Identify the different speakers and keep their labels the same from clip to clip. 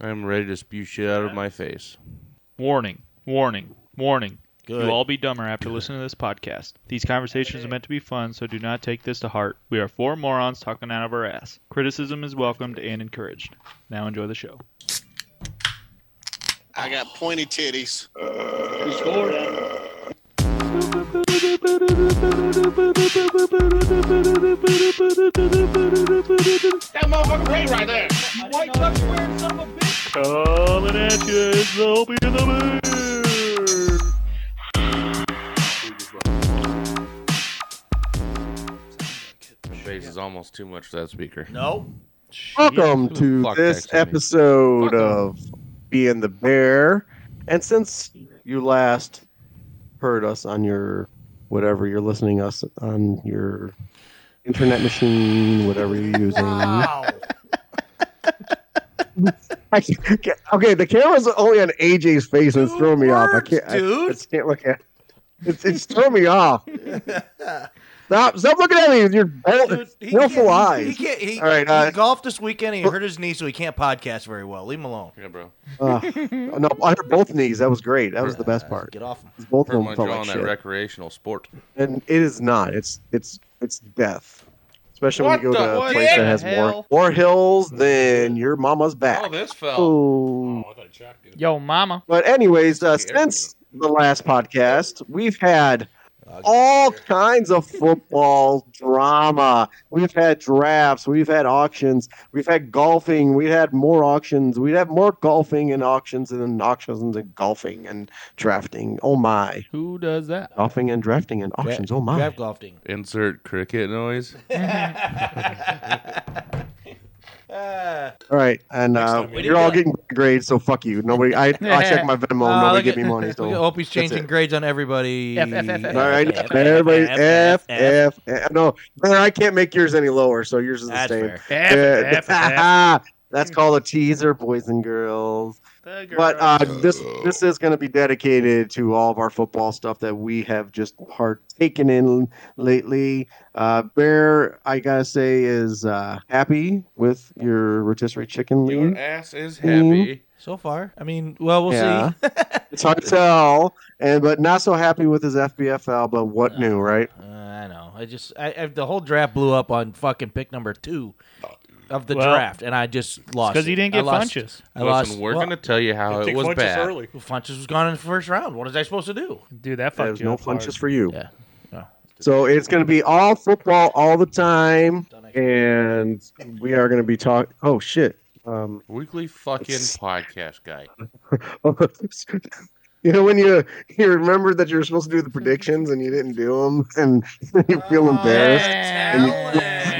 Speaker 1: I'm ready to spew shit out of my face.
Speaker 2: Warning, warning, warning.
Speaker 1: Good.
Speaker 2: You'll all be dumber after listening to this podcast. These conversations are meant to be fun, so do not take this to heart. We are four morons talking out of our ass. Criticism is welcomed and encouraged. Now enjoy the show.
Speaker 3: I got pointy titties.
Speaker 4: That motherfucker brain right there. White duck square son of a bitch.
Speaker 2: Coming at you, they'll be in the mood.
Speaker 1: My face is almost too much for that speaker.
Speaker 4: No.
Speaker 1: Who
Speaker 5: Welcome
Speaker 1: the
Speaker 5: to
Speaker 1: fuck
Speaker 5: this
Speaker 1: texted me?
Speaker 5: episode
Speaker 1: Fuck 'em.
Speaker 5: of Being the Bear. And since you last heard us on your whatever you're listening us on your internet machine, whatever you're using.
Speaker 4: Wow.
Speaker 5: I can't- okay, the camera's only on AJ's face and it's
Speaker 4: Two
Speaker 5: throwing me off. I
Speaker 4: words,
Speaker 5: can't, I- I,
Speaker 4: dude.
Speaker 5: just can't look at. It's it's throwing me off. Stop! Stop looking at me with your
Speaker 4: Dude,
Speaker 5: bold,
Speaker 4: he
Speaker 5: willful
Speaker 4: can't-
Speaker 5: eyes.
Speaker 4: He, can't, he,
Speaker 5: All right,
Speaker 4: he
Speaker 5: uh,
Speaker 4: golfed this weekend and he hurt his knee, so he can't podcast very well. Leave him alone.
Speaker 1: Yeah, bro.
Speaker 5: Uh, no, I hurt both knees. That was great. That was the best
Speaker 4: Uh,
Speaker 5: part.
Speaker 4: Get off him.
Speaker 5: Both of
Speaker 1: Hurt
Speaker 5: them
Speaker 1: my
Speaker 5: felt
Speaker 1: jaw
Speaker 5: like
Speaker 1: on
Speaker 5: shit.
Speaker 1: that recreational sport.
Speaker 5: And it is not. It's it's it's death. Especially when you
Speaker 1: What
Speaker 5: go
Speaker 1: the-
Speaker 5: to a
Speaker 1: what
Speaker 5: place
Speaker 1: the
Speaker 5: that has more
Speaker 2: hell?
Speaker 5: more hills than your mama's back.
Speaker 1: Oh, this fell.
Speaker 5: Oh.
Speaker 2: Yo, mama.
Speaker 5: But anyways, uh,
Speaker 1: Scared me.
Speaker 5: since the last podcast, we've had all kinds of football drama. We've had drafts, we've had auctions, we've had golfing, we had more auctions, we had more golfing and auctions and then auctions and golfing and drafting. Oh my.
Speaker 2: Who does that?
Speaker 5: Golfing and drafting and auctions. Oh my.
Speaker 4: Draft golfing.
Speaker 1: Insert cricket noise.
Speaker 4: Uh,
Speaker 5: All right, and uh,
Speaker 4: time we
Speaker 5: you're
Speaker 4: do
Speaker 5: all
Speaker 4: that.
Speaker 5: getting grades, so fuck you. Nobody, I, I check my Venmo,
Speaker 4: Oh,
Speaker 5: nobody
Speaker 4: look
Speaker 5: give
Speaker 4: at-
Speaker 5: me money.
Speaker 4: look at
Speaker 5: So.
Speaker 4: Opie's changing
Speaker 5: it.
Speaker 4: grades on everybody.
Speaker 2: F, F, F, F.
Speaker 5: All right,
Speaker 4: F, F, F,
Speaker 5: everybody,
Speaker 4: F,
Speaker 5: F, F, F. No, man, I can't make yours any lower, so yours is the
Speaker 4: That's
Speaker 5: same.
Speaker 4: fair.
Speaker 5: Yeah, That's called a teaser, boys and girls. But uh, this this is going to be dedicated to all of our football stuff that we have just partaken in lately. Uh, Bear, I gotta say, is uh, happy with your rotisserie chicken
Speaker 1: Your
Speaker 5: lead.
Speaker 1: ass is happy.
Speaker 4: So far, I mean, well, we'll
Speaker 5: Yeah.
Speaker 4: see.
Speaker 5: It's hard to tell, and but not so happy with his FBFL. But what new, right?
Speaker 4: Uh, I know. I just I, I the whole draft blew up on fucking pick number two of the
Speaker 6: Well,
Speaker 4: draft, and I just lost
Speaker 2: Because he
Speaker 4: it.
Speaker 2: didn't
Speaker 4: I
Speaker 2: get
Speaker 4: lost-
Speaker 2: punches.
Speaker 4: I
Speaker 1: Listen,
Speaker 4: lost.
Speaker 1: we're
Speaker 4: well,
Speaker 1: gonna tell you how Oh, it
Speaker 6: Take
Speaker 1: was
Speaker 6: lunches
Speaker 1: bad.
Speaker 6: early.
Speaker 4: Funches was gone in the first round. What was I supposed to do?
Speaker 6: Dude, that fucked
Speaker 5: There's
Speaker 6: you
Speaker 5: no
Speaker 6: up hard.
Speaker 5: punches for you.
Speaker 4: Yeah. No.
Speaker 5: So it's going to be all football all the time, and we are going to be talking. Oh shit! Um,
Speaker 1: Weekly fucking podcast guy.
Speaker 5: you know when you you remember that you were supposed to do the predictions and you didn't do them, and you feel embarrassed. And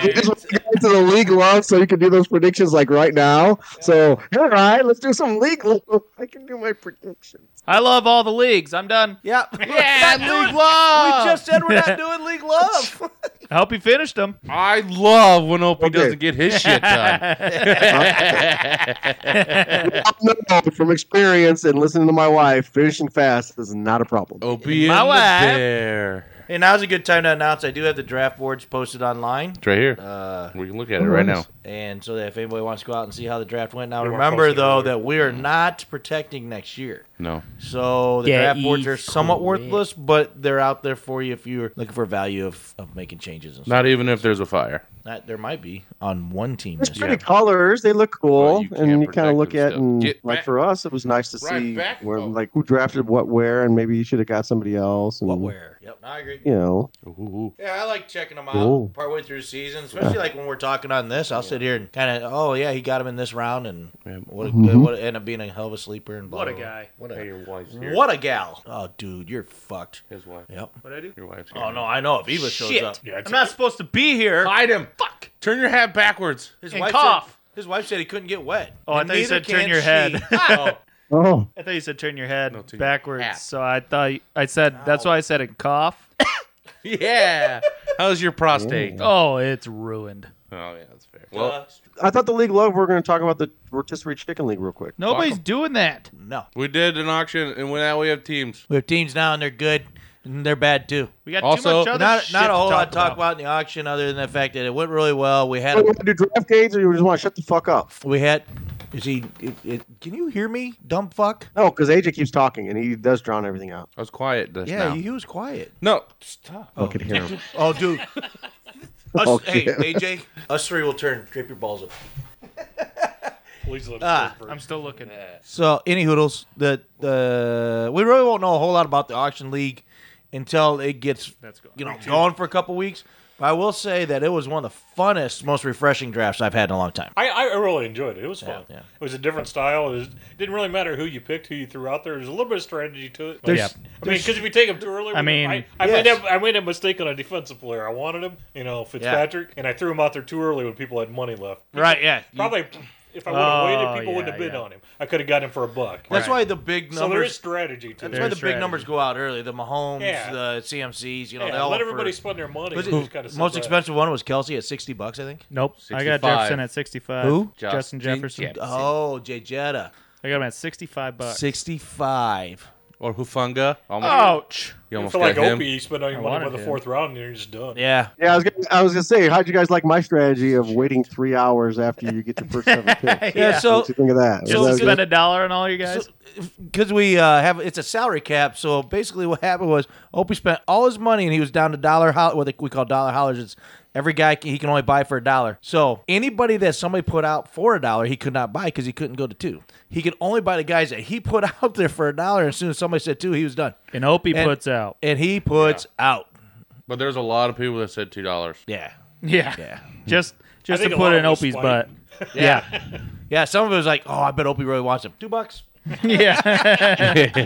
Speaker 5: you- That's what you guys in the league love, so you can do those predictions like right now. So, all right, let's do some league. love. I can do my predictions.
Speaker 2: I love all the leagues. I'm done.
Speaker 4: Yeah.
Speaker 2: Yeah, league love.
Speaker 4: We just said we're not doing league love.
Speaker 2: I hope you finished them.
Speaker 1: I love when Opie
Speaker 5: Okay.
Speaker 1: doesn't get his shit done.
Speaker 5: I know from experience and listening to my wife, finishing fast is not a problem.
Speaker 1: Opie
Speaker 2: My
Speaker 1: and
Speaker 2: wife.
Speaker 1: the bear.
Speaker 4: hey, now's a good time to announce I do have the draft boards posted online.
Speaker 1: It's right here.
Speaker 4: Uh,
Speaker 1: we can look at it right now.
Speaker 4: and so that if anybody wants to go out and see how the draft went, now
Speaker 6: They weren't
Speaker 4: remember
Speaker 6: posted
Speaker 4: though
Speaker 6: earlier.
Speaker 4: that we are not protecting next year.
Speaker 1: No.
Speaker 4: So the
Speaker 2: That
Speaker 4: draft boards are
Speaker 2: is
Speaker 4: somewhat
Speaker 2: correct.
Speaker 4: worthless, but they're out there for you if you're looking for value of, of making changes and stuff.
Speaker 1: Not even if there's a fire.
Speaker 4: That there might be on one team
Speaker 5: There's
Speaker 4: this
Speaker 5: pretty
Speaker 4: year.
Speaker 5: colors. They look
Speaker 1: Well,
Speaker 5: cool,
Speaker 1: you can't
Speaker 5: and you kind
Speaker 1: protect
Speaker 5: of look
Speaker 1: them
Speaker 5: at
Speaker 1: still.
Speaker 5: and
Speaker 1: Get
Speaker 5: like
Speaker 1: back.
Speaker 5: for us, it was nice to
Speaker 1: Right
Speaker 5: see
Speaker 1: back, Oh.
Speaker 5: where
Speaker 1: though.
Speaker 5: like who drafted what where, and maybe you should have got somebody else. And,
Speaker 4: What where? Yep, I agree.
Speaker 5: You know,
Speaker 1: Ooh.
Speaker 4: Yeah, I like checking them out
Speaker 5: Cool.
Speaker 4: partway through the season, especially like when we're talking on this. I'll sit here and kind of, oh yeah, he got him in this round, and
Speaker 1: Yeah.
Speaker 4: what a good,
Speaker 5: Mhm.
Speaker 4: what a, end up being a hell of a sleeper and blah,
Speaker 6: What a
Speaker 4: blah, blah.
Speaker 6: guy.
Speaker 4: What
Speaker 1: Hey,
Speaker 4: a
Speaker 1: your wife's here.
Speaker 4: what a gal. Oh dude, you're fucked.
Speaker 1: His wife.
Speaker 4: Yep.
Speaker 6: What I do?
Speaker 1: Your wife's here.
Speaker 4: Oh no, I know if Eva shows
Speaker 2: Shit.
Speaker 4: up,
Speaker 6: Yeah, it's-
Speaker 2: I'm not supposed to be here.
Speaker 1: Hide him. Fuck. Turn your hat backwards.
Speaker 4: his
Speaker 2: And
Speaker 4: wife
Speaker 2: cough.
Speaker 4: Said, his wife said he couldn't get wet.
Speaker 2: Oh, I
Speaker 4: And
Speaker 2: thought you
Speaker 4: neither
Speaker 2: said turn
Speaker 4: can
Speaker 2: your head.
Speaker 4: she. oh,
Speaker 5: oh,
Speaker 2: I thought you said turn your head
Speaker 1: No, turn your
Speaker 2: backwards.
Speaker 1: hat.
Speaker 2: so I thought you- I said that's why I said and cough.
Speaker 1: Yeah. How's your prostate? Oh,
Speaker 2: oh, it's ruined.
Speaker 1: yeah, that's fair. Uh, Well,
Speaker 5: I thought the league love. We are going to talk about the rotisserie chicken league real quick.
Speaker 2: Nobody's
Speaker 1: Fuck 'em.
Speaker 2: doing that.
Speaker 4: no,
Speaker 1: we did an auction, and now we have teams.
Speaker 4: we have teams now, and they're good, and they're bad too.
Speaker 2: We got too
Speaker 1: Also-
Speaker 2: much other
Speaker 4: Not
Speaker 2: shit
Speaker 4: not a whole
Speaker 2: to
Speaker 4: lot
Speaker 2: talk,
Speaker 4: to talk about in the auction, other than the fact that it went really well. We had
Speaker 5: Wait,
Speaker 4: a
Speaker 5: we want to do draft games, or you just want to shut the fuck up?
Speaker 4: We had Is he? It, it, can you hear me, dumb fuck?
Speaker 5: No, because AJ keeps talking and he does drown everything out.
Speaker 1: I was quiet just
Speaker 4: Yeah,
Speaker 1: now.
Speaker 4: he was quiet.
Speaker 1: No, stop.
Speaker 5: I can hear him.
Speaker 4: Oh, dude. Us,
Speaker 5: Oh,
Speaker 4: hey,
Speaker 5: shit.
Speaker 4: AJ, us three will turn. Drape your balls up.
Speaker 3: Please let us
Speaker 4: Ah,
Speaker 3: go first.
Speaker 2: I'm still looking.
Speaker 4: So, any hoodles, the the we really won't know a whole lot about the auction league until it gets
Speaker 2: That's good.
Speaker 4: you know going for a couple weeks. But I will say that it was one of the funnest, most refreshing drafts I've had in a long time.
Speaker 3: I, I really enjoyed it. It was fun.
Speaker 4: yeah.
Speaker 3: It was a different style. It was, didn't really matter who you picked, who you threw out there. There's a little bit of strategy to it.
Speaker 2: There's-
Speaker 3: I mean, because if you take him too early,
Speaker 2: I mean,
Speaker 3: I, I
Speaker 4: yes.
Speaker 3: made a, I made a mistake on a defensive player. I wanted him, you know, Fitzpatrick, and I threw him out there too early when people had money left.
Speaker 4: Right? Yeah.
Speaker 3: Probably, if I would have
Speaker 2: Oh,
Speaker 3: waited, people wouldn't have
Speaker 2: yeah,
Speaker 3: bid
Speaker 2: yeah.
Speaker 3: on him. I could have got him for a buck.
Speaker 4: That's
Speaker 2: Right.
Speaker 4: why the big numbers.
Speaker 3: So there is strategy to
Speaker 4: that's why
Speaker 3: it.
Speaker 4: the
Speaker 2: strategy.
Speaker 4: big numbers go out early. The Mahomes,
Speaker 3: Yeah.
Speaker 4: the CMCs. You know, they
Speaker 3: Yeah,
Speaker 4: all
Speaker 3: let
Speaker 4: for-
Speaker 3: everybody spend their money.
Speaker 4: Was it-
Speaker 3: It's kinda
Speaker 4: most
Speaker 3: so bad.
Speaker 4: expensive one was Kelsey at sixty bucks, I think.
Speaker 6: Nope. I got
Speaker 1: 65.
Speaker 6: Jefferson at 65.
Speaker 4: Who?
Speaker 6: Justin,
Speaker 1: Justin
Speaker 6: Jefferson.
Speaker 1: Jefferson.
Speaker 4: Oh, Jay Jetta,
Speaker 6: I got him at 65 bucks.
Speaker 4: sixty-five.
Speaker 1: Or Hufunga. Almost,
Speaker 2: Ouch.
Speaker 1: You almost
Speaker 3: For like
Speaker 1: got him.
Speaker 3: Opie, you spend all your
Speaker 6: I
Speaker 3: money by
Speaker 6: wanted
Speaker 3: the
Speaker 6: him.
Speaker 3: fourth round, and you're just done.
Speaker 4: Yeah,
Speaker 5: Yeah, I was gonna, I was gonna say, how'd you guys like my strategy of waiting three hours after you get the first seven picks?
Speaker 4: yeah. So
Speaker 5: What you think of that?
Speaker 6: Just
Speaker 5: Was
Speaker 6: to
Speaker 5: that
Speaker 6: spend
Speaker 5: good?
Speaker 6: a dollar on all you guys.
Speaker 4: because we uh, have it's a salary cap, so basically what happened was Opie spent all his money and he was down to dollar ho- what we call dollar hollers. It's every guy can, he can only buy for a dollar. So anybody that somebody put out for a dollar, he could not buy because he couldn't go to two. He could only buy the guys that he put out there for a dollar. And as soon as somebody said two, he was done.
Speaker 6: and Opie
Speaker 4: And-
Speaker 6: puts out.
Speaker 4: And he puts out.
Speaker 1: But there's a lot of people that said two dollars.
Speaker 4: Yeah,
Speaker 6: Yeah.
Speaker 4: yeah,
Speaker 6: Just just
Speaker 3: I
Speaker 6: to
Speaker 3: think a lot
Speaker 6: put
Speaker 3: of
Speaker 6: in
Speaker 3: it was
Speaker 6: Opie's
Speaker 3: funny.
Speaker 6: butt. Yeah.
Speaker 4: yeah. Some of it was like, oh, I bet Opie really wants him. Two bucks.
Speaker 6: yeah.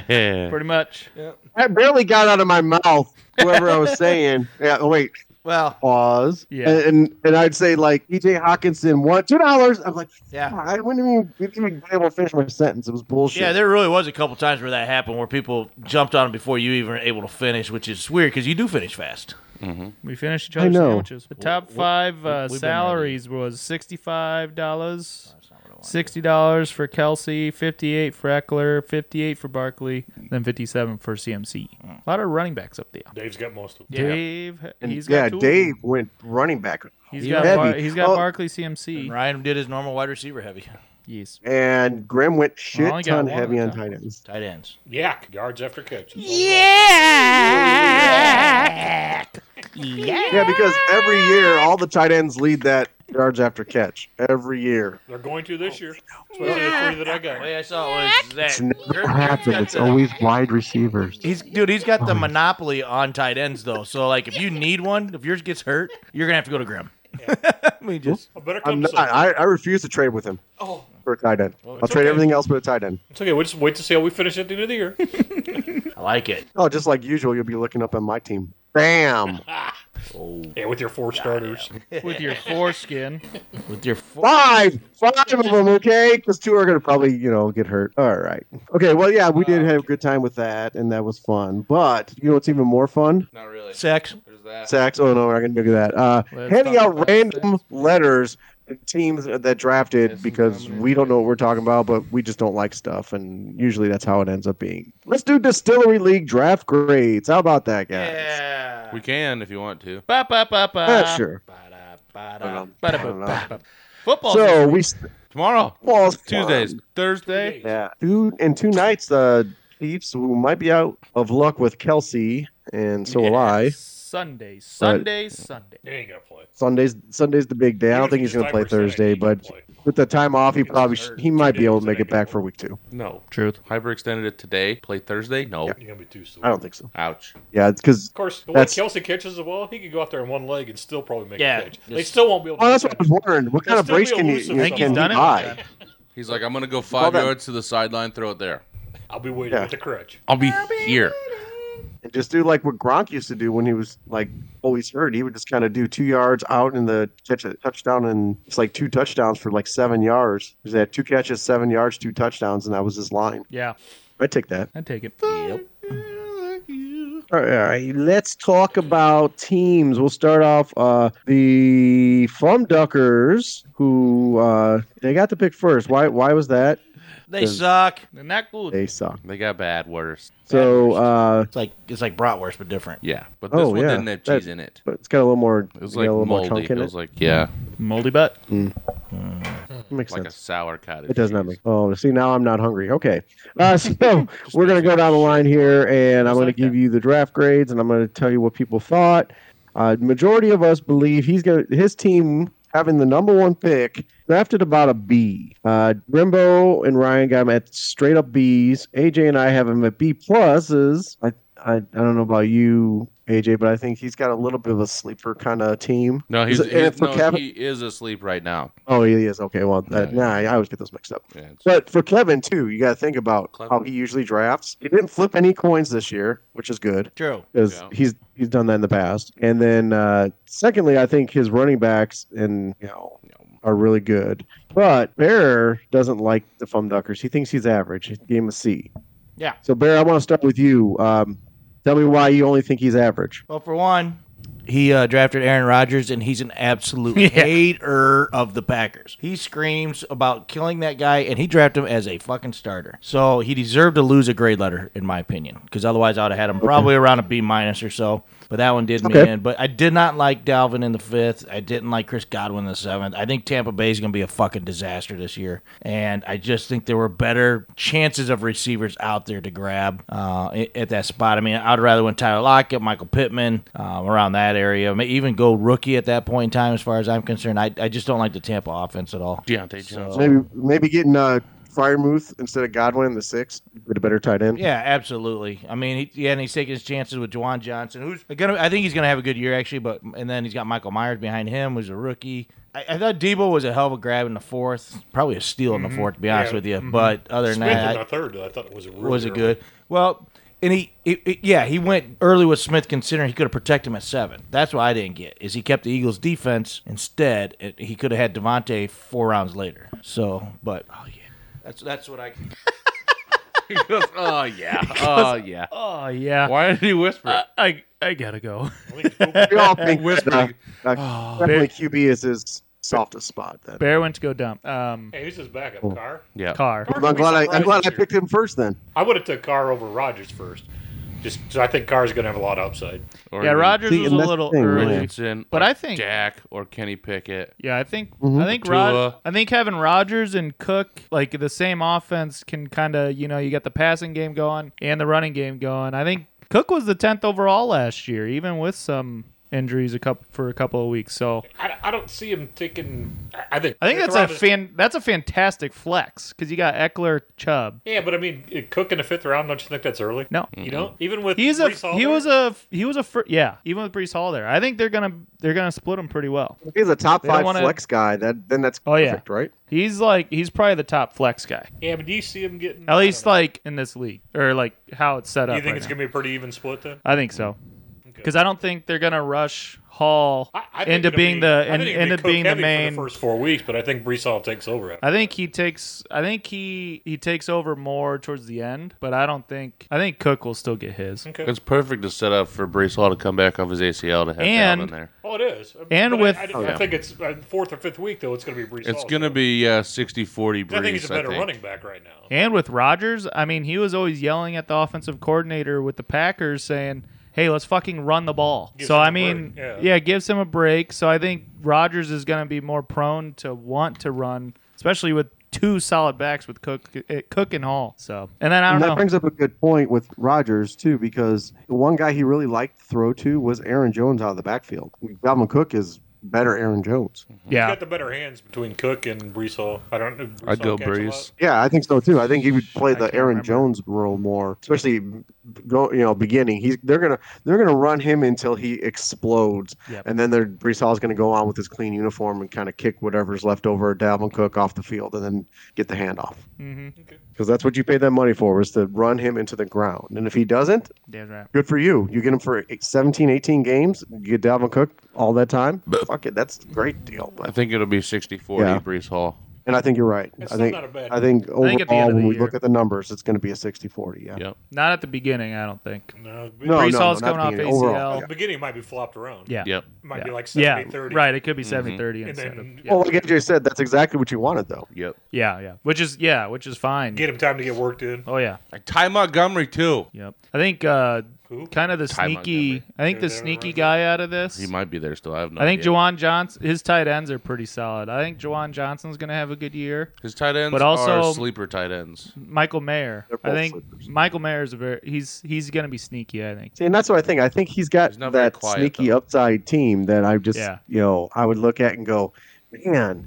Speaker 1: yeah,
Speaker 6: Pretty much.
Speaker 5: That barely got out of my mouth. Whoever I was saying. Yeah. oh, Wait.
Speaker 4: Well,
Speaker 5: Pause.
Speaker 6: Yeah.
Speaker 5: And, and and I'd say like EJ Hawkinson, what two dollars? I'm like,
Speaker 4: yeah.
Speaker 5: I wouldn't even, didn't even be able to finish my sentence. It was bullshit.
Speaker 4: Yeah, there really was a couple times where that happened, where people jumped on him before you even were able to finish, which is weird because you do finish fast.
Speaker 6: We finished each
Speaker 5: I
Speaker 6: other's
Speaker 5: know.
Speaker 6: sandwiches. The top five uh,
Speaker 4: we've been
Speaker 6: salaries was sixty-five dollars, sixty dollars for Kelsey, fifty-eight for Eckler, fifty-eight for Barkley, then fifty-seven for CMC. A lot of running backs up there.
Speaker 3: Dave's got most of them.
Speaker 6: Dave,
Speaker 5: And
Speaker 6: he's
Speaker 5: yeah,
Speaker 6: got two of them.
Speaker 5: Dave went running back,
Speaker 6: He's
Speaker 5: He's
Speaker 6: got
Speaker 5: heavy.
Speaker 6: Bar- he's got
Speaker 5: Oh.
Speaker 6: Barkley CMC.
Speaker 4: Ryan did his normal wide receiver heavy,
Speaker 6: Yes.
Speaker 5: Oh, and Grim went shit
Speaker 6: only got
Speaker 5: ton
Speaker 6: one
Speaker 5: heavy
Speaker 6: of
Speaker 5: on
Speaker 6: them.
Speaker 5: tight ends.
Speaker 4: tight ends.
Speaker 3: Yak yards after catches.
Speaker 5: Yeah, because every year all the tight ends lead that yards after catch every year.
Speaker 3: They're going to
Speaker 5: Oh.
Speaker 3: this year. Especially the three that I got.
Speaker 4: The way I saw it was that.
Speaker 5: It's never happened. It's always wide receivers.
Speaker 4: He's dude. He's got the monopoly on tight ends though. So like, if you need one, if yours gets hurt, you're gonna have to go to Grim. I mean, just
Speaker 3: I better
Speaker 5: I'm
Speaker 3: come
Speaker 5: not,
Speaker 3: soon.
Speaker 5: I, I refuse to trade with him
Speaker 3: Oh,
Speaker 5: for a tight end. I'll
Speaker 3: it's
Speaker 5: trade
Speaker 3: okay.
Speaker 5: everything else but a tight end.
Speaker 3: it's okay. We'll just wait to see how we finish at the end of the year.
Speaker 4: I like it.
Speaker 5: Oh, just like usual, you'll be looking up on my team. Bam!
Speaker 3: yeah, with your four starters.
Speaker 6: With your foreskin.
Speaker 4: With your four,
Speaker 5: Five! Five of them, okay? Because two are going to probably, you know, get hurt. All right. Okay, well, yeah, we
Speaker 3: Uh,
Speaker 5: did have a good time with that, and that was fun. But you know what's even more fun?
Speaker 1: not really.
Speaker 4: sex.
Speaker 1: There's that.
Speaker 5: Sacks. Oh, no, we're not going to do that. Uh,
Speaker 6: Let's
Speaker 5: handing
Speaker 6: talk
Speaker 5: out
Speaker 6: about
Speaker 5: random letters to teams that drafted
Speaker 1: Yes,
Speaker 5: because
Speaker 1: nominate
Speaker 5: we don't know what we're talking about, but we just don't like stuff, and usually that's how it ends up being. Let's do Distillery League draft grades. How about that, guys?
Speaker 4: Yeah.
Speaker 1: We can if you want to.
Speaker 6: Ba ba ba ba.
Speaker 5: Yeah, sure.
Speaker 4: Ba-da,
Speaker 5: I
Speaker 4: ba-da.
Speaker 5: don't know.
Speaker 6: Ba da
Speaker 5: I
Speaker 6: ba
Speaker 5: don't know.
Speaker 6: ba ba. Football.
Speaker 5: So we s-
Speaker 1: Tomorrow,
Speaker 5: well, it's
Speaker 1: Tuesdays,
Speaker 5: fun.
Speaker 1: Thursday.
Speaker 5: Yeah, two and two nights. The Chiefs who might be out of luck with Kelsey, and so will I.
Speaker 6: Sunday. Sunday. Sunday.
Speaker 3: He ain't gonna play.
Speaker 5: Sundays, Sunday's the big day. I
Speaker 3: Even
Speaker 5: don't
Speaker 3: if
Speaker 5: think
Speaker 3: he
Speaker 5: he's going to
Speaker 3: gets
Speaker 5: play
Speaker 3: 5%,
Speaker 5: Thursday,
Speaker 3: he can
Speaker 5: but
Speaker 3: play.
Speaker 5: with the time off, he probably sh-
Speaker 3: hurt.
Speaker 5: he might be able to
Speaker 3: He's
Speaker 5: make
Speaker 3: not
Speaker 5: it back
Speaker 3: gonna
Speaker 5: for week two.
Speaker 1: No.
Speaker 6: Truth.
Speaker 1: Hyperextended it today. Play Thursday. No.
Speaker 3: You're gonna be too slow.
Speaker 5: I don't think so.
Speaker 1: Ouch.
Speaker 5: Yeah, because
Speaker 3: Of course, the way
Speaker 5: That's-
Speaker 3: Kelsey catches the ball, he could go out there on one leg and still probably make
Speaker 4: Yeah,
Speaker 3: a catch. They
Speaker 4: just-
Speaker 3: still won't be able. to
Speaker 5: Oh, that's
Speaker 3: do
Speaker 5: what I
Speaker 3: that.
Speaker 5: was wondering. What kind of
Speaker 3: still
Speaker 5: brace
Speaker 3: be
Speaker 5: can you,
Speaker 3: elusive
Speaker 5: you
Speaker 3: Think
Speaker 5: can you
Speaker 3: he's
Speaker 6: done it one
Speaker 5: buy?
Speaker 1: He's like, I'm gonna go five
Speaker 5: that-
Speaker 1: yards to the sideline, throw it there.
Speaker 3: I'll be waiting
Speaker 5: Yeah.
Speaker 3: with the crutch.
Speaker 1: I'll be here.
Speaker 5: And just do like what Gronk used to do when he was like always hurt. He would just kind of do two yards out and the catch a touchdown, and it's like two touchdowns for like seven yards. Because they had two catches, seven yards, two touchdowns, and that was his line.
Speaker 6: Yeah.
Speaker 5: I take that.
Speaker 6: I take it.
Speaker 5: All right, let's talk about teams. We'll start off uh, the Flum Duckers, who uh, they got to pick first. Why? Why was that?
Speaker 4: They suck.
Speaker 6: Not good.
Speaker 5: They suck.
Speaker 1: They got bad worse.
Speaker 5: So, uh,
Speaker 4: It's like it's like bratwurst, but different.
Speaker 1: Yeah, but this
Speaker 5: Oh,
Speaker 1: one
Speaker 5: yeah.
Speaker 1: didn't have cheese
Speaker 5: That-
Speaker 1: in it.
Speaker 5: but it's got a little more.
Speaker 1: It was
Speaker 5: got a
Speaker 1: like
Speaker 5: little more
Speaker 1: moldy.
Speaker 5: chunk
Speaker 1: It
Speaker 5: in
Speaker 1: was like yeah.
Speaker 2: Moldy butt.
Speaker 5: Makes
Speaker 1: like a
Speaker 5: sense.
Speaker 1: sour cottage.
Speaker 5: It does not
Speaker 1: cheese.
Speaker 5: make. Oh, see, now I'm not hungry. Okay, uh, so we're gonna go down the line here, and I'm gonna give you the draft grades, and I'm gonna tell you what people thought. Uh, majority of us believe he's gonna his team having the number one pick drafted about a B. Uh, Rimbo and Ryan got him at straight up Bs. AJ and I have him at B pluses. I I, I don't know about you. AJ, but I think he's got a little bit of a sleeper kind of team.
Speaker 1: No,
Speaker 5: Is
Speaker 1: he's,
Speaker 5: it- and
Speaker 1: he's-
Speaker 5: for
Speaker 1: no,
Speaker 5: Kevin-
Speaker 1: he is asleep right now.
Speaker 5: Oh, he is. Okay, well, that,
Speaker 1: Yeah.
Speaker 5: nah, I always get those mixed up.
Speaker 1: Yeah, it's-
Speaker 5: But for Clevin too, you got to think about
Speaker 1: Clevin.
Speaker 5: how he usually drafts. He didn't flip any coins this year, which is good
Speaker 4: True.
Speaker 5: because
Speaker 1: Yeah.
Speaker 5: he's he's done that in the past. And then uh, secondly, I think his running backs and you know are really good. But Bear doesn't like the Fumduckers. He thinks he's average. He gave him a C.
Speaker 4: Yeah.
Speaker 5: So Bear, I want to start with you. Um, tell me why you only think he's average.
Speaker 4: Well, for one, he uh, drafted Aaron Rodgers, and he's an absolute hater of the Packers. He screams about killing that guy, and he drafted him as a fucking starter. So he deserved to lose a grade letter, in my opinion, because otherwise I would have had him probably around a B minus or so. But that one did me
Speaker 5: Okay.
Speaker 4: in. But I did not like Dalvin in the fifth. I didn't like Chris Godwin in the seventh. I think Tampa Bay is going to be a fucking disaster this year, and I just think there were better chances of receivers out there to grab uh, i- at that spot. I mean, I'd rather win Tyler Lockett, Michael Pittman um, around that area. May even go rookie at that point in time, as far as I'm concerned. I, I just don't like the Tampa offense at all.
Speaker 1: Deontay Johnson.
Speaker 5: Maybe maybe getting uh, Fryermuth instead of Godwin in the sixth with a better tight end.
Speaker 4: Yeah, absolutely. I mean, he, yeah, and he's taking his chances with Juwan Johnson, who's gonna. I think he's gonna have a good year actually, but and then he's got Michael Myers behind him, who's a rookie. I, I thought Debo was a hell of a grab in the fourth, probably a steal in the fourth, to be honest
Speaker 3: Yeah.
Speaker 4: with you. But other than
Speaker 3: Smith
Speaker 4: that, I-
Speaker 3: in the third, though, I thought it was really
Speaker 4: was it
Speaker 3: early.
Speaker 4: good? Well, and he, it, it- yeah, he went early with Smith, considering he could have protected him at seven. That's what I didn't get is he kept the Eagles' defense instead. It, he could have had Devontae four rounds later. So, but oh yeah, that's that's what I.
Speaker 1: He goes, oh yeah, oh yeah.
Speaker 6: Oh yeah.
Speaker 1: Why did he whisper? it?
Speaker 6: I I gotta go.
Speaker 3: I think it's cool.
Speaker 5: We all think
Speaker 1: Whispering.
Speaker 5: uh,
Speaker 6: Oh.
Speaker 5: uh, definitely QB is his softest spot. Then.
Speaker 6: Bear went to go dump. Um,
Speaker 3: hey, who's his backup? Carr.
Speaker 1: yeah.
Speaker 6: car.
Speaker 5: Well, I'm glad I, I'm glad I picked him first then.
Speaker 3: I would have took Carr over Rogers first. Just 'cause I think Carr's going to have a lot of upside.
Speaker 1: Or
Speaker 6: Yeah,
Speaker 1: even
Speaker 6: Rogers
Speaker 5: See,
Speaker 6: was a
Speaker 5: and that's
Speaker 6: little
Speaker 5: the thing, really.
Speaker 6: early.
Speaker 1: Richardson,
Speaker 6: But
Speaker 1: or
Speaker 6: I think-
Speaker 1: Dak or Kenny Pickett.
Speaker 6: Yeah, I think
Speaker 5: Mhm.
Speaker 6: I think Rod,
Speaker 1: Tua.
Speaker 6: I think having Rodgers and Cook like the same offense can kind of you know you got the passing game going and the running game going. I think Cook was the tenth overall last year, even with some injuries a couple for a couple of weeks. So
Speaker 3: I, I don't see him taking. I- I think.
Speaker 6: I think
Speaker 3: fifth
Speaker 6: that's a
Speaker 3: round is-
Speaker 6: fan that's a fantastic flex because you got Eckler, Chubb.
Speaker 3: Yeah, but I mean, uh, Cook in the fifth round. Don't you think that's early?
Speaker 6: No,
Speaker 3: You know, even with
Speaker 6: he's a
Speaker 3: Brees Hall
Speaker 6: he
Speaker 3: there,
Speaker 6: was a he was a fir- yeah even with Brees Hall there. I think they're gonna they're gonna split him pretty well.
Speaker 5: If he's a top
Speaker 6: don't
Speaker 5: five
Speaker 6: wanna-
Speaker 5: flex guy, that then that's
Speaker 6: Oh, yeah.
Speaker 5: perfect, right?
Speaker 6: He's like he's probably the top flex guy
Speaker 3: Yeah, but do you see him getting?
Speaker 6: at
Speaker 3: I
Speaker 6: least
Speaker 3: don't know.
Speaker 6: like in this league or like how it's set up.
Speaker 3: Do you think
Speaker 6: right
Speaker 3: it's
Speaker 6: now.
Speaker 3: going to be a pretty even split then?
Speaker 6: I think so. Because I don't think they're gonna rush Hall
Speaker 3: I, I think
Speaker 6: into
Speaker 3: it'll
Speaker 6: being
Speaker 3: be-
Speaker 6: the
Speaker 3: I
Speaker 6: in,
Speaker 3: think it'll be
Speaker 6: into
Speaker 3: Cook
Speaker 6: being the
Speaker 3: heavy
Speaker 6: main.
Speaker 3: for the first four weeks, but I think Brees Hall takes over. After.
Speaker 6: I think he takes. I think he he takes over more towards the end, but I don't think. I think Cook will still get his.
Speaker 3: Okay.
Speaker 1: It's perfect to set up for Brees Hall to come back off his ACL to have
Speaker 6: And-
Speaker 1: Dalvin in there.
Speaker 3: Oh, it is. I-
Speaker 6: And
Speaker 3: but I-
Speaker 6: with-
Speaker 3: I, I,
Speaker 1: yeah.
Speaker 3: think it's uh, fourth or fifth week though. It's going to be Brees.
Speaker 1: It's
Speaker 3: Hall,
Speaker 1: gonna
Speaker 3: so-
Speaker 1: be uh, 60-40 Brees.
Speaker 3: I think he's a better running back right now.
Speaker 6: And with Rodgers, I mean, he was always yelling at the offensive coordinator with the Packers, saying, "Hey, let's fucking run the ball."
Speaker 3: Gives
Speaker 6: so
Speaker 3: him
Speaker 6: I
Speaker 3: a
Speaker 6: mean,
Speaker 3: break, yeah.
Speaker 6: gives him a break. So I think Rodgers is going to be more prone to want to run, especially with two solid backs with Cook, eh, Cook and Hall. So and then I don't
Speaker 5: And that
Speaker 6: know.
Speaker 5: brings up a good point with Rodgers too, because the one guy he really liked to throw to was Aaron Jones out of the backfield. Dalvin Cook is better Aaron Jones.
Speaker 3: He's
Speaker 6: yeah,
Speaker 3: got the better hands between Cook and Brees Hall. I don't. know.
Speaker 1: I'd go
Speaker 3: Hall catch a
Speaker 1: Brees.
Speaker 3: lot.
Speaker 5: Yeah, I think so too. I think he would play the
Speaker 6: can't
Speaker 5: Aaron
Speaker 6: remember.
Speaker 5: Jones role more, especially go you know beginning. He's they're gonna they're gonna run him until he explodes,
Speaker 6: Yep.
Speaker 5: and then they're Brees Hall's gonna go on with his clean uniform and kind of kick whatever's left over at Dalvin Cook off the field, and then get the handoff
Speaker 6: hmm
Speaker 5: because that's what you paid that money for was to run him into the ground. And if he doesn't,
Speaker 6: Damn right.
Speaker 5: good for you. You get him for 17, 18 games. You get Dalvin Cook all that time. Fuck it, that's a great deal.
Speaker 1: I
Speaker 5: But,
Speaker 1: think it'll be 60-40
Speaker 5: Yeah.
Speaker 1: Brees Hall.
Speaker 5: and I think you're right.
Speaker 3: It's
Speaker 5: I
Speaker 3: still
Speaker 5: think
Speaker 3: not a bad-
Speaker 5: I think overall
Speaker 6: think at the end of
Speaker 5: when
Speaker 6: the
Speaker 5: we
Speaker 6: year-
Speaker 5: look at the numbers, it's going to be a 60-40. Yeah.
Speaker 1: Yep.
Speaker 6: Not at the beginning, I don't think.
Speaker 3: No,
Speaker 5: No,
Speaker 6: Brees
Speaker 5: no,
Speaker 6: Hall's
Speaker 5: not
Speaker 6: coming
Speaker 5: beginning.
Speaker 6: off ACL.
Speaker 5: Overall,
Speaker 3: The beginning might be flopped around.
Speaker 6: Yeah.
Speaker 1: Yep.
Speaker 3: Might
Speaker 6: Yeah.
Speaker 3: be like 70
Speaker 6: Yeah,
Speaker 3: 30.
Speaker 6: right. It could be 70 30
Speaker 3: And
Speaker 6: instead
Speaker 3: then
Speaker 6: of.
Speaker 5: Well, like AJ said, that's exactly what you wanted, though.
Speaker 1: Yep.
Speaker 6: Yeah, yeah. Which is, yeah, which is fine.
Speaker 3: get him time to get worked in.
Speaker 6: Oh, yeah.
Speaker 1: And Ty Montgomery too.
Speaker 6: Yep. I think uh,
Speaker 3: Who?
Speaker 6: kind of the
Speaker 1: Ty
Speaker 6: sneaky.
Speaker 1: Montgomery.
Speaker 6: I think the
Speaker 3: They're never
Speaker 6: sneaky
Speaker 3: running.
Speaker 6: guy out of this.
Speaker 1: He might be there still. I have no.
Speaker 6: I think
Speaker 1: idea.
Speaker 6: Jawan Johnson, his tight ends are pretty solid. I think Jawan Johnson's going to have a good year.
Speaker 1: his tight ends
Speaker 6: but also-
Speaker 1: are sleeper tight ends.
Speaker 6: Michael Mayer,
Speaker 5: They're
Speaker 6: I
Speaker 5: both
Speaker 6: think
Speaker 5: sleepers.
Speaker 6: Michael Mayer is a very he's he's going to be sneaky. I think.
Speaker 5: See, and that's what I think. I think he's got
Speaker 1: He's not very
Speaker 5: that
Speaker 1: quiet,
Speaker 5: sneaky
Speaker 1: though.
Speaker 5: upside team that I just,
Speaker 6: Yeah.
Speaker 5: you know, I would look at and go, man,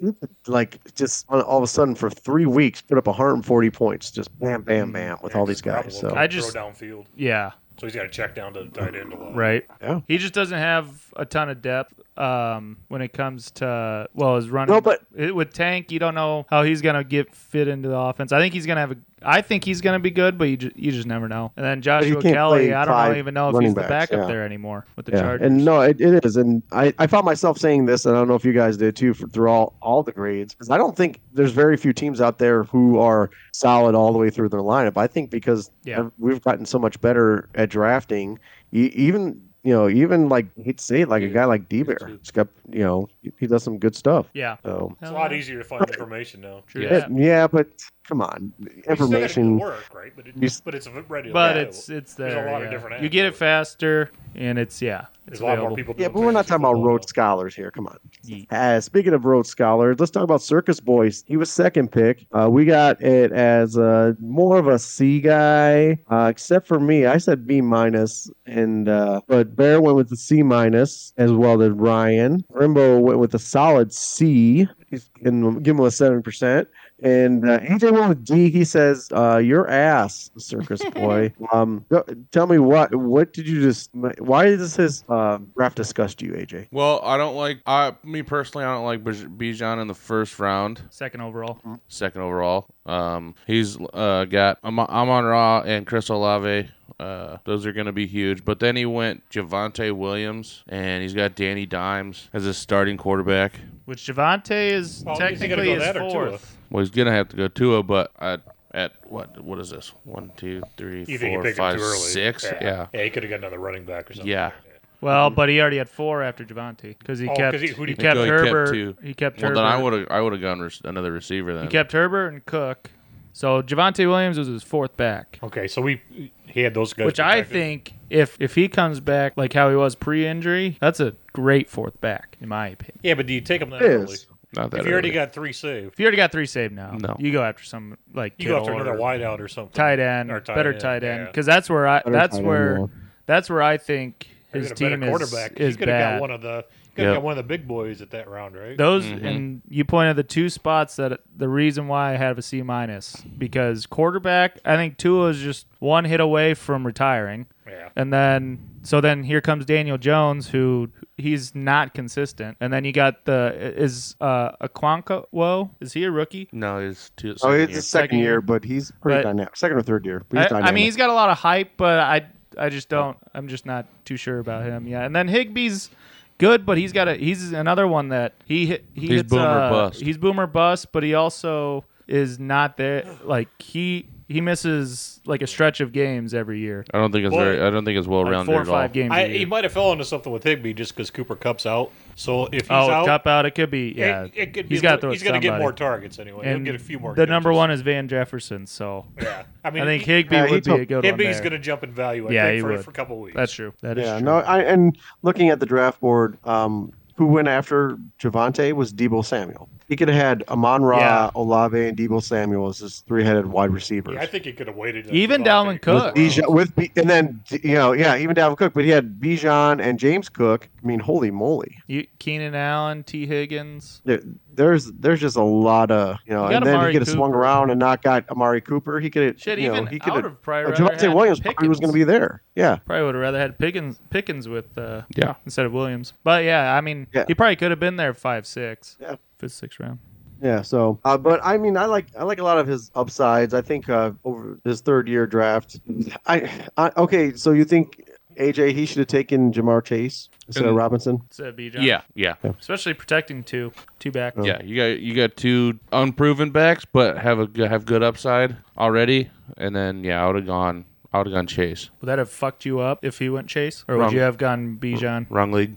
Speaker 5: he could, like just all- all of a sudden for three weeks put up 140 points, just bam,
Speaker 6: Mm-hmm.
Speaker 5: bam, bam with all these guys. So
Speaker 6: I just-
Speaker 3: throw downfield,
Speaker 6: Yeah,
Speaker 3: so he's got to check down to the tight end a lot.
Speaker 6: right.
Speaker 5: Yeah.
Speaker 6: He just doesn't have a ton of depth um, when it comes to well his running.
Speaker 5: No, but-
Speaker 6: it, with Tank, you don't know how he's going to get fit into the offense. I think he's going to have a. I think he's going to be good, but you just, you just never know. And then
Speaker 5: you
Speaker 6: Joshua
Speaker 5: can't
Speaker 6: Kelly,
Speaker 5: play
Speaker 6: I don't
Speaker 5: five
Speaker 6: even know if
Speaker 5: running
Speaker 6: he's the
Speaker 5: backs,
Speaker 6: backup
Speaker 5: yeah.
Speaker 6: there anymore with the
Speaker 5: yeah.
Speaker 6: Chargers.
Speaker 5: and no, it, it is, and I, I found myself saying this, and I don't know if you guys did too for, through all all the grades, because I don't think there's very few teams out there who are solid all the way through their lineup. I think because
Speaker 6: Yeah.
Speaker 5: ev- we've gotten so much better at drafting, e- even you know, even like he'd say it, like a guy like D Bear, he's got you know, he- he does some good stuff.
Speaker 6: yeah.
Speaker 5: So
Speaker 3: It's a lot easier to find information now.
Speaker 6: True
Speaker 5: yeah,
Speaker 6: that.
Speaker 5: but come on,
Speaker 3: You still gotta do the
Speaker 5: information.
Speaker 3: work, right? But,
Speaker 5: You
Speaker 3: it,
Speaker 5: s-
Speaker 3: but it's ready.
Speaker 6: But
Speaker 3: available.
Speaker 6: it's it's there.
Speaker 3: There's a lot of
Speaker 6: yeah.
Speaker 3: different
Speaker 6: You get it
Speaker 3: apps.
Speaker 6: faster, and it's yeah. It's
Speaker 3: there's a lot more
Speaker 6: available.
Speaker 3: people.
Speaker 5: Yeah,
Speaker 3: doing
Speaker 5: but we're not
Speaker 3: fantasy
Speaker 5: talking about
Speaker 3: football
Speaker 5: Rhodes
Speaker 3: now.
Speaker 5: Scholars here. Come on.
Speaker 6: Yeet.
Speaker 5: Uh, speaking of Rhodes Scholars, let's talk about Circus Boys. He was second pick. Uh, we got it as uh, more of a C guy, uh, except for me. I said B minus, and uh, but Bear went with the C minus as well as Ryan. Rimbo went with a solid C. He's and give him a seven percent. And uh, AJ went with D. He says, uh, "Your ass, Circus Boy." um, go- tell me what what did you just? Why does his uh, draft disgust you, AJ?
Speaker 1: Well, I don't like. I me personally, I don't like Bij- Bijan in the first round.
Speaker 6: Second overall.
Speaker 5: Mm-hmm.
Speaker 1: second overall. Um, he's uh, got Am- Amon Ra and Chris Olave. Uh, those are going to be huge. But then he went Javante Williams, and he's got Danny Dimes as his starting quarterback.
Speaker 6: Which Javante is
Speaker 3: Well, is he gonna
Speaker 6: technically
Speaker 3: go
Speaker 6: his
Speaker 3: that or Tua?
Speaker 6: fourth.
Speaker 1: Well, he's going to have to go Tua, but I, at what what is this? One, two, three,
Speaker 3: You think you
Speaker 1: four,
Speaker 3: picked him
Speaker 1: five,
Speaker 3: too early?
Speaker 1: six? Yeah.
Speaker 3: Yeah, he could have got another running back or something.
Speaker 1: Yeah.
Speaker 5: Mm-hmm.
Speaker 6: Well, but he already had four after Javante because he
Speaker 3: Oh,
Speaker 6: kept
Speaker 3: 'cause he- who did he
Speaker 6: kept
Speaker 1: go? He kept
Speaker 6: Herbert.
Speaker 1: two.
Speaker 6: he kept
Speaker 1: Well,
Speaker 6: Herbert.
Speaker 1: then I would have I would have gone res- another receiver
Speaker 6: he
Speaker 1: then.
Speaker 6: kept Herbert and Cook. So Javante Williams was his fourth back,
Speaker 3: Okay, so we he had those guys.
Speaker 6: which I
Speaker 3: protected.
Speaker 6: think if if he comes back like how he was pre-injury, that's a great fourth back in my opinion.
Speaker 3: Yeah, but do you take him that
Speaker 5: It
Speaker 3: early?
Speaker 5: is.
Speaker 1: Not that
Speaker 3: If you already
Speaker 1: early.
Speaker 3: got three saved,
Speaker 6: If you already got three saved now,
Speaker 1: No.
Speaker 6: you go after some like
Speaker 3: you go after
Speaker 6: Kittle
Speaker 3: another
Speaker 6: or-
Speaker 3: wideout or something.
Speaker 6: tight end,
Speaker 3: Or tight
Speaker 6: better
Speaker 3: end,
Speaker 6: tight end,
Speaker 3: yeah.
Speaker 6: because that's where I
Speaker 5: Better
Speaker 6: that's
Speaker 5: tight end,
Speaker 6: where
Speaker 5: yeah.
Speaker 6: that's where I think
Speaker 3: Or
Speaker 6: his
Speaker 3: even a
Speaker 6: team
Speaker 3: better
Speaker 6: is
Speaker 3: quarterback.
Speaker 6: is
Speaker 3: you could have
Speaker 6: bad.
Speaker 3: got one of the you could have
Speaker 1: Yep.
Speaker 3: got one of the big boys at that round, right?
Speaker 6: Those and you pointed the two spots that the reason why I have a C minus because quarterback. I think Tua is just one hit away from retiring,
Speaker 3: yeah.
Speaker 6: and then so then here comes Daniel Jones, who he's not consistent, and then you got the is uh Aquanco. Whoa, is he a rookie?
Speaker 1: no, it's two.
Speaker 5: Oh,
Speaker 1: second
Speaker 5: it's
Speaker 1: year.
Speaker 5: his second,
Speaker 6: Second
Speaker 5: year,
Speaker 6: year.
Speaker 5: but he's pretty
Speaker 6: But-
Speaker 5: dynamic. Second or third year. But
Speaker 6: I,
Speaker 5: he's
Speaker 6: I
Speaker 5: dynamic.
Speaker 6: mean, he's got a lot of hype, but I I just don't. I'm just not too sure about him. Yeah, and then Higby's good, but he's got a he's another one that he hit- he
Speaker 1: He's
Speaker 6: hits,
Speaker 1: boomer
Speaker 6: uh,
Speaker 1: bust.
Speaker 6: He's boomer bust, but he also is not there. Like he he misses like a stretch of games every year,
Speaker 1: I don't think it's
Speaker 3: Well,
Speaker 1: very. I don't think it's well
Speaker 6: like
Speaker 1: rounded
Speaker 6: four or
Speaker 1: at all.
Speaker 6: five games. a
Speaker 3: I,
Speaker 6: year.
Speaker 3: he might have fell into something with Higby just because Cooper Cup's out. So if he's
Speaker 6: oh,
Speaker 3: out,
Speaker 6: cup out. It could be yeah.
Speaker 3: it, it could
Speaker 6: he's
Speaker 3: be
Speaker 6: got
Speaker 3: a little-
Speaker 6: to
Speaker 3: he's going to get more targets anyway.
Speaker 6: and
Speaker 3: He'll get a few more.
Speaker 6: The number
Speaker 3: catches.
Speaker 6: one is Van Jefferson, so
Speaker 3: Yeah, I mean,
Speaker 6: I think
Speaker 3: he-
Speaker 6: Higby
Speaker 5: Yeah, he
Speaker 6: would be
Speaker 5: took-
Speaker 6: a good one.
Speaker 3: Higby's
Speaker 6: there.
Speaker 3: going to jump in value. I
Speaker 6: Yeah,
Speaker 3: think,
Speaker 6: he
Speaker 3: for,
Speaker 6: would.
Speaker 3: for a couple weeks.
Speaker 6: That's true. That is
Speaker 5: yeah,
Speaker 6: true.
Speaker 5: no, I, and looking at the draft board, um, who went after Javante was Debo Samuel. He could have had Amon Ra,
Speaker 6: Yeah.
Speaker 5: Olave, and Debo Samuel as his three headed wide receivers.
Speaker 3: Yeah, I think he could have waited. until
Speaker 6: Even Dalvin
Speaker 3: Devontae-
Speaker 6: Cook.
Speaker 5: with Bijan, with B, and then you know, yeah, even Dalvin Cook, but he had Bijan and James Cook. I mean, holy moly,
Speaker 6: You, Keenan Allen, T. Higgins.
Speaker 5: there, there's there's just a lot of you know,
Speaker 6: You got
Speaker 5: and then
Speaker 6: Amari
Speaker 5: he could have swung
Speaker 6: Cooper.
Speaker 5: around and not got Amari Cooper. He could have,
Speaker 6: Shit,
Speaker 5: you know,
Speaker 6: even
Speaker 5: he could
Speaker 6: I would
Speaker 5: have.
Speaker 6: have probably rather
Speaker 5: Javante
Speaker 6: had
Speaker 5: Williams
Speaker 6: Pickens.
Speaker 5: probably was going to be there. Yeah,
Speaker 6: Probably would have rather had Pickens Pickens with uh,
Speaker 1: Yeah.
Speaker 6: instead of Williams. But yeah, I mean,
Speaker 5: Yeah.
Speaker 6: he probably could have been there five, six,
Speaker 5: Yeah.
Speaker 6: fifth, sixth round.
Speaker 5: Yeah. So, uh, but I mean, I like I like a lot of his upsides. I think uh, over his third year draft, I, I okay. So you think AJ he should have taken Jamar Chase instead of
Speaker 1: And-
Speaker 5: Robinson?
Speaker 6: Instead of Bijan.
Speaker 1: Yeah, yeah.
Speaker 6: especially protecting two, two back.
Speaker 1: Yeah, you got you got two unproven backs, but have a g- have good upside already. And then yeah, I would have gone. I would have gone Chase.
Speaker 6: Would that have fucked you up if he went Chase, or would
Speaker 1: Wrong.
Speaker 6: you have gone Bijan?
Speaker 1: Wrong league.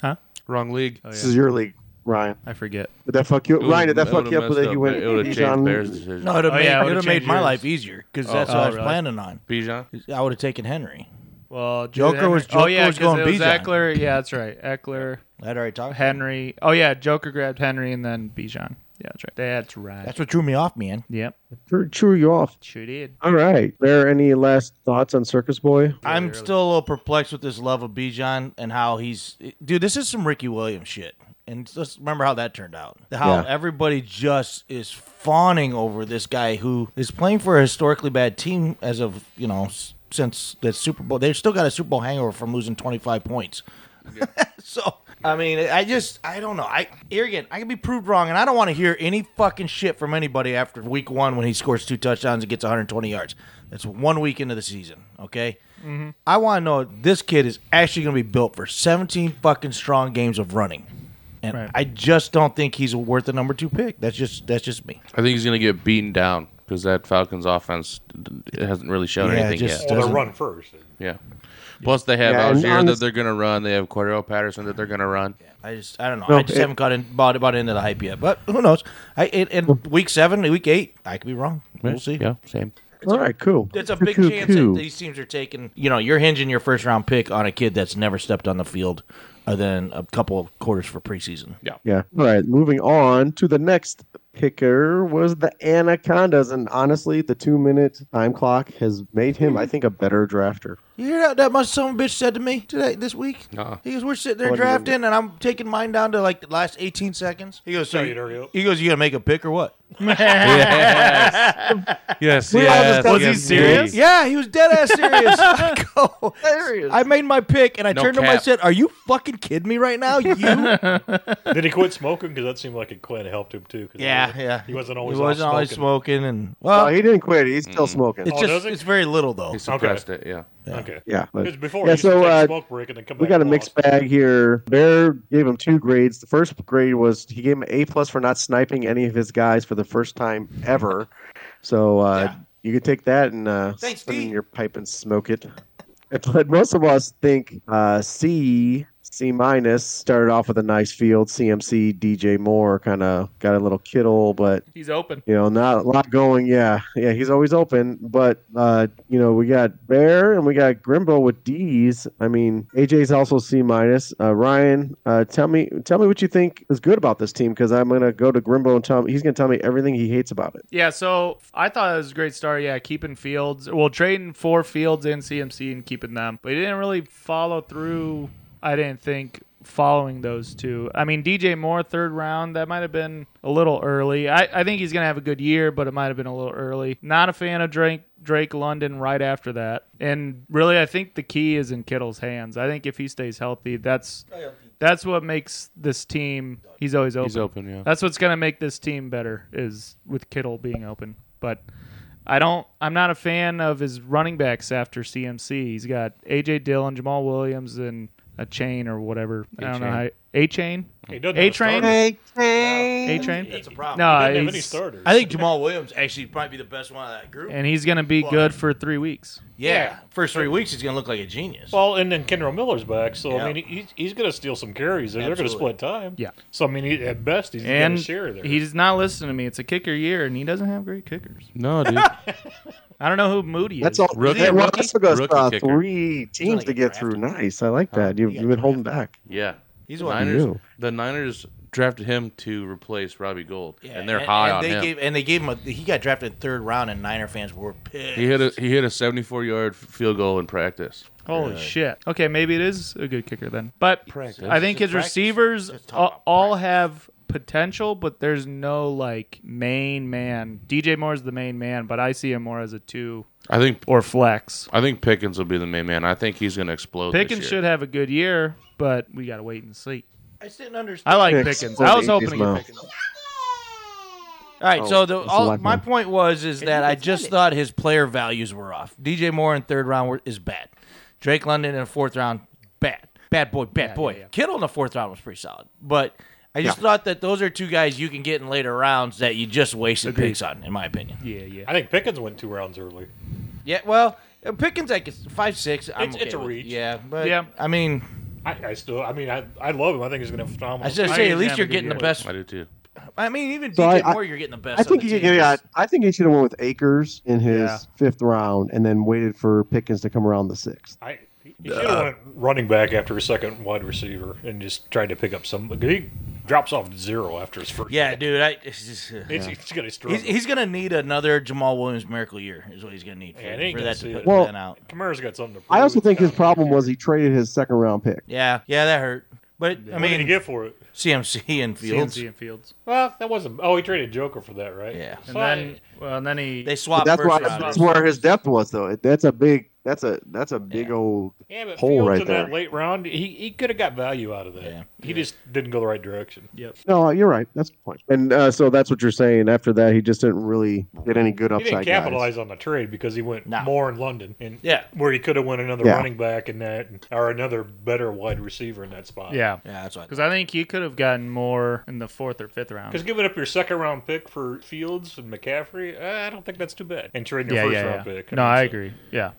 Speaker 6: Huh?
Speaker 1: Wrong league.
Speaker 6: Oh
Speaker 5: This
Speaker 6: yeah,
Speaker 5: is your league, Ryan.
Speaker 6: I forget.
Speaker 5: Did that fuck you,
Speaker 1: It
Speaker 5: up?
Speaker 1: would've-
Speaker 5: Ryan? Did that
Speaker 1: it
Speaker 5: fuck you
Speaker 1: would've
Speaker 5: up that
Speaker 1: messed
Speaker 5: you went
Speaker 1: It would have changed Bears'
Speaker 5: Bijan?
Speaker 1: decision.
Speaker 4: No, it would
Speaker 6: Oh,
Speaker 4: have
Speaker 6: yeah, it
Speaker 4: made,
Speaker 6: would've
Speaker 4: it'd made
Speaker 6: changed
Speaker 4: my
Speaker 6: yours.
Speaker 4: life easier because that's
Speaker 6: Oh,
Speaker 4: what I was
Speaker 6: really?
Speaker 4: planning on.
Speaker 1: Bijan.
Speaker 4: I would have taken Henry.
Speaker 6: Well, did
Speaker 4: Joker
Speaker 6: Henry-
Speaker 4: was-
Speaker 6: oh
Speaker 4: Joker
Speaker 6: yeah,
Speaker 4: was
Speaker 6: 'cause
Speaker 4: going
Speaker 6: it was
Speaker 4: Bijan.
Speaker 6: Eckler. Yeah, that's right. Eckler,
Speaker 4: I'd already talked.
Speaker 6: Henry. Oh yeah, Joker grabbed Henry and then Bijan. Yeah, that's right. That's right.
Speaker 4: That's what drew me off, man.
Speaker 6: yep.
Speaker 5: Chew, chew you off.
Speaker 6: Sure did.
Speaker 5: All right. There any last thoughts on Circus Boy?
Speaker 4: I'm still a little perplexed with this love of Bijan and how he's dude. This is some Ricky Williams shit. And let's remember how that turned out. How
Speaker 5: Yeah.
Speaker 4: everybody just is fawning over this guy who is playing for a historically bad team as of you know s- since the Super Bowl. They've still got a Super Bowl hangover from losing 25 points. so I mean, I just I don't know. I here again, I can be proved wrong, and I don't want to hear any fucking shit from anybody after week one when he scores two touchdowns and gets 120 yards. That's one week into the season. Okay, I want to know if this kid is actually going to be built for 17 fucking strong games of running. And
Speaker 6: Right.
Speaker 4: I just don't think he's worth the number two pick. That's just that's just me.
Speaker 1: I think he's going to get beaten down because that Falcons offense d- d- hasn't really shown
Speaker 4: Yeah,
Speaker 1: anything
Speaker 4: just-
Speaker 1: yet.
Speaker 3: Well, they
Speaker 4: Doesn't-
Speaker 3: run first.
Speaker 1: Yeah. Plus, they have
Speaker 5: Yeah, and
Speaker 1: Algier
Speaker 5: honest-
Speaker 1: that they're going to run. They have Cordero Patterson that they're going to run.
Speaker 4: I just I don't know.
Speaker 5: No,
Speaker 4: I just
Speaker 5: it-
Speaker 4: haven't got in, bought, bought into the hype yet. But who knows? I it, and week seven, week eight, I could be wrong. We'll see.
Speaker 1: Yeah, same.
Speaker 5: All right, cool.
Speaker 4: It's a big
Speaker 5: Coo,
Speaker 4: chance
Speaker 5: coo.
Speaker 4: that these teams are taking. You know, you're hinging your first round pick on a kid that's never stepped on the field, other than a couple of quarters for preseason.
Speaker 5: Yeah. All right. Moving on to the next picker was the Anacondas, and honestly, the two-minute time clock has made him, I think, a better drafter.
Speaker 4: You hear that? That much some bitch said to me today this week.
Speaker 1: Uh-uh.
Speaker 4: He goes, "We're sitting there
Speaker 5: What do you
Speaker 4: drafting, and I'm taking mine down to like the last 18 seconds." He goes, "So
Speaker 3: Sorry,
Speaker 4: you,
Speaker 3: Dario.
Speaker 4: he goes, you gonna make a pick or what?"
Speaker 1: yes. Yes.
Speaker 5: We all just
Speaker 1: yes,
Speaker 5: got- Was he
Speaker 1: yes, yes.
Speaker 6: serious?
Speaker 4: Yeah, he was dead ass serious. I go, I made my pick, and I
Speaker 1: No
Speaker 4: turned to him. I
Speaker 1: cap.
Speaker 4: said, "Are you fucking kidding me right now? You?" yeah,
Speaker 3: Did he quit smoking? Because that seemed like it quit helped him too. 'cause he wasn't- He wasn't always.
Speaker 4: He wasn't
Speaker 3: off
Speaker 4: always
Speaker 3: smoking.
Speaker 4: smoking, and
Speaker 5: Oh,
Speaker 4: well,
Speaker 5: he didn't quit. He's
Speaker 1: Mm.
Speaker 5: still smoking.
Speaker 4: it's
Speaker 3: Oh, does
Speaker 4: just
Speaker 3: he?
Speaker 4: it's very little though.
Speaker 1: He suppressed it, yeah.
Speaker 3: Okay.
Speaker 5: Yeah. but-
Speaker 3: 'Cause before
Speaker 5: yeah,
Speaker 3: he used to
Speaker 5: so,
Speaker 3: take
Speaker 5: uh,
Speaker 3: a smoke break and then come
Speaker 5: We
Speaker 3: back
Speaker 5: got a
Speaker 3: and
Speaker 5: mixed
Speaker 3: lost.
Speaker 5: bag here. Bear gave him two grades. The first grade was he gave him an A plus for not sniping any of his guys for the first time ever. So uh, you could take that and uh,
Speaker 4: Thanks,
Speaker 5: spit in
Speaker 4: D.
Speaker 5: your pipe and smoke it. But most of us think uh, C, C minus started off with a nice field. CMC, DJ Moore kind of got a little kittle, but
Speaker 6: He's open.
Speaker 5: you know, not a lot going. Yeah, yeah, he's always open. But uh, you know, we got Bear and we got Grimbo with D's. I mean, AJ's also C minus. Uh, Ryan, uh, tell me, tell me what you think is good about this team because I'm gonna go to Grimbo and tell him he's gonna tell me everything he hates about it.
Speaker 6: Yeah, so I thought it was a great start. Yeah, keeping Fields, well, trading for Fields and CMC and keeping them, but he didn't really follow through. I didn't think following those two. I mean, DJ Moore, third round, that might have been a little early. I, I think he's gonna have a good year, but it might have been a little early. Not a fan of Drake Drake London right after that, and really, I think the key is in Kittle's hands. I think if he stays healthy, that's that's what makes this team. He's always open.
Speaker 1: He's open, yeah.
Speaker 6: That's what's gonna make this team better is with Kittle being open. But I don't. I'm not a fan of his running backs after CMC. He's got AJ Dillon, Jamal Williams, and a chain or whatever. I I don't know how a chain.
Speaker 3: He doesn't
Speaker 6: A
Speaker 3: have starters.
Speaker 6: train. A train.
Speaker 4: That's a problem.
Speaker 6: No,
Speaker 3: He didn't have any
Speaker 6: he's-
Speaker 3: starters.
Speaker 4: I think Jamal Williams actually might be the best one of that group.
Speaker 6: and he's gonna be good for three weeks.
Speaker 4: yeah. first three weeks he's gonna look like a genius.
Speaker 3: Well, and then Kendra Miller's back, so
Speaker 4: Yeah.
Speaker 3: I mean, he's, he's going to steal some carries, and they're going to
Speaker 4: Absolutely.
Speaker 3: split time.
Speaker 6: Yeah.
Speaker 3: So I mean, he, at best, he's going
Speaker 6: And
Speaker 3: to share there.
Speaker 6: he's not listening to me. It's a kicker year, and he doesn't have great kickers.
Speaker 1: No, dude.
Speaker 6: I don't know who Moody is.
Speaker 5: That's all.
Speaker 1: Rookie-
Speaker 5: that
Speaker 1: rookie-
Speaker 5: also goes
Speaker 1: rookie
Speaker 5: uh,
Speaker 1: kicker.
Speaker 5: three
Speaker 4: gonna
Speaker 5: teams to
Speaker 4: get
Speaker 5: get through.
Speaker 4: drafted.
Speaker 5: Nice, I like that. You've,
Speaker 4: got
Speaker 5: you've been holding back.
Speaker 1: yeah.
Speaker 4: He's
Speaker 1: the
Speaker 4: one.
Speaker 1: Niners,
Speaker 5: Ew.
Speaker 1: the Niners drafted him to replace Robbie Gold,
Speaker 4: Yeah,
Speaker 1: and they're high
Speaker 4: and
Speaker 1: on
Speaker 4: they
Speaker 1: him.
Speaker 4: Gave, and they gave him a. He got drafted third round, and Niner fans were pissed.
Speaker 1: he hit a he hit a 74 yard field goal in practice.
Speaker 6: Holy shit. Okay, maybe it is a good kicker then. But
Speaker 1: Practice.
Speaker 6: I think his
Speaker 4: Just practice.
Speaker 6: receivers
Speaker 4: Just talk
Speaker 6: all,
Speaker 4: about
Speaker 6: all have potential, but there's no like main man. DJ Moore's the main man, but I see him more as a two
Speaker 1: I think
Speaker 6: or flex.
Speaker 1: I think Pickens will be the main man. I think he's going to explode. this
Speaker 6: Pickens
Speaker 1: year.
Speaker 6: should have a good year, but we gotta wait and see.
Speaker 4: I just didn't understand.
Speaker 6: I like
Speaker 5: Pickens.
Speaker 6: Pickens. I was hoping to
Speaker 5: Well,
Speaker 6: get Pickens.
Speaker 4: all right,
Speaker 5: Oh,
Speaker 4: so the,
Speaker 5: it's a
Speaker 4: all,
Speaker 5: lot
Speaker 4: my
Speaker 5: more.
Speaker 4: point was is that I just thought his player values were off. DJ Moore in third round were, is bad. Drake London in the fourth round, bad. Bad boy, bad boy.
Speaker 6: yeah.
Speaker 4: Kittle in the fourth round was pretty solid, but I just thought that those are two guys you can get in later rounds that you just wasted picks on, in my opinion.
Speaker 6: Yeah, yeah.
Speaker 3: I think Pickens went two rounds early.
Speaker 4: Yeah, well, uh, Pickens like is five six. I'm
Speaker 3: It's-
Speaker 4: okay
Speaker 3: it's a
Speaker 4: with.
Speaker 3: reach.
Speaker 4: Yeah, but
Speaker 6: Yeah.
Speaker 4: I mean,
Speaker 3: I, I still, I mean, I, I love him. I think he's going to have a phenomenal.
Speaker 4: I should
Speaker 6: I
Speaker 4: say
Speaker 6: didn't
Speaker 4: at least
Speaker 6: have
Speaker 4: you're
Speaker 6: a good
Speaker 4: getting the
Speaker 6: year.
Speaker 4: best.
Speaker 1: I do too.
Speaker 4: I mean, even
Speaker 5: So
Speaker 4: DJ
Speaker 5: I- I-
Speaker 4: Moore, you're getting the best.
Speaker 5: I
Speaker 4: on
Speaker 5: think
Speaker 4: the
Speaker 5: he could
Speaker 4: team.
Speaker 5: get. Yeah, I think he should have went with Akers in his
Speaker 6: Yeah.
Speaker 5: fifth round and then waited for Pickens to come around the sixth.
Speaker 3: I, He should have went running back after a second wide receiver and just tried to pick up some. He drops off zero after his first.
Speaker 4: Yeah, dude. I, it's just, uh,
Speaker 3: It's, He's gonna struggle.
Speaker 4: He's, he's gonna need another Jamal Williams miracle year is what he's gonna need for,
Speaker 3: Yeah, it ain't
Speaker 4: for
Speaker 3: gonna
Speaker 4: that
Speaker 3: see
Speaker 4: to put
Speaker 3: it.
Speaker 5: Well-
Speaker 4: plan out.
Speaker 3: Kamara's got something to prove.
Speaker 5: I also think his problem was he traded his second round pick.
Speaker 4: Yeah, yeah, that hurt. But I
Speaker 3: What did he
Speaker 4: mean,
Speaker 3: get for it?
Speaker 4: CMC and Fields,
Speaker 6: CMC and Fields.
Speaker 3: Well, that wasn't. Oh, he traded Joker for that, right?
Speaker 4: Yeah.
Speaker 6: And
Speaker 3: So
Speaker 6: then, well, and then he.
Speaker 4: they
Speaker 5: But
Speaker 4: swapped
Speaker 5: that's
Speaker 4: first
Speaker 5: why
Speaker 4: rounders.
Speaker 5: that's where his depth was though. That's a big that's a that's a big old
Speaker 3: Yeah, but
Speaker 5: hole
Speaker 3: Fields
Speaker 5: right
Speaker 3: in
Speaker 5: there.
Speaker 3: that late round, he, he could have got value out of that.
Speaker 4: Yeah.
Speaker 3: He just didn't go the right direction.
Speaker 5: No, you're right. That's the point. And uh, so that's what you're saying. After that, he just didn't really get any good
Speaker 3: He
Speaker 5: upside.
Speaker 3: didn't
Speaker 5: guys.
Speaker 3: capitalize on the trade because he went
Speaker 4: No.
Speaker 3: more in London and
Speaker 4: Yeah.
Speaker 3: where he could have went another
Speaker 5: Yeah.
Speaker 3: running back in that or another better wide receiver in that spot.
Speaker 6: yeah.
Speaker 4: Yeah, that's why.
Speaker 6: Because I think he could have gotten more in the fourth or fifth round.
Speaker 3: Because giving up your second round pick for Fields and McCaffrey, uh, I don't think that's too bad. And trading your
Speaker 6: yeah,
Speaker 3: first
Speaker 6: yeah,
Speaker 3: round
Speaker 6: yeah.
Speaker 3: pick.
Speaker 6: No,
Speaker 3: mean,
Speaker 6: I
Speaker 3: so-
Speaker 6: agree. Yeah.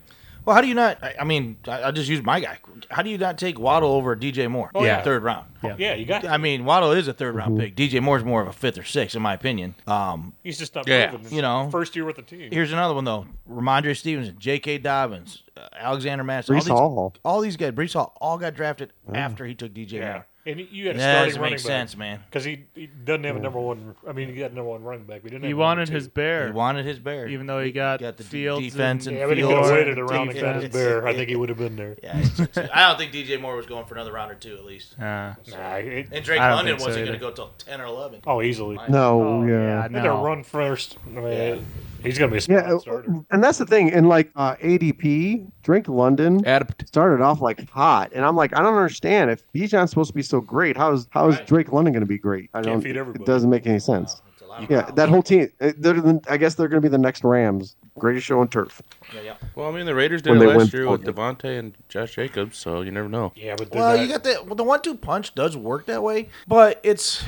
Speaker 4: Well, how do you not? I, I mean, I, I'll just use my guy. How do you not take Waddle over DJ Moore?
Speaker 3: Oh, yeah.
Speaker 4: third round.
Speaker 3: Yeah, you got.
Speaker 4: I mean, Waddle is a third round pick. DJ Moore's more of a fifth or sixth, in my opinion. Um,
Speaker 3: He's just not.
Speaker 1: Yeah.
Speaker 3: proven. It's
Speaker 4: You know.
Speaker 3: first year with the team.
Speaker 4: here's another one though: Ramondre Stevenson, J.K. Dobbins, uh, Alexander Madison.
Speaker 5: Brees
Speaker 4: all these,
Speaker 5: Hall.
Speaker 4: all these guys, Brees Hall, all got drafted after he took DJ
Speaker 3: yeah,
Speaker 4: Moore.
Speaker 3: and you had a
Speaker 4: That
Speaker 3: starting
Speaker 4: doesn't
Speaker 3: running
Speaker 4: make
Speaker 3: back.
Speaker 4: sense, man.
Speaker 3: Because he, he doesn't have a number one. I mean, he got a number one running back. We didn't.
Speaker 6: He
Speaker 3: have a
Speaker 6: wanted
Speaker 3: number
Speaker 6: his
Speaker 3: two.
Speaker 6: bear,
Speaker 4: He wanted his bear,
Speaker 6: even though he got,
Speaker 4: got the d-
Speaker 6: fields
Speaker 4: defense and
Speaker 6: and,
Speaker 3: Yeah, but he could have
Speaker 4: Fields.
Speaker 3: waited around and got his
Speaker 4: Defense.
Speaker 3: bear. I think he would have been there.
Speaker 4: Yeah, it's- it's- I don't think DJ Moore was going for another round or two at least.
Speaker 6: Uh,
Speaker 3: Nah, it-
Speaker 4: And Drake
Speaker 6: I don't
Speaker 4: London
Speaker 6: think so
Speaker 4: wasn't going
Speaker 6: either.
Speaker 4: to go till ten or eleven.
Speaker 3: oh, easily.
Speaker 5: No,
Speaker 6: oh,
Speaker 5: yeah.
Speaker 6: yeah,
Speaker 3: They're gonna
Speaker 6: no.
Speaker 3: run first. I mean, he's gonna be a spot
Speaker 5: Yeah, uh,
Speaker 3: starter.
Speaker 5: and that's the thing. And like uh, ADP, Drake London
Speaker 1: Adept.
Speaker 5: started off like hot, and I'm like, I don't understand. If Bijan's supposed to be so great, how is how is
Speaker 4: Right.
Speaker 5: Drake London going to be great? I don't.
Speaker 3: feed everybody.
Speaker 5: It doesn't make any sense.
Speaker 4: Wow, it's a lot of
Speaker 5: Yeah,
Speaker 4: rounds.
Speaker 5: that whole team. uh, They're the, I guess they're going to be the next Rams. Greatest show on turf.
Speaker 4: Yeah, yeah.
Speaker 1: Well, I mean, the Raiders did
Speaker 5: When
Speaker 1: it
Speaker 5: they
Speaker 1: last
Speaker 5: went
Speaker 1: year with
Speaker 5: forward.
Speaker 1: Devontae and Josh Jacobs, so you never know.
Speaker 3: Yeah, but uh, they're
Speaker 4: Well,
Speaker 3: not-
Speaker 4: you got the well, the one-two punch does work that way, but it's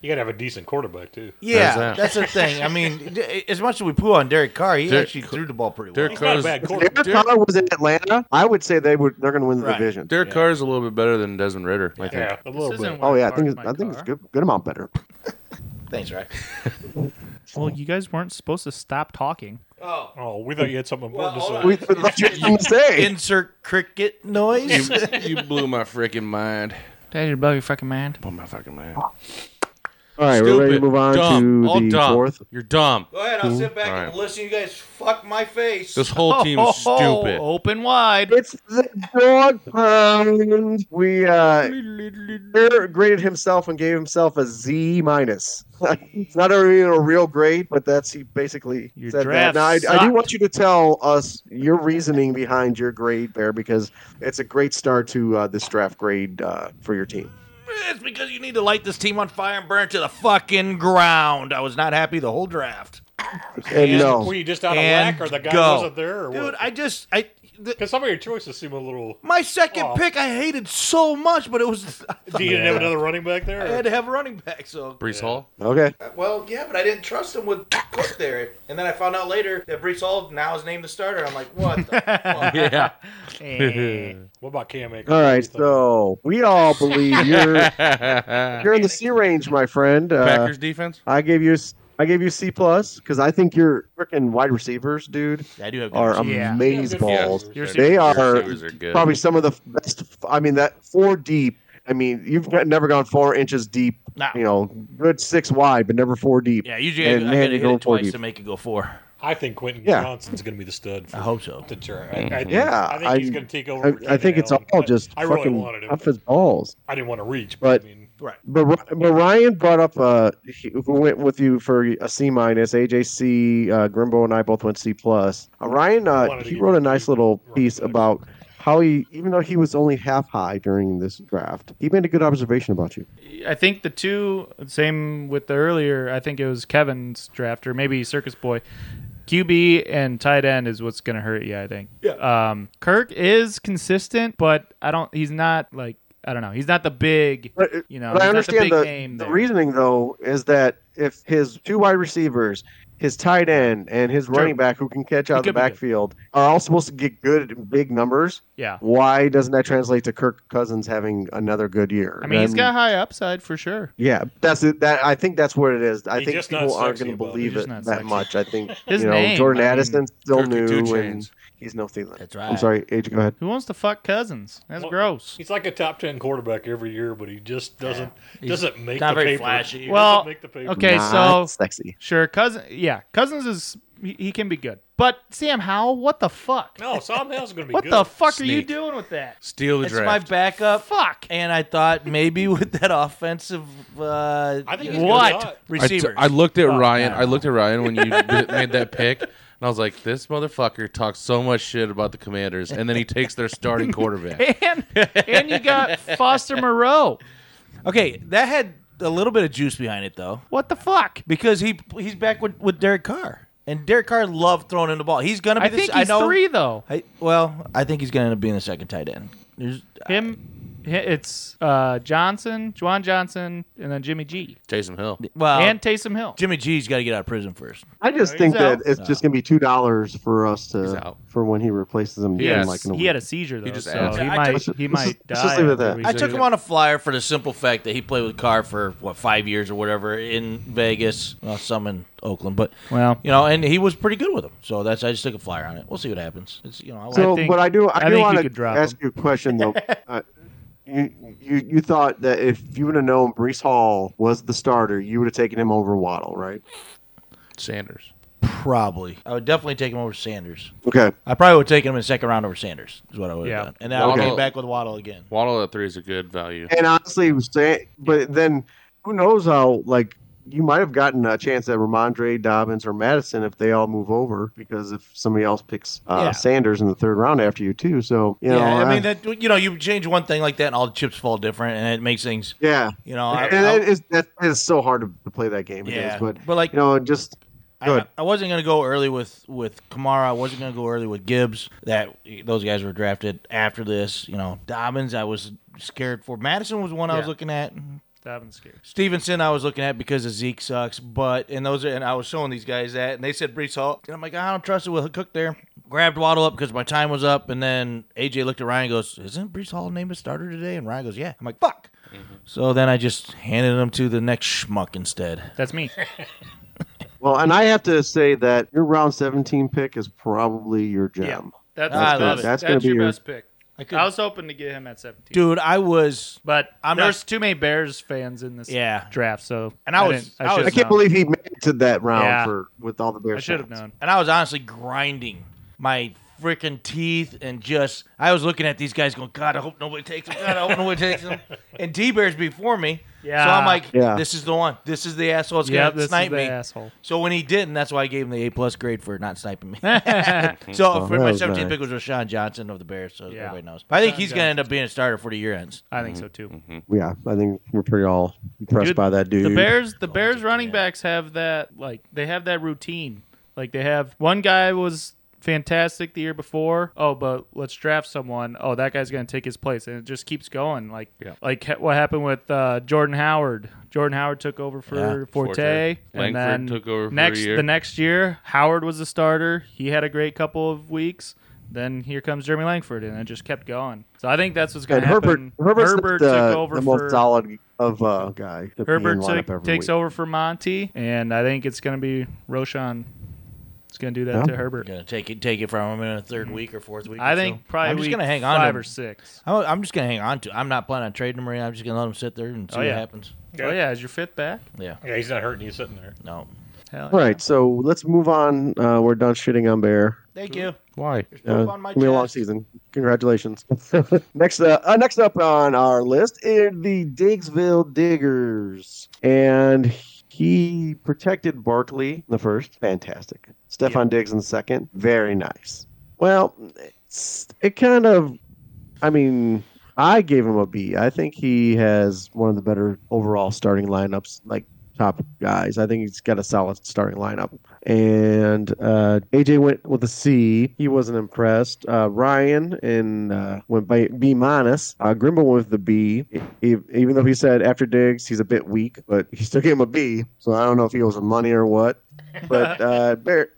Speaker 3: you gotta have a decent quarterback too.
Speaker 4: yeah,
Speaker 1: that?
Speaker 4: that's the thing. I mean, d- as much as we poo on Derek Carr, he
Speaker 1: Derek-
Speaker 4: actually threw the ball pretty well.
Speaker 1: Derek
Speaker 3: He's not a
Speaker 1: Carr's
Speaker 3: bad
Speaker 5: If
Speaker 3: quarterback.
Speaker 5: Derek Carr was in Atlanta, I would say they would. They're going to win the
Speaker 4: Right.
Speaker 5: division.
Speaker 1: Derek Carr is a little bit better than Desmond Ritter, I think.
Speaker 3: Yeah, a little
Speaker 6: This
Speaker 3: bit.
Speaker 6: isn't
Speaker 5: Oh yeah, I
Speaker 6: Park
Speaker 5: think it's,
Speaker 6: My
Speaker 5: I think it's
Speaker 6: Car.
Speaker 5: good good amount better.
Speaker 4: Thanks, right?
Speaker 6: Well, you guys weren't supposed to stop talking.
Speaker 4: Oh,
Speaker 3: Oh, we thought you had something
Speaker 4: Well,
Speaker 3: important
Speaker 4: hold
Speaker 3: to
Speaker 5: We thought you were going to say.
Speaker 4: insert cricket noise.
Speaker 1: you blew my freaking mind.
Speaker 6: Daddy, above your fucking mind.
Speaker 1: Blew my fucking mind.
Speaker 5: All right, we're ready to
Speaker 1: Stupid.
Speaker 5: move on
Speaker 1: dumb.
Speaker 5: to
Speaker 1: All
Speaker 5: the
Speaker 1: dumb.
Speaker 5: fourth.
Speaker 1: You're dumb.
Speaker 4: Go ahead, I'll sit back
Speaker 1: All right.
Speaker 4: and listen. You guys fuck my face.
Speaker 1: This whole team is stupid.
Speaker 6: Oh, Open wide.
Speaker 5: It's the dog pound. We uh, Kerr graded himself and gave himself a Z minus. it's not even a real grade, but that's he basically
Speaker 6: Your
Speaker 5: said
Speaker 6: draft
Speaker 5: that. Now I, I do
Speaker 6: sucked.
Speaker 5: want you to tell us your reasoning behind your grade there because it's a great start to uh, this draft grade uh, for your team.
Speaker 4: It's because you need to light this team on fire and burn it to the fucking ground. I was not happy the whole draft.
Speaker 5: And,
Speaker 3: And
Speaker 5: no,
Speaker 3: Were you just out of
Speaker 4: And
Speaker 3: whack, or the guy
Speaker 4: go.
Speaker 3: wasn't there, or
Speaker 4: Dude,
Speaker 3: what?
Speaker 4: I just I the,
Speaker 3: Because some of your choices seem a little.
Speaker 4: my second
Speaker 3: Aw.
Speaker 4: pick I hated so much, but it was I
Speaker 3: Do you didn't have another running back there?
Speaker 4: had to have a running back. So
Speaker 1: Brees Hall.
Speaker 5: okay.
Speaker 4: well, yeah, but I didn't trust him with Cook there, and then I found out later that Brees Hall now is named the starter. I'm like, what? the fuck?
Speaker 1: Yeah.
Speaker 6: Eh.
Speaker 3: What about Cam Akers?
Speaker 5: All right,
Speaker 3: What do you think?
Speaker 5: so we all believe you're
Speaker 1: Packers
Speaker 5: you're in the C range, my friend. Uh,
Speaker 1: defense.
Speaker 5: I gave you s- I gave you C plus because I think your freaking wide receivers, dude,
Speaker 4: I do have good
Speaker 5: are
Speaker 4: receivers.
Speaker 6: Yeah.
Speaker 5: amazeballs. balls.
Speaker 3: Yeah.
Speaker 6: Your
Speaker 5: They
Speaker 1: Your
Speaker 5: are
Speaker 1: receivers are good.
Speaker 5: probably some of the best. I mean, that four deep. I mean, you've never gone four inches deep.
Speaker 4: Nah.
Speaker 5: You know, good six wide, but never four deep.
Speaker 4: yeah, usually
Speaker 5: And
Speaker 4: I, I
Speaker 5: man,
Speaker 4: gotta
Speaker 5: you
Speaker 4: hit
Speaker 5: go
Speaker 4: it twice
Speaker 5: forty.
Speaker 4: to make it go four.
Speaker 3: I think Quentin
Speaker 5: Yeah.
Speaker 3: Johnson's going to be the stud. For
Speaker 4: I hope so.
Speaker 3: The turn. I, I,
Speaker 5: Yeah,
Speaker 3: I think he's
Speaker 5: I-
Speaker 3: going to take over.
Speaker 5: I,
Speaker 3: for
Speaker 5: I think
Speaker 3: Keenan
Speaker 5: it's
Speaker 3: Allen.
Speaker 5: all
Speaker 3: I-
Speaker 5: just
Speaker 3: I, really
Speaker 5: fucking
Speaker 3: wanted him.
Speaker 5: tough as balls.
Speaker 3: I didn't want to reach,
Speaker 5: But-
Speaker 3: but I mean,
Speaker 4: Right.
Speaker 5: But, Ri- but Ryan brought up uh, he- who went with you for a C minus. AJC uh, Grimbo and I both went C plus. Uh, Ryan uh,
Speaker 3: Wanted to
Speaker 5: he
Speaker 3: get
Speaker 5: wrote a
Speaker 3: rid of
Speaker 5: nice
Speaker 3: you,
Speaker 5: little
Speaker 3: right,
Speaker 5: piece
Speaker 3: but-
Speaker 5: about how he, even though he was only half high during this draft, he made a good observation about you.
Speaker 6: I think the two same with the earlier. I think it was Kevin's draft or maybe Circus Boy. QB and tight end is what's going to hurt you. I think. Yeah. Um, Kirk is consistent, but I don't. He's not like I don't know. He's not the big.
Speaker 5: But,
Speaker 6: You know,
Speaker 5: but I
Speaker 6: he's Um, not the
Speaker 5: understand
Speaker 6: big
Speaker 5: the,
Speaker 6: name
Speaker 5: the
Speaker 6: there.
Speaker 5: reasoning though is that if his two wide receivers his tight end and his running back who can catch out of the
Speaker 6: could be good.
Speaker 5: backfield are all supposed to get good and big numbers.
Speaker 6: Yeah.
Speaker 5: Why doesn't that translate to Kirk Cousins having another good year?
Speaker 6: I mean, he's
Speaker 5: Then-
Speaker 6: got high upside for sure.
Speaker 5: Yeah, that's it. That I think that's what it is. I
Speaker 3: He's
Speaker 5: think
Speaker 3: just not
Speaker 5: people aren't
Speaker 3: sexy
Speaker 5: going to
Speaker 3: about it.
Speaker 5: believe
Speaker 6: He's
Speaker 5: it
Speaker 6: not
Speaker 5: that
Speaker 6: sexy.
Speaker 5: much. I think
Speaker 6: His
Speaker 5: you know
Speaker 6: name,
Speaker 5: Jordan
Speaker 6: I mean, Uh,
Speaker 5: Addison's still
Speaker 1: 32
Speaker 5: new and
Speaker 1: chains.
Speaker 5: he's no Thielen.
Speaker 7: That's
Speaker 5: I'm
Speaker 7: right.
Speaker 5: sorry, Age. Go ahead.
Speaker 6: Who wants to fuck cousins? That's
Speaker 3: Well-
Speaker 6: gross.
Speaker 3: He's like a top ten quarterback every year, but he just doesn't
Speaker 7: He's
Speaker 3: doesn't make
Speaker 7: not
Speaker 3: the
Speaker 7: very
Speaker 3: paper.
Speaker 7: flashy.
Speaker 3: He
Speaker 6: Well,
Speaker 3: doesn't make the paper.
Speaker 6: Okay,
Speaker 5: Not
Speaker 6: so
Speaker 5: sexy.
Speaker 6: sure, cousin. Yeah, cousins is he, he can be good, but Sam Howell, what the fuck?
Speaker 3: No, Sam Hill's gonna be
Speaker 6: what
Speaker 3: good.
Speaker 6: the fuck are you
Speaker 1: Sneak.
Speaker 6: doing with that?
Speaker 1: Steal the
Speaker 4: It's my
Speaker 1: draft.
Speaker 4: backup.
Speaker 6: Fuck.
Speaker 4: And I thought maybe with that offensive uh,
Speaker 3: I think he's
Speaker 6: What?
Speaker 3: Gonna be
Speaker 1: I t-
Speaker 4: receivers.
Speaker 1: I looked at Ryan. I looked at Ryan when you d- made that pick, and I was like, "This motherfucker talks so much shit about the Commanders, and then he takes their starting quarterback."
Speaker 6: And and you got Foster Moreau.
Speaker 4: okay, that had a little bit of juice behind it though,
Speaker 6: What the fuck?
Speaker 4: because he he's back with, with Derek Carr, and Derek Carr loved throwing in the ball. He's gonna be.
Speaker 6: I
Speaker 4: the s-
Speaker 6: think he's
Speaker 4: know,
Speaker 6: three though.
Speaker 4: I, well, I think he's gonna end up being the second tight end. There's,
Speaker 6: Him, hi- it's uh, Johnson, Juan Johnson, and then Jimmy G
Speaker 1: Taysom Hill.
Speaker 4: well,
Speaker 6: and Taysom Hill.
Speaker 4: Um, Jimmy G's got to get out of prison first.
Speaker 5: I just think
Speaker 6: he's
Speaker 5: that
Speaker 6: out.
Speaker 5: it's just gonna be two dollars for us
Speaker 1: He's
Speaker 5: to
Speaker 1: out.
Speaker 5: for when he replaces him.
Speaker 1: He
Speaker 5: in
Speaker 1: has-
Speaker 5: like in a
Speaker 6: he
Speaker 5: week.
Speaker 6: had a seizure though,
Speaker 1: just
Speaker 6: so
Speaker 1: asked.
Speaker 6: he
Speaker 1: I
Speaker 6: might
Speaker 5: took-
Speaker 6: he
Speaker 5: let's just-
Speaker 6: might die.
Speaker 5: let's just leave it at
Speaker 6: after
Speaker 5: that.
Speaker 6: we
Speaker 4: I
Speaker 6: do
Speaker 4: took him
Speaker 6: that.
Speaker 4: on a flyer for the simple fact that he played with Carr for what five years or whatever in Vegas, well, some in Oakland, but
Speaker 6: Well.
Speaker 4: you know, and he was pretty good with him. So that's I just took a flyer on it. We'll see what happens. It's you know, I
Speaker 5: So,
Speaker 6: I think-
Speaker 5: but I do, I,
Speaker 6: I
Speaker 5: do
Speaker 6: think you
Speaker 5: want
Speaker 6: could
Speaker 5: to
Speaker 6: drop
Speaker 5: ask
Speaker 6: him.
Speaker 5: you a question though. uh, you, you you thought that if you would have known Brees Hall was the starter, you would have taken him over Waddle, right?
Speaker 1: Sanders.
Speaker 4: probably I would definitely take him over Sanders.
Speaker 5: Okay.
Speaker 4: I probably would have taken him in the second round over Sanders. Is what I would have
Speaker 6: Yeah.
Speaker 4: done, and then I would
Speaker 1: Waddle-
Speaker 4: came back with Waddle again.
Speaker 1: Waddle at three is a good value.
Speaker 5: And honestly, it was saying, but then who knows how? Like you might have gotten a chance at Ramondre Dobbins or Madison if they all move over, because if somebody else picks uh,
Speaker 4: Yeah.
Speaker 5: Sanders in the third round after you too, so you know,
Speaker 4: yeah, I
Speaker 5: uh,
Speaker 4: mean that you know you change one thing like that and all the chips fall different and it makes things
Speaker 5: yeah,
Speaker 4: you know I,
Speaker 5: and
Speaker 4: I-
Speaker 5: that is that is so hard to, to play that game. It is,
Speaker 4: yeah.
Speaker 5: but
Speaker 4: but like
Speaker 5: you know, just
Speaker 4: I,
Speaker 5: good.
Speaker 4: I wasn't going to go early with with Kamara. I wasn't going to go early with Gibbs. That those guys were drafted after this. You know, Dobbins. I was scared for. Madison was one I was
Speaker 6: Yeah.
Speaker 4: looking at.
Speaker 6: Dobbins scared.
Speaker 4: Stevenson, I was looking at because of Zeke sucks. But and those are, and I was showing these guys that, and they said Brees Hall. And I'm like, I don't trust it with Cook there. Grabbed Waddle up because my time was up, and then AJ looked at Ryan, and goes, "Isn't Brees Hall named a starter today?" And Ryan goes, "Yeah." I'm like, "Fuck."
Speaker 6: Mm-hmm.
Speaker 4: So then I just handed him to the next schmuck instead.
Speaker 6: That's me.
Speaker 5: Well, and I have to say that your round 17 pick is probably your gem.
Speaker 6: Yeah. That's,
Speaker 4: I
Speaker 6: I
Speaker 4: love
Speaker 6: love
Speaker 4: it.
Speaker 5: That's
Speaker 6: That's,
Speaker 5: gonna be
Speaker 6: your
Speaker 5: your-
Speaker 6: best pick. I, was hoping to get him at 17.
Speaker 4: Dude, I was
Speaker 6: But
Speaker 4: I'm
Speaker 6: there's too many Bears fans in this
Speaker 4: Yeah.
Speaker 6: draft, so
Speaker 4: And I was-
Speaker 6: didn't-
Speaker 4: I was-
Speaker 6: should
Speaker 5: I
Speaker 6: have
Speaker 5: can't
Speaker 6: known.
Speaker 5: believe he made it to that round
Speaker 6: um, Yeah.
Speaker 5: for with all the Bears.
Speaker 6: I should have
Speaker 5: fans.
Speaker 6: known.
Speaker 4: and I was honestly grinding my freaking teeth and just I was looking at these guys going, God, I hope nobody takes them. God, I hope nobody takes them. And D Bear's before me, so
Speaker 6: Yeah.
Speaker 4: I'm like,
Speaker 5: Yeah.
Speaker 4: this is the one. This is the asshole that's
Speaker 6: Yeah,
Speaker 4: gonna
Speaker 6: this is
Speaker 4: snipe
Speaker 6: the
Speaker 4: me.
Speaker 6: asshole.
Speaker 4: So when he didn't, that's why I gave him the A plus grade for not sniping me. so for
Speaker 5: that
Speaker 4: my
Speaker 5: was
Speaker 4: 17th
Speaker 5: nice.
Speaker 4: pick was Rashawn Johnson of the Bears, so
Speaker 6: Yeah.
Speaker 4: everybody knows. But I think
Speaker 6: Rashawn
Speaker 4: he's gonna end up being a starter for the year ends.
Speaker 6: I think so too.
Speaker 5: Yeah, I think we're pretty all impressed
Speaker 6: Dude,
Speaker 5: by that dude.
Speaker 6: The Bears,
Speaker 1: Oh,
Speaker 6: the Bears running backs have that like they have that routine. Like they have one guy was fantastic the year before. Oh, but let's draft someone. Oh, that guy's going to take his place, and it just keeps going. Like like ha- what happened with uh, Jordan Howard. Jordan Howard took over for
Speaker 4: Yeah.
Speaker 6: Forte,
Speaker 1: Forte. Langford
Speaker 6: and then
Speaker 1: took over for a
Speaker 6: next
Speaker 1: year.
Speaker 6: the next year Howard was the starter. He had a great couple of weeks. Then here comes Jeremy Langford, and it just kept going. So I think that's what's going
Speaker 5: and
Speaker 6: to happen.
Speaker 5: Herbert, Herbert's
Speaker 6: Herbert
Speaker 5: the,
Speaker 6: took over
Speaker 5: the
Speaker 6: for
Speaker 5: most solid of uh, guy. to be in
Speaker 6: Herbert
Speaker 5: lineup
Speaker 6: took-
Speaker 5: every
Speaker 6: takes
Speaker 5: week.
Speaker 6: over for Monty, and I think it's going to be Roshan. It's going to do that
Speaker 5: Yeah.
Speaker 6: to Herbert.
Speaker 4: Gonna take it take it from him in the third week or fourth week.
Speaker 6: Mm-hmm. I
Speaker 4: or
Speaker 6: think
Speaker 4: so.
Speaker 6: probably
Speaker 4: I'm just
Speaker 6: week
Speaker 4: gonna hang on to
Speaker 6: five
Speaker 4: him.
Speaker 6: or six.
Speaker 4: I'm, I'm just gonna hang on to. I'm not planning on trading him. Or anything. I'm just gonna let him sit there and see
Speaker 6: Oh,
Speaker 4: what
Speaker 6: yeah.
Speaker 4: happens.
Speaker 6: Oh yeah, is your fifth back?
Speaker 4: Yeah.
Speaker 3: Yeah, he's not hurting you sitting there.
Speaker 4: No.
Speaker 6: Hell
Speaker 5: All right, so let's move on. Uh, we're done shitting on Bear.
Speaker 4: Thank you.
Speaker 1: Why?
Speaker 5: Uh,
Speaker 4: on my
Speaker 5: it's gonna be a long
Speaker 4: chest.
Speaker 5: season. Congratulations. next, uh, uh, next up on our list is the Diggsville Diggers, and he protected Barkley in the first. Fantastic. Stefan Diggs in the second. Very nice. Well, it's, it kind of, I mean. I gave him a B. I think he has one of the better overall starting lineups, like top guys. I think he's got a solid starting lineup. And uh, AJ went with a C. He wasn't impressed. Uh, Ryan and uh, went by B minus. Uh, Grimble went with the B, E- even though he said after Diggs he's a bit weak, but he still gave him a B. So I don't know if he owes him money or what. But uh, Bear,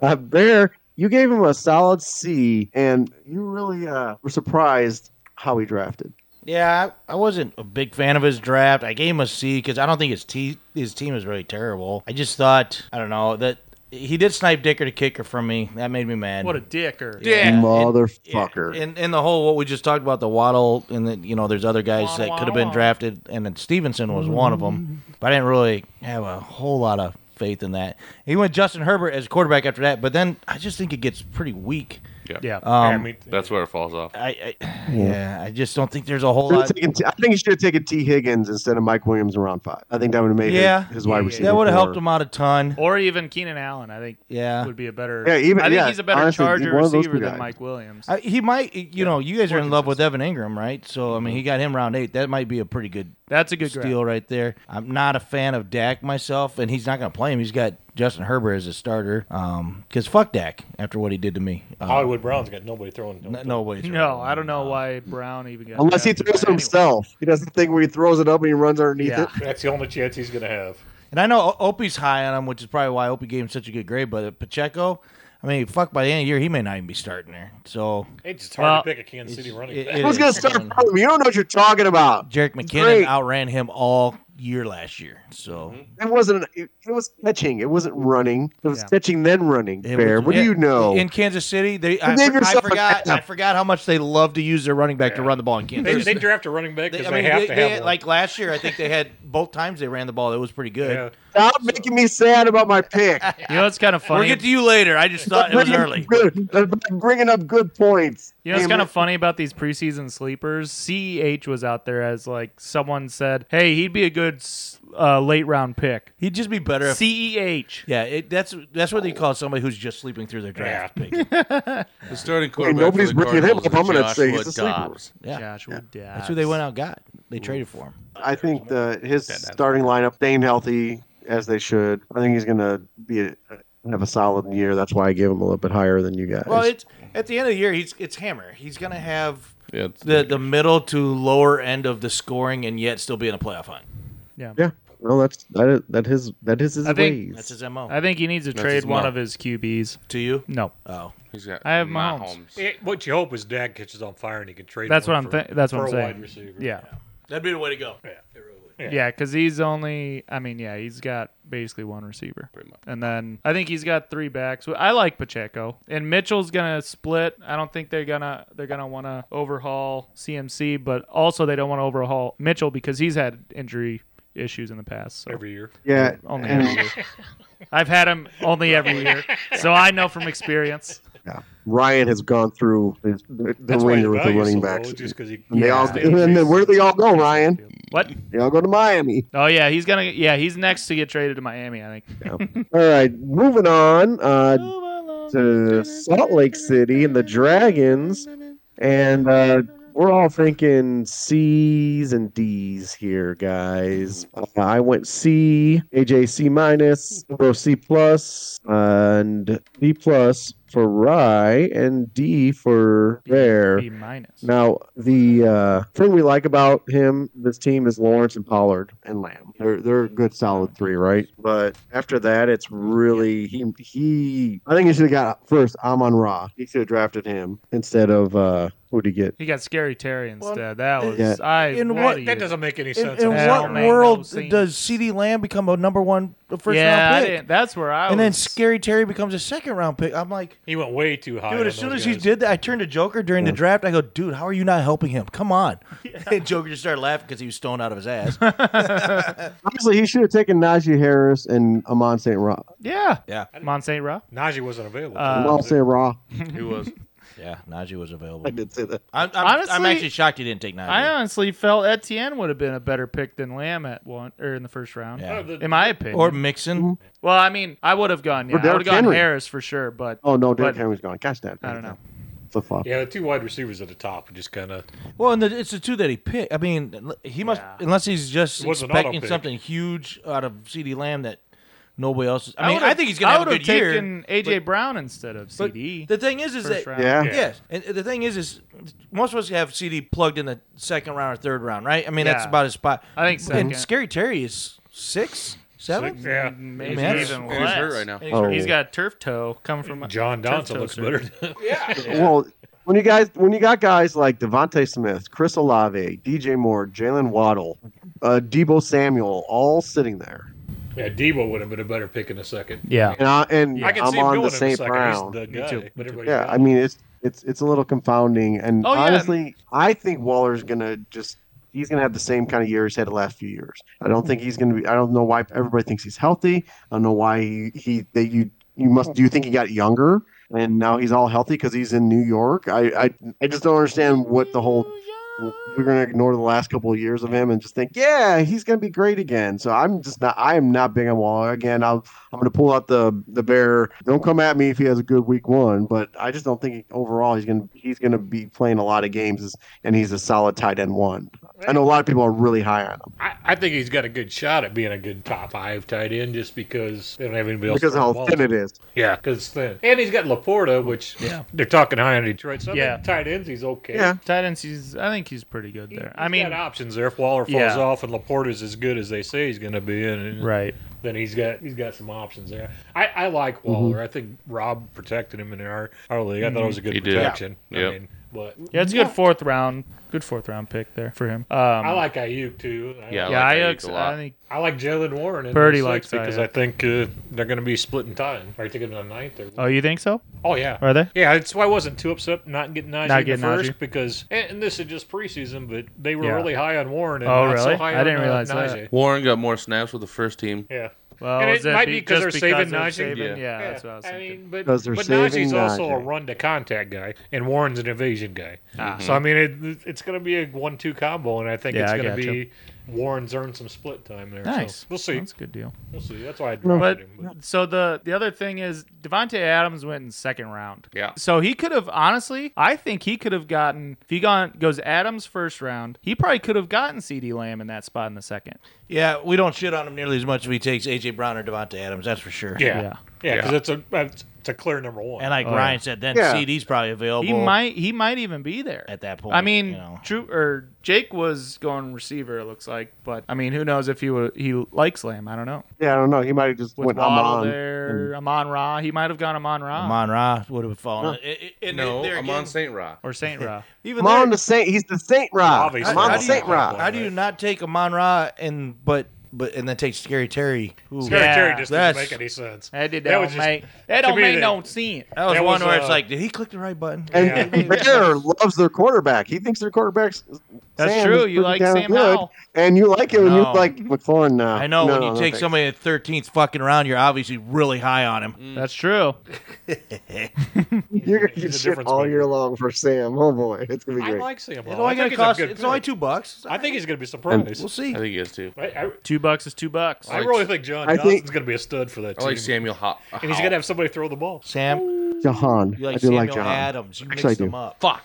Speaker 5: uh, Bear, you gave him a solid C, and you really uh, were surprised how he drafted.
Speaker 4: Yeah, I, I wasn't a big fan of his draft. I gave him a C because I don't think his te- his team is really terrible. I just thought I don't know that he did snipe Dicker to kicker from me. That made me mad.
Speaker 6: What a dicker.
Speaker 4: Yeah, and-
Speaker 5: Motherfucker.
Speaker 4: And and the whole what we just talked about the Waddle and the, you know there's other guys
Speaker 6: Waddle,
Speaker 4: that could have
Speaker 6: waddle, Mm-hmm.
Speaker 4: been
Speaker 6: waddle.
Speaker 4: drafted and then Stevenson was one of them. But I didn't really have a whole lot of faith in that. He went Justin Herbert as quarterback after that, but then I just think it gets pretty weak.
Speaker 1: Yeah.
Speaker 6: Yeah.
Speaker 3: I
Speaker 4: Um,
Speaker 3: mean,
Speaker 1: That's where it falls off.
Speaker 4: I, I yeah, I just don't think there's a whole
Speaker 5: Should've
Speaker 4: lot.
Speaker 5: taken T- I think you should have taken T. Higgins instead of Mike Williams in round five. I think that would have made
Speaker 4: Yeah,
Speaker 5: his, his wide receiver.
Speaker 4: that would have helped
Speaker 5: four.
Speaker 4: him out a ton.
Speaker 6: Or even Keenan Allen, I think
Speaker 4: Yeah.
Speaker 6: would be a better.
Speaker 5: Yeah, even-
Speaker 6: I think
Speaker 5: yeah,
Speaker 6: he's a better
Speaker 5: honestly,
Speaker 6: Charger
Speaker 5: one of those two
Speaker 6: receiver than
Speaker 5: guys.
Speaker 6: Mike Williams.
Speaker 4: I, he might, you know, you guys are in love with Evan Ingram, right? So I mean, he got him round eight. That might be a pretty good
Speaker 6: That's a good
Speaker 4: steal
Speaker 6: grab.
Speaker 4: right there. I'm not a fan of Dak myself, and he's not going to play him. He's got Justin Herbert as a starter. Um, because fuck Dak after what he did to me. Uh,
Speaker 3: Hollywood Brown's got nobody throwing. to him.
Speaker 4: n- no way.
Speaker 6: No, I don't know why Brown even got.
Speaker 5: Unless he
Speaker 6: drafted, but
Speaker 5: throws it
Speaker 6: anyway.
Speaker 5: himself. He does the thing where he throws it up and he runs underneath
Speaker 6: Yeah.
Speaker 5: it.
Speaker 3: That's the only chance he's going to have.
Speaker 4: And I know O- Opie's high on him, which is probably why Opie gave him such a good grade. But Pacheco, I mean, fuck, by the end of the year, he may not even be starting there. So
Speaker 3: It's just
Speaker 6: Well,
Speaker 3: hard to pick a Kansas City running
Speaker 4: it-
Speaker 3: back.
Speaker 4: it
Speaker 5: Who's going to
Speaker 4: is.
Speaker 5: start from? You don't know what you're talking about.
Speaker 4: Jarek McKinnon
Speaker 5: Great.
Speaker 4: outran him all year last year. So
Speaker 5: It wasn't. It, it was catching. It wasn't running. It was
Speaker 6: Yeah.
Speaker 5: catching then running.
Speaker 4: It
Speaker 5: Bear,
Speaker 4: was-
Speaker 5: what
Speaker 4: yeah,
Speaker 5: do you know?
Speaker 4: In Kansas City, they
Speaker 5: Name
Speaker 4: I, for- I
Speaker 5: Oh. yourself a
Speaker 4: forgot I
Speaker 5: backup.
Speaker 4: forgot how much they love to use their running back to
Speaker 3: Yeah.
Speaker 4: run the ball in Kansas.
Speaker 3: They,
Speaker 4: City.
Speaker 3: they draft a running back because
Speaker 4: I
Speaker 3: they,
Speaker 4: mean,
Speaker 3: have
Speaker 4: they-
Speaker 3: to
Speaker 4: they
Speaker 3: have
Speaker 4: had-
Speaker 3: one.
Speaker 4: like last year. I think they had both times they ran the ball. It was pretty good.
Speaker 3: Yeah.
Speaker 5: Stop making me sad about my pick.
Speaker 6: You know, it's kind of funny.
Speaker 4: We'll get to you later. I just thought it was early.
Speaker 5: Good. I'm bringing up good points.
Speaker 6: You know, it's
Speaker 5: Damn
Speaker 6: kind
Speaker 5: it.
Speaker 6: of funny about these preseason sleepers. CEH was out there as like someone said, "Hey, he'd be a good s- uh, late round pick." E
Speaker 4: He'd just be better. If,
Speaker 6: CEH.
Speaker 4: yeah, it, that's that's what they call somebody who's just sleeping through their draft pick.
Speaker 1: The starting quarterback.
Speaker 5: nobody's
Speaker 1: for the
Speaker 5: bringing him
Speaker 1: Cardinals
Speaker 5: up.
Speaker 1: is
Speaker 5: I'm gonna say he's
Speaker 1: Joshua
Speaker 5: a sleeper.
Speaker 1: Dobbs.
Speaker 4: Yeah,
Speaker 6: Joshua Dobbs.
Speaker 4: that's who they went out and got. They traded for him.
Speaker 5: I think the his starting lineup staying healthy as they should. I think he's going to be a, have a solid year. That's why I gave him a little bit higher than you guys.
Speaker 4: Well, it's at the end of the year. He's it's Hammer. He's gonna have
Speaker 1: Yeah, it's-
Speaker 4: the the middle to lower end of the scoring, and yet still be in a playoff hunt.
Speaker 6: Yeah.
Speaker 5: yeah. Well, that's that is that his that is his
Speaker 6: I think
Speaker 5: ways.
Speaker 4: That's his mo.
Speaker 6: I think he needs to
Speaker 1: That's
Speaker 6: trade
Speaker 1: his
Speaker 6: one
Speaker 1: mom.
Speaker 6: of his QBs.
Speaker 4: to you?
Speaker 6: No.
Speaker 4: Oh,
Speaker 1: He's got
Speaker 6: I have
Speaker 1: Mahomes.
Speaker 6: Mahomes.
Speaker 3: It- what you hope is Dak catches on fire and he can trade.
Speaker 6: That's
Speaker 3: one
Speaker 6: what I'm
Speaker 3: for-
Speaker 6: thi- that's what I'm
Speaker 3: for a
Speaker 6: saying.
Speaker 3: Wide receiver.
Speaker 6: Yeah.
Speaker 4: that'd be the way to go.
Speaker 3: Yeah.
Speaker 6: Yeah, because he's only. I mean, yeah, he's got basically one receiver.
Speaker 1: Pretty much.
Speaker 6: And then I think he's got three backs. I like Pacheco, and Mitchell's gonna split. I don't think they're gonna they're gonna want to overhaul CMC, but also they don't want to overhaul Mitchell because he's had injury issues in the past. So.
Speaker 3: every year.
Speaker 5: yeah.
Speaker 6: only
Speaker 5: and-
Speaker 6: every year. I've had him only every year, so I know from experience.
Speaker 5: yeah. Ryan has gone through his, the, the
Speaker 3: That's why his
Speaker 5: ringer with the
Speaker 3: value's
Speaker 5: running
Speaker 3: so
Speaker 5: backs.
Speaker 3: low, just because he.
Speaker 5: and they all,
Speaker 6: Yeah.
Speaker 5: and then where do they all go, Oh, Ryan?
Speaker 6: What?
Speaker 5: They all go to Miami.
Speaker 6: Oh yeah, he's gonna. Yeah, he's next to get traded to Miami. I think.
Speaker 5: All right, moving on uh, to Salt Lake City and the Dragons, and uh, we're all thinking C's and D's here, guys. Uh, I went C, AJ C minus, Bo C plus, and B plus for Rye, and D for Bear.
Speaker 6: B minus.
Speaker 5: Now, the uh, thing we like about him, this team, is Lawrence and Pollard and Lamb. They're they're a good solid three, right? But after that, it's really he he. I think he should have got first Amon Ra. He should have drafted him instead of uh, who'd he get?
Speaker 6: He got scary Terry
Speaker 4: Well,
Speaker 6: instead. that was
Speaker 5: yeah.
Speaker 6: I.
Speaker 4: In
Speaker 6: what
Speaker 4: what-
Speaker 6: a
Speaker 3: That
Speaker 6: year.
Speaker 3: doesn't make any
Speaker 4: In,
Speaker 3: sense.
Speaker 4: in
Speaker 6: That
Speaker 4: what
Speaker 6: don't make no
Speaker 4: world
Speaker 6: sense.
Speaker 4: does CD Lamb become a number one first
Speaker 6: yeah, I
Speaker 4: round pick?
Speaker 6: didn't- that's where I was.
Speaker 4: and then Scary Terry becomes a second round pick. I'm like,
Speaker 3: He went way too high.
Speaker 4: dude,
Speaker 3: on
Speaker 4: as soon
Speaker 3: those
Speaker 4: as he
Speaker 3: guys.
Speaker 4: did that, I turned to Joker during the draft. I go, dude, how are you not helping him? Come on. And Joker just started laughing because he was stoned out of his ass.
Speaker 5: Honestly, he should have taken Najee Harris and Amon St. Ra.
Speaker 6: Yeah.
Speaker 4: yeah.
Speaker 6: Montsaint Ra.
Speaker 3: Najee wasn't available.
Speaker 6: Uh,
Speaker 5: Amon St. Ra.
Speaker 1: He was.
Speaker 4: Yeah. Najee was available.
Speaker 5: I did say that.
Speaker 4: I'm, I'm,
Speaker 6: Honestly,
Speaker 4: I'm actually shocked you didn't take Najee.
Speaker 6: I honestly felt Etienne would have been a better pick than Lamb at one or in the first round.
Speaker 4: Yeah.
Speaker 6: In my opinion.
Speaker 4: or Mixon.
Speaker 6: well, I mean, I would have gone. Yeah,
Speaker 5: Or
Speaker 6: I would have
Speaker 5: Derrick
Speaker 6: gone
Speaker 5: Henry.
Speaker 6: Harris for sure, but
Speaker 5: Oh no, Derrick
Speaker 6: But-
Speaker 5: Henry's gone. Gosh, that
Speaker 6: I don't know.
Speaker 5: Flip flop.
Speaker 3: yeah, the two wide receivers at the top just kind of.
Speaker 4: Well, and the, it's the two that he picked. I mean, he must
Speaker 6: Yeah.
Speaker 4: unless he's just
Speaker 3: It was an auto
Speaker 4: expecting
Speaker 3: pick.
Speaker 4: something huge out of CD Lamb that nobody else. Is, I, mean,
Speaker 6: would've-
Speaker 4: I think he's gonna have a
Speaker 6: would've
Speaker 4: good year.
Speaker 6: taken AJ Brown instead of
Speaker 4: But
Speaker 6: CD.
Speaker 4: The thing is, is
Speaker 6: first
Speaker 4: that
Speaker 6: round.
Speaker 5: Yeah.
Speaker 4: yes, and the thing is, is most of us have CD plugged in the second round or third round, right? I mean, that's
Speaker 6: Yeah.
Speaker 4: about his spot.
Speaker 6: I think second.
Speaker 4: And Scary Terry is six. Seven?
Speaker 3: Six- yeah.
Speaker 6: Maybe
Speaker 4: Man, that's-
Speaker 6: even
Speaker 1: Who's hurt
Speaker 6: less.
Speaker 1: right now?
Speaker 4: Any-
Speaker 5: Oh.
Speaker 6: He's got turf toe coming from
Speaker 3: John
Speaker 6: turf
Speaker 3: Donson
Speaker 6: toe
Speaker 3: looks
Speaker 6: surgery.
Speaker 3: better.
Speaker 5: Well, when you guys when you got guys like Devonte Smith, Chris Olave, DJ Moore, Jalen Waddle, uh, Debo Samuel, all sitting there,
Speaker 3: yeah, Debo would have been a better pick in a second.
Speaker 6: Yeah.
Speaker 5: and, I, and
Speaker 3: I can
Speaker 5: I'm
Speaker 3: see him
Speaker 5: on
Speaker 3: doing
Speaker 5: the
Speaker 3: it in a
Speaker 5: St.
Speaker 3: second.
Speaker 5: Brown.
Speaker 3: He's the guy.
Speaker 6: too.
Speaker 3: But everybody
Speaker 5: Yeah,
Speaker 3: else-
Speaker 5: I mean it's it's it's a little confounding, and
Speaker 6: Oh, yeah.
Speaker 5: honestly, I think Waller's gonna just. He's gonna have the same kind of year he's had the last few years. I don't think he's gonna be. I don't know why everybody thinks he's healthy. I don't know why he, he they you you must. Do you think he got younger and now he's all healthy because he's in New York? I, I I just don't understand what the whole we're going to ignore the last couple of years of him and just think, yeah, he's going to be great again. So I'm just not, I am not big on Waller again. I'll, I'm going to pull out the the bear. Don't come at me if he has a good week one, but I just don't think overall he's going to he's going to be playing a lot of games and he's a solid tight end one. I know a lot of people are really high on him
Speaker 3: I, I think he's got a good shot at being a good top five tight end just because they don't have anybody else.
Speaker 5: because
Speaker 3: to
Speaker 5: of
Speaker 3: throw
Speaker 5: how
Speaker 3: the
Speaker 5: thin
Speaker 3: ball.
Speaker 5: it is.
Speaker 3: Yeah, because it's thin. And he's got Laporta, which yeah, they're talking high on Detroit. So yeah.
Speaker 6: Yeah.
Speaker 3: tight ends, he's okay.
Speaker 5: Yeah.
Speaker 6: Tight ends, he's, I think he's pretty good there. I
Speaker 3: He's
Speaker 6: mean,
Speaker 3: got options there. If Waller falls
Speaker 6: Yeah.
Speaker 3: off and Laporta's as good as they say he's going to be, and
Speaker 6: right.
Speaker 3: then he's got he's got some options there. I, I like
Speaker 6: Mm-hmm.
Speaker 3: Waller. I think Rob protected him in our, our league. I thought it was a good
Speaker 1: Mm-hmm. He did.
Speaker 3: protection.
Speaker 1: Yeah.
Speaker 3: I
Speaker 1: Yep.
Speaker 3: mean, but
Speaker 6: Yeah, it's a good fourth round. Good fourth round pick there for him. Um,
Speaker 3: I like Ayuk too. I
Speaker 1: Yeah.
Speaker 3: like-
Speaker 6: yeah,
Speaker 1: I
Speaker 6: Ayuk.
Speaker 1: like Ayuk a lot.
Speaker 6: I think
Speaker 3: I like Jalen Warren. In
Speaker 6: Purdy
Speaker 3: those
Speaker 6: likes
Speaker 3: six because
Speaker 6: Ayuk.
Speaker 3: I think uh, they're going to be splitting time. Are you thinking on ninth or?
Speaker 6: Oh, you think so?
Speaker 3: Oh yeah,
Speaker 6: Are they?
Speaker 3: Yeah, that's why I wasn't too upset not getting Najee
Speaker 6: Not
Speaker 3: in
Speaker 6: getting
Speaker 3: the first
Speaker 6: Najee.
Speaker 3: because, and, and this is just preseason, but they were
Speaker 6: Yeah.
Speaker 3: really high on Warren and
Speaker 6: Oh,
Speaker 3: not so
Speaker 6: really?
Speaker 3: high
Speaker 6: I
Speaker 3: on
Speaker 6: didn't
Speaker 3: uh,
Speaker 6: realize that.
Speaker 3: Najee.
Speaker 1: Warren got more snaps with the first team.
Speaker 3: Yeah,
Speaker 6: Well,
Speaker 3: And it
Speaker 6: is that
Speaker 3: might be 'cause they're
Speaker 6: just
Speaker 3: saving
Speaker 6: they're
Speaker 3: Najee,
Speaker 6: saving-
Speaker 1: but-
Speaker 6: Yeah,
Speaker 3: Yeah,
Speaker 6: that's what I was thinking.
Speaker 3: mean, but, but
Speaker 5: Because they're
Speaker 3: Najee's
Speaker 5: saving
Speaker 3: also a
Speaker 5: Najee.
Speaker 3: run to contact guy, and Warren's an evasion guy. So I mean, it, it's going to be a one-two combo, and I think
Speaker 6: Ah. Yeah,
Speaker 3: it's
Speaker 6: I
Speaker 3: going to
Speaker 6: gotcha.
Speaker 3: be Warren's earned some split time there.
Speaker 6: nice.
Speaker 3: So we'll see.
Speaker 6: That's a good deal.
Speaker 3: We'll see. That's why I drafted
Speaker 6: But
Speaker 3: him. But
Speaker 6: so the the other thing is Devonte Adams went in second round.
Speaker 1: Yeah.
Speaker 6: So he could have honestly, I think he could have gotten if he gone goes Adams first round, he probably could have gotten CD Lamb in that spot in the second.
Speaker 4: Yeah, we don't shit on him nearly as much if he takes AJ Brown or Devonte Adams. That's for sure.
Speaker 3: yeah,
Speaker 6: Yeah.
Speaker 3: yeah, because
Speaker 1: Yeah.
Speaker 3: it's a it's, it's a clear number one.
Speaker 4: And like
Speaker 6: Oh,
Speaker 4: Ryan
Speaker 6: yeah.
Speaker 4: said, then
Speaker 5: Yeah.
Speaker 4: CD's probably available.
Speaker 6: He might he might even be there
Speaker 4: at that point.
Speaker 6: I mean,
Speaker 4: you know.
Speaker 6: Drew or Jake was going receiver. It looks like, but I mean, who knows if he would, he likes Lamb? I don't know.
Speaker 5: Yeah, I don't know. He might have just
Speaker 6: With
Speaker 5: went
Speaker 6: Waddle
Speaker 5: on.
Speaker 6: there, Amon Ra, he might have gone Amon Ra
Speaker 4: Amon Ra would have fallen. It- it- and
Speaker 1: No,
Speaker 4: there
Speaker 1: I'm
Speaker 4: again,
Speaker 1: on St. Rock.
Speaker 6: or Saint Ra.
Speaker 4: Even
Speaker 5: I'm on
Speaker 4: there-
Speaker 5: the Saint. He's the Saint Rod.
Speaker 3: Obviously.
Speaker 5: I'm on
Speaker 4: How
Speaker 5: the
Speaker 4: do you-
Speaker 5: Saint Rod.
Speaker 4: How do you not take Amon Ra and but but and then take Scary Terry? Ooh.
Speaker 3: Scary
Speaker 6: Yeah,
Speaker 3: Terry just doesn't
Speaker 4: that's-
Speaker 3: make any sense.
Speaker 6: That did
Speaker 3: That
Speaker 6: that,
Speaker 3: was
Speaker 6: don't
Speaker 3: just-
Speaker 6: make that
Speaker 3: to
Speaker 6: don't
Speaker 3: me
Speaker 6: make
Speaker 3: that-
Speaker 6: no sense.
Speaker 4: That was
Speaker 3: That
Speaker 4: one
Speaker 3: was,
Speaker 4: where it's
Speaker 3: uh,
Speaker 4: like, did he click the right button?
Speaker 5: And
Speaker 3: Yeah.
Speaker 5: Bear loves their quarterback. He thinks their quarterback's.
Speaker 6: That's
Speaker 5: Sam
Speaker 6: true.
Speaker 5: is pretty
Speaker 6: You like
Speaker 5: damn
Speaker 6: Sam
Speaker 5: good,
Speaker 6: Howell.
Speaker 5: and you like him, and
Speaker 4: No.
Speaker 5: you like McLaurin now.
Speaker 4: I know
Speaker 5: No,
Speaker 4: when you
Speaker 5: no,
Speaker 4: take
Speaker 5: thanks.
Speaker 4: somebody in the thirteenth fucking round, you're obviously really high on him.
Speaker 6: Mm. That's true.
Speaker 5: you're gonna
Speaker 3: He's
Speaker 5: get
Speaker 3: a
Speaker 5: shit
Speaker 3: difference
Speaker 5: all
Speaker 3: maker.
Speaker 5: year long for Sam. Oh boy, it's gonna be
Speaker 3: I
Speaker 5: great.
Speaker 3: like Sam.
Speaker 4: It's
Speaker 3: Howell.
Speaker 4: only
Speaker 3: I think
Speaker 4: gonna
Speaker 3: he's a
Speaker 4: cost.
Speaker 3: good
Speaker 4: It's only
Speaker 3: pick.
Speaker 4: two bucks.
Speaker 3: I think he's going to be surprised.
Speaker 4: We'll see.
Speaker 1: I think he is too.
Speaker 3: I, I,
Speaker 6: Two bucks is two bucks.
Speaker 3: I really think John
Speaker 5: I
Speaker 3: Johnson's
Speaker 5: think-
Speaker 3: going to be a stud for that
Speaker 1: I
Speaker 3: team.
Speaker 1: like Samuel Hop.
Speaker 3: and he's going to have somebody throw the ball.
Speaker 4: Sam,
Speaker 5: Jahan.
Speaker 4: you
Speaker 5: I
Speaker 4: like
Speaker 5: do
Speaker 4: Samuel
Speaker 5: like Jahan.
Speaker 4: Adams. You mix
Speaker 5: Actually, I
Speaker 4: them
Speaker 5: do.
Speaker 4: up.
Speaker 1: fuck.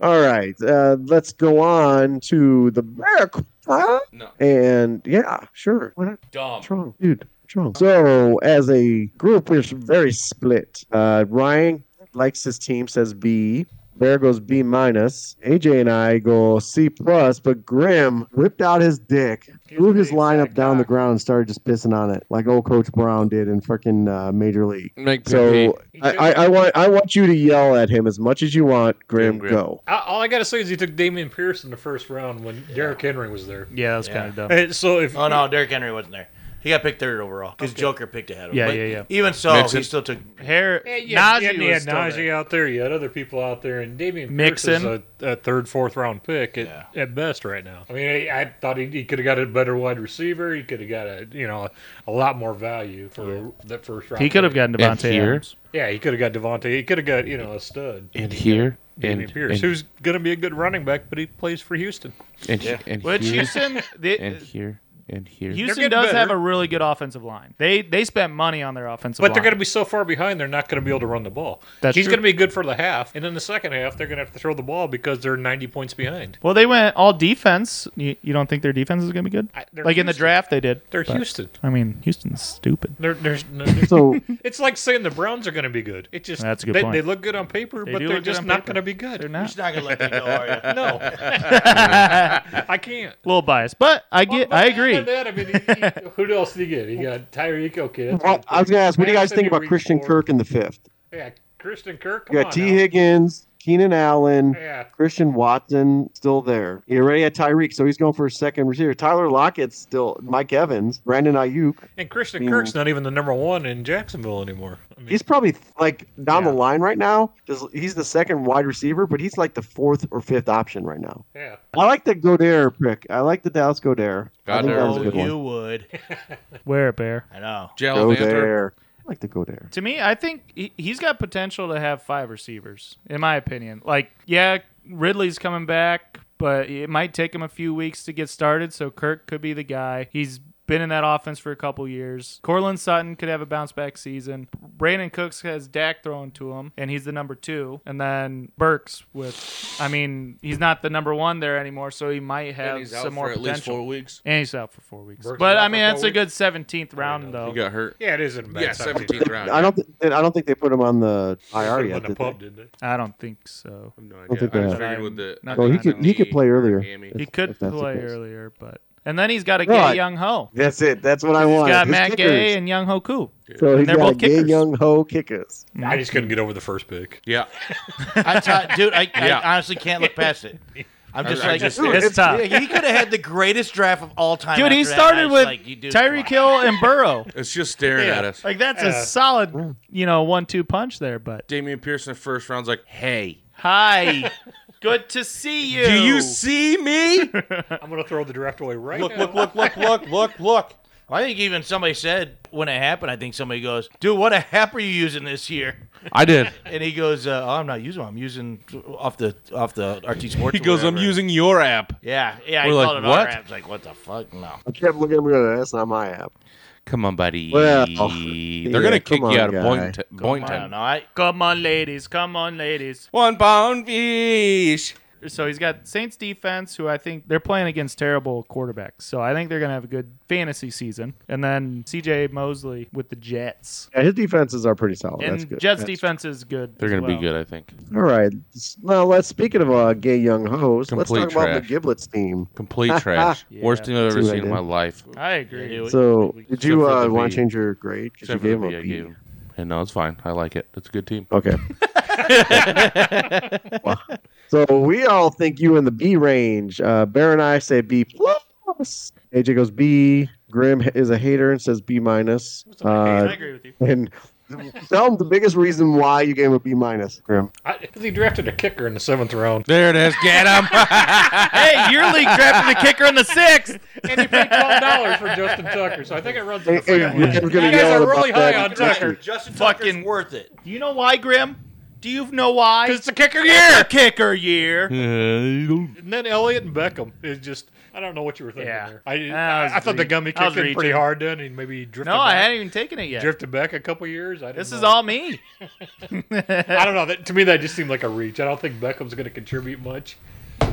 Speaker 5: All right, uh, let's go on to the miracle.
Speaker 1: No,
Speaker 5: And yeah, sure. What-
Speaker 1: dumb.
Speaker 5: What's wrong, dude? What's wrong? So, as a group, we're very split. Uh, Ryan likes his team, says B. Bear goes B minus. AJ and I go C plus, but Grim ripped out his dick, threw his lineup down the ground, and started just pissing on it like old Coach Brown did in freaking uh, Major League.
Speaker 1: Make
Speaker 5: So I, I, I want I want you to yell at him as much as you want. Grim,
Speaker 1: Damn, Grim.
Speaker 5: go.
Speaker 3: I, all I got to say is he took Damian Pierce in the first round when Derrick Henry was there.
Speaker 6: Yeah, that was kind of dumb.
Speaker 3: And so if
Speaker 4: Oh no, Derrick Henry wasn't there. He got picked third overall because Joker picked ahead of him.
Speaker 6: Yeah,
Speaker 4: But
Speaker 6: yeah, yeah.
Speaker 4: Even so,
Speaker 1: Mixon.
Speaker 4: he still took.
Speaker 6: Hair
Speaker 3: Yeah,
Speaker 6: Najee
Speaker 3: and you
Speaker 6: was
Speaker 3: had
Speaker 6: still
Speaker 3: Najee
Speaker 6: there.
Speaker 3: out there, you had other people out there, and Damian Pierce
Speaker 6: Mixon.
Speaker 3: is a, a third, fourth round pick at,
Speaker 4: Yeah.
Speaker 3: at best right now. I mean, I, I thought he, he could have got a better wide receiver. He could have got a you know a, lot more value for that first round.
Speaker 6: He could have
Speaker 3: pick.
Speaker 6: gotten
Speaker 1: And
Speaker 6: Devontae
Speaker 1: here,
Speaker 6: Adams.
Speaker 3: Yeah, he could have got Devontae. He could have got you know a stud.
Speaker 1: and here, and
Speaker 3: Damian Pierce,
Speaker 1: and,
Speaker 3: who's going to be a good running back, but he plays for Houston.
Speaker 1: and, and
Speaker 6: Which
Speaker 1: here,
Speaker 6: Houston, the-
Speaker 1: and here, and here.
Speaker 6: Houston
Speaker 3: getting
Speaker 6: does
Speaker 3: better.
Speaker 6: have a really good offensive line. They they spent money on their offensive
Speaker 3: But
Speaker 6: line.
Speaker 3: they're going to be so far behind, they're not going to be able to run the ball.
Speaker 6: That's
Speaker 3: He's
Speaker 6: true.
Speaker 3: going to be good for the half, and in the second half, they're going to have to throw the ball because they're 90 points behind.
Speaker 6: well, they went all defense. You, you don't think their defense is going to be good?
Speaker 3: I-
Speaker 6: like
Speaker 3: they're
Speaker 6: in the
Speaker 3: Houston.
Speaker 6: draft, they did.
Speaker 3: They're
Speaker 6: But,
Speaker 3: Houston.
Speaker 6: I mean, Houston's stupid.
Speaker 3: They're, there's no, there's-
Speaker 5: So
Speaker 3: it's like saying the Browns are going to be good. It just
Speaker 6: That's a good
Speaker 3: they,
Speaker 6: point.
Speaker 3: they look good on paper,
Speaker 6: They
Speaker 3: but
Speaker 6: do
Speaker 3: they're
Speaker 6: look good
Speaker 3: just
Speaker 6: on
Speaker 3: not
Speaker 6: paper.
Speaker 3: going to be good.
Speaker 6: They're
Speaker 4: He's not
Speaker 6: not.
Speaker 4: gonna let me go, are you?
Speaker 3: No, I can't.
Speaker 6: A little biased, but I get. I agree. three.
Speaker 3: Beyond that, I mean, he- he- who else did he get? He got Tyreek. Okay, that's
Speaker 5: Well, I was gonna ask, what do you guys
Speaker 3: Madison
Speaker 5: think
Speaker 3: he
Speaker 5: about
Speaker 3: reached
Speaker 5: Christian
Speaker 3: for.
Speaker 5: Kirk in the fifth?
Speaker 3: Yeah, Kristen Kirk. Come
Speaker 5: You
Speaker 3: on
Speaker 5: got T.
Speaker 3: now.
Speaker 5: Higgins, Keenan Allen,
Speaker 3: Yeah.
Speaker 5: Christian Watson still there. He already had Tyreek, so he's going for a second receiver. Tyler Lockett's still Mike Evans, Brandon Ayuk.
Speaker 3: And Christian
Speaker 5: Mm.
Speaker 3: Kirk's not even the number one in Jacksonville anymore. I mean,
Speaker 5: He's probably like down
Speaker 3: Yeah.
Speaker 5: the line right now. Does he's the second wide receiver, but he's like the fourth or fifth option right now.
Speaker 3: yeah.
Speaker 5: I like the Godare pick. I like the Dallas Godare. I think that was a
Speaker 1: Goddard.
Speaker 5: good one.
Speaker 4: you would.
Speaker 6: Wear a bear.
Speaker 4: I know.
Speaker 1: Jalander.
Speaker 5: Godare. I like the Godare.
Speaker 6: To me, I think he, he's got potential to have five receivers, in my opinion. Like, yeah, Ridley's coming back, but it might take him a few weeks to get started, so Kirk could be the guy. He's been in that offense for a couple years. Cortland Sutton could have a bounce back season. Brandon Cooks has Dak thrown to him, and he's the number two. And then Burks with, I mean, he's not the number one there anymore, so he might have
Speaker 1: And he's out
Speaker 6: some more
Speaker 1: for at
Speaker 6: potential.
Speaker 1: least four weeks.
Speaker 6: And he's out for four weeks.
Speaker 3: Burks
Speaker 6: but
Speaker 3: is out
Speaker 6: I
Speaker 3: for
Speaker 6: mean,
Speaker 3: four
Speaker 6: that's a
Speaker 3: weeks?
Speaker 6: good 17th round, though.
Speaker 1: He got hurt.
Speaker 3: Yeah, it isn't a bad
Speaker 1: Yeah,
Speaker 3: sign.
Speaker 1: seventeenth round.
Speaker 5: I don't. Th- I don't think they put him on the
Speaker 3: They put
Speaker 5: IR
Speaker 3: him
Speaker 5: yet.
Speaker 3: in
Speaker 5: Did
Speaker 3: the
Speaker 5: they?
Speaker 3: pub, didn't they?
Speaker 6: I don't think so.
Speaker 1: I have no idea.
Speaker 5: think
Speaker 1: I
Speaker 5: they
Speaker 1: was
Speaker 5: have.
Speaker 1: figuring with the.
Speaker 6: Not
Speaker 1: I
Speaker 6: that
Speaker 5: Well,
Speaker 1: think
Speaker 5: he
Speaker 6: I
Speaker 5: could.
Speaker 1: it's
Speaker 5: He could
Speaker 1: knee
Speaker 5: play
Speaker 1: or
Speaker 5: earlier.
Speaker 1: hammy.
Speaker 6: He
Speaker 5: If-
Speaker 6: could
Speaker 5: if that's the
Speaker 6: play
Speaker 5: case.
Speaker 6: earlier, but and then he's got to
Speaker 5: Right.
Speaker 6: get Young Ho.
Speaker 5: That's it. That's what I
Speaker 6: He's
Speaker 5: want.
Speaker 6: got
Speaker 5: His
Speaker 6: Matt
Speaker 5: kickers.
Speaker 6: Gay and Young Ho Koo. Mm.
Speaker 5: So he's
Speaker 6: they're
Speaker 5: got a
Speaker 6: both
Speaker 5: gay
Speaker 6: kickers.
Speaker 5: young ho kickers.
Speaker 3: I just couldn't get over the first pick.
Speaker 1: Yeah.
Speaker 4: I t- dude, I,
Speaker 1: Yeah.
Speaker 4: I honestly can't look past it. I'm just
Speaker 1: I
Speaker 4: like,
Speaker 1: just-
Speaker 4: dude,
Speaker 6: It's
Speaker 4: it's-
Speaker 6: tough.
Speaker 4: yeah, he could have had the greatest draft of all time.
Speaker 6: Dude, he
Speaker 4: after that, and I
Speaker 6: started
Speaker 4: was
Speaker 6: with
Speaker 4: like, you dude,
Speaker 6: Tyreek
Speaker 4: come on.
Speaker 6: Hill and Burrow.
Speaker 1: It's just staring
Speaker 3: Yeah.
Speaker 1: at us.
Speaker 6: Like that's
Speaker 3: Yeah.
Speaker 6: a solid, you know, one-two punch there. But
Speaker 1: Damian Pearson, first round's like, hey,
Speaker 6: hi, good to see you.
Speaker 1: do you see me?
Speaker 3: I'm gonna throw the draft away right
Speaker 1: look,
Speaker 3: now.
Speaker 1: look, look, look, look, look, look.
Speaker 4: I think even somebody said when it happened. I think somebody goes, "Dude, what a app are you using this year?"
Speaker 1: I did.
Speaker 4: And he goes, uh, "Oh, I'm not using. one. I'm using off the off the RT Sports."
Speaker 1: He
Speaker 4: or
Speaker 1: goes, I'm
Speaker 4: whatever."
Speaker 1: using your app.
Speaker 4: Yeah, yeah. I
Speaker 1: We're like,
Speaker 4: called it
Speaker 1: "What?"
Speaker 4: our app. It's like, what the fuck? No.
Speaker 5: I kept looking at him. going, That's not my app.
Speaker 1: Come on, buddy.
Speaker 5: Well,
Speaker 1: They're
Speaker 5: yeah,
Speaker 1: gonna kick
Speaker 5: come
Speaker 1: you
Speaker 5: on,
Speaker 1: out of
Speaker 5: guy.
Speaker 1: Boynton.
Speaker 4: I don't
Speaker 1: Boynton.
Speaker 4: know. I,
Speaker 6: Come on, ladies. Come on, ladies.
Speaker 1: One pound fish.
Speaker 6: So he's got Saints defense, who I think they're playing against terrible quarterbacks. So I think they're going to have a good fantasy season. And then CJ Mosley with the Jets.
Speaker 5: Yeah, his defenses are pretty solid. Oh, That's
Speaker 6: and
Speaker 5: good.
Speaker 6: Jets
Speaker 5: That's-
Speaker 6: defense is good.
Speaker 1: They're
Speaker 6: as
Speaker 1: gonna be
Speaker 6: well.
Speaker 1: good, I think.
Speaker 5: All right. S- Now let's speaking of uh, gay young hoes. Let's
Speaker 1: Complete
Speaker 5: talk about
Speaker 1: trash.
Speaker 5: the Giblets team.
Speaker 1: Complete trash.
Speaker 6: Yeah.
Speaker 1: Worst thing I've ever
Speaker 5: Dude, I
Speaker 1: seen in
Speaker 5: did.
Speaker 1: my life.
Speaker 6: I agree.
Speaker 4: Yeah,
Speaker 5: So did you
Speaker 1: for
Speaker 5: uh,
Speaker 1: the
Speaker 5: want
Speaker 1: B.
Speaker 5: to change your grade? 'Cause
Speaker 1: Except
Speaker 5: you
Speaker 1: for
Speaker 5: gave
Speaker 1: the
Speaker 5: him
Speaker 1: B
Speaker 5: a
Speaker 1: I
Speaker 5: B.
Speaker 1: gave him. And no, it's fine. I like it. It's a good team.
Speaker 5: Okay. Wow. So we all think you in the B range. Uh, Bear and I say B plus. AJ goes B. Grim is a hater and says B minus. Uh,
Speaker 6: agree with you.
Speaker 5: and tell him the biggest reason why you gave him a B minus. Grim.
Speaker 3: I, 'cause he drafted a kicker in the seventh round.
Speaker 1: There it is. Get him.
Speaker 6: Hey, your league drafted the kicker in the sixth.
Speaker 3: and you paid twelve dollars for Justin Tucker, so I think it runs in the
Speaker 5: Hey, hey,
Speaker 3: family.
Speaker 5: you're
Speaker 3: You
Speaker 5: gonna
Speaker 3: guys
Speaker 5: yell
Speaker 3: are
Speaker 5: about
Speaker 3: really high
Speaker 5: that
Speaker 3: on
Speaker 5: after this
Speaker 3: Tucker.
Speaker 5: week.
Speaker 4: Justin
Speaker 6: Fucking-
Speaker 4: fucking worth it.
Speaker 6: You know why, Grim? Do you know why?
Speaker 3: It's the kicker year.
Speaker 6: kicker year.
Speaker 5: Hmm.
Speaker 3: And then Elliott and Beckham is just I don't know what you were thinking
Speaker 6: Yeah.
Speaker 3: there. I,
Speaker 6: I was
Speaker 3: I, I thought the
Speaker 6: reaching.
Speaker 3: gummy
Speaker 6: I was
Speaker 3: kicked in pretty
Speaker 6: reaching.
Speaker 3: hard then and maybe he drifted
Speaker 6: No, I
Speaker 3: back,
Speaker 6: hadn't even taken it yet.
Speaker 3: drifted back a couple years. I didn't
Speaker 6: This is
Speaker 3: know.
Speaker 6: all me.
Speaker 3: I don't know. That, to me, that just seemed like a reach. I don't think Beckham's going to contribute much,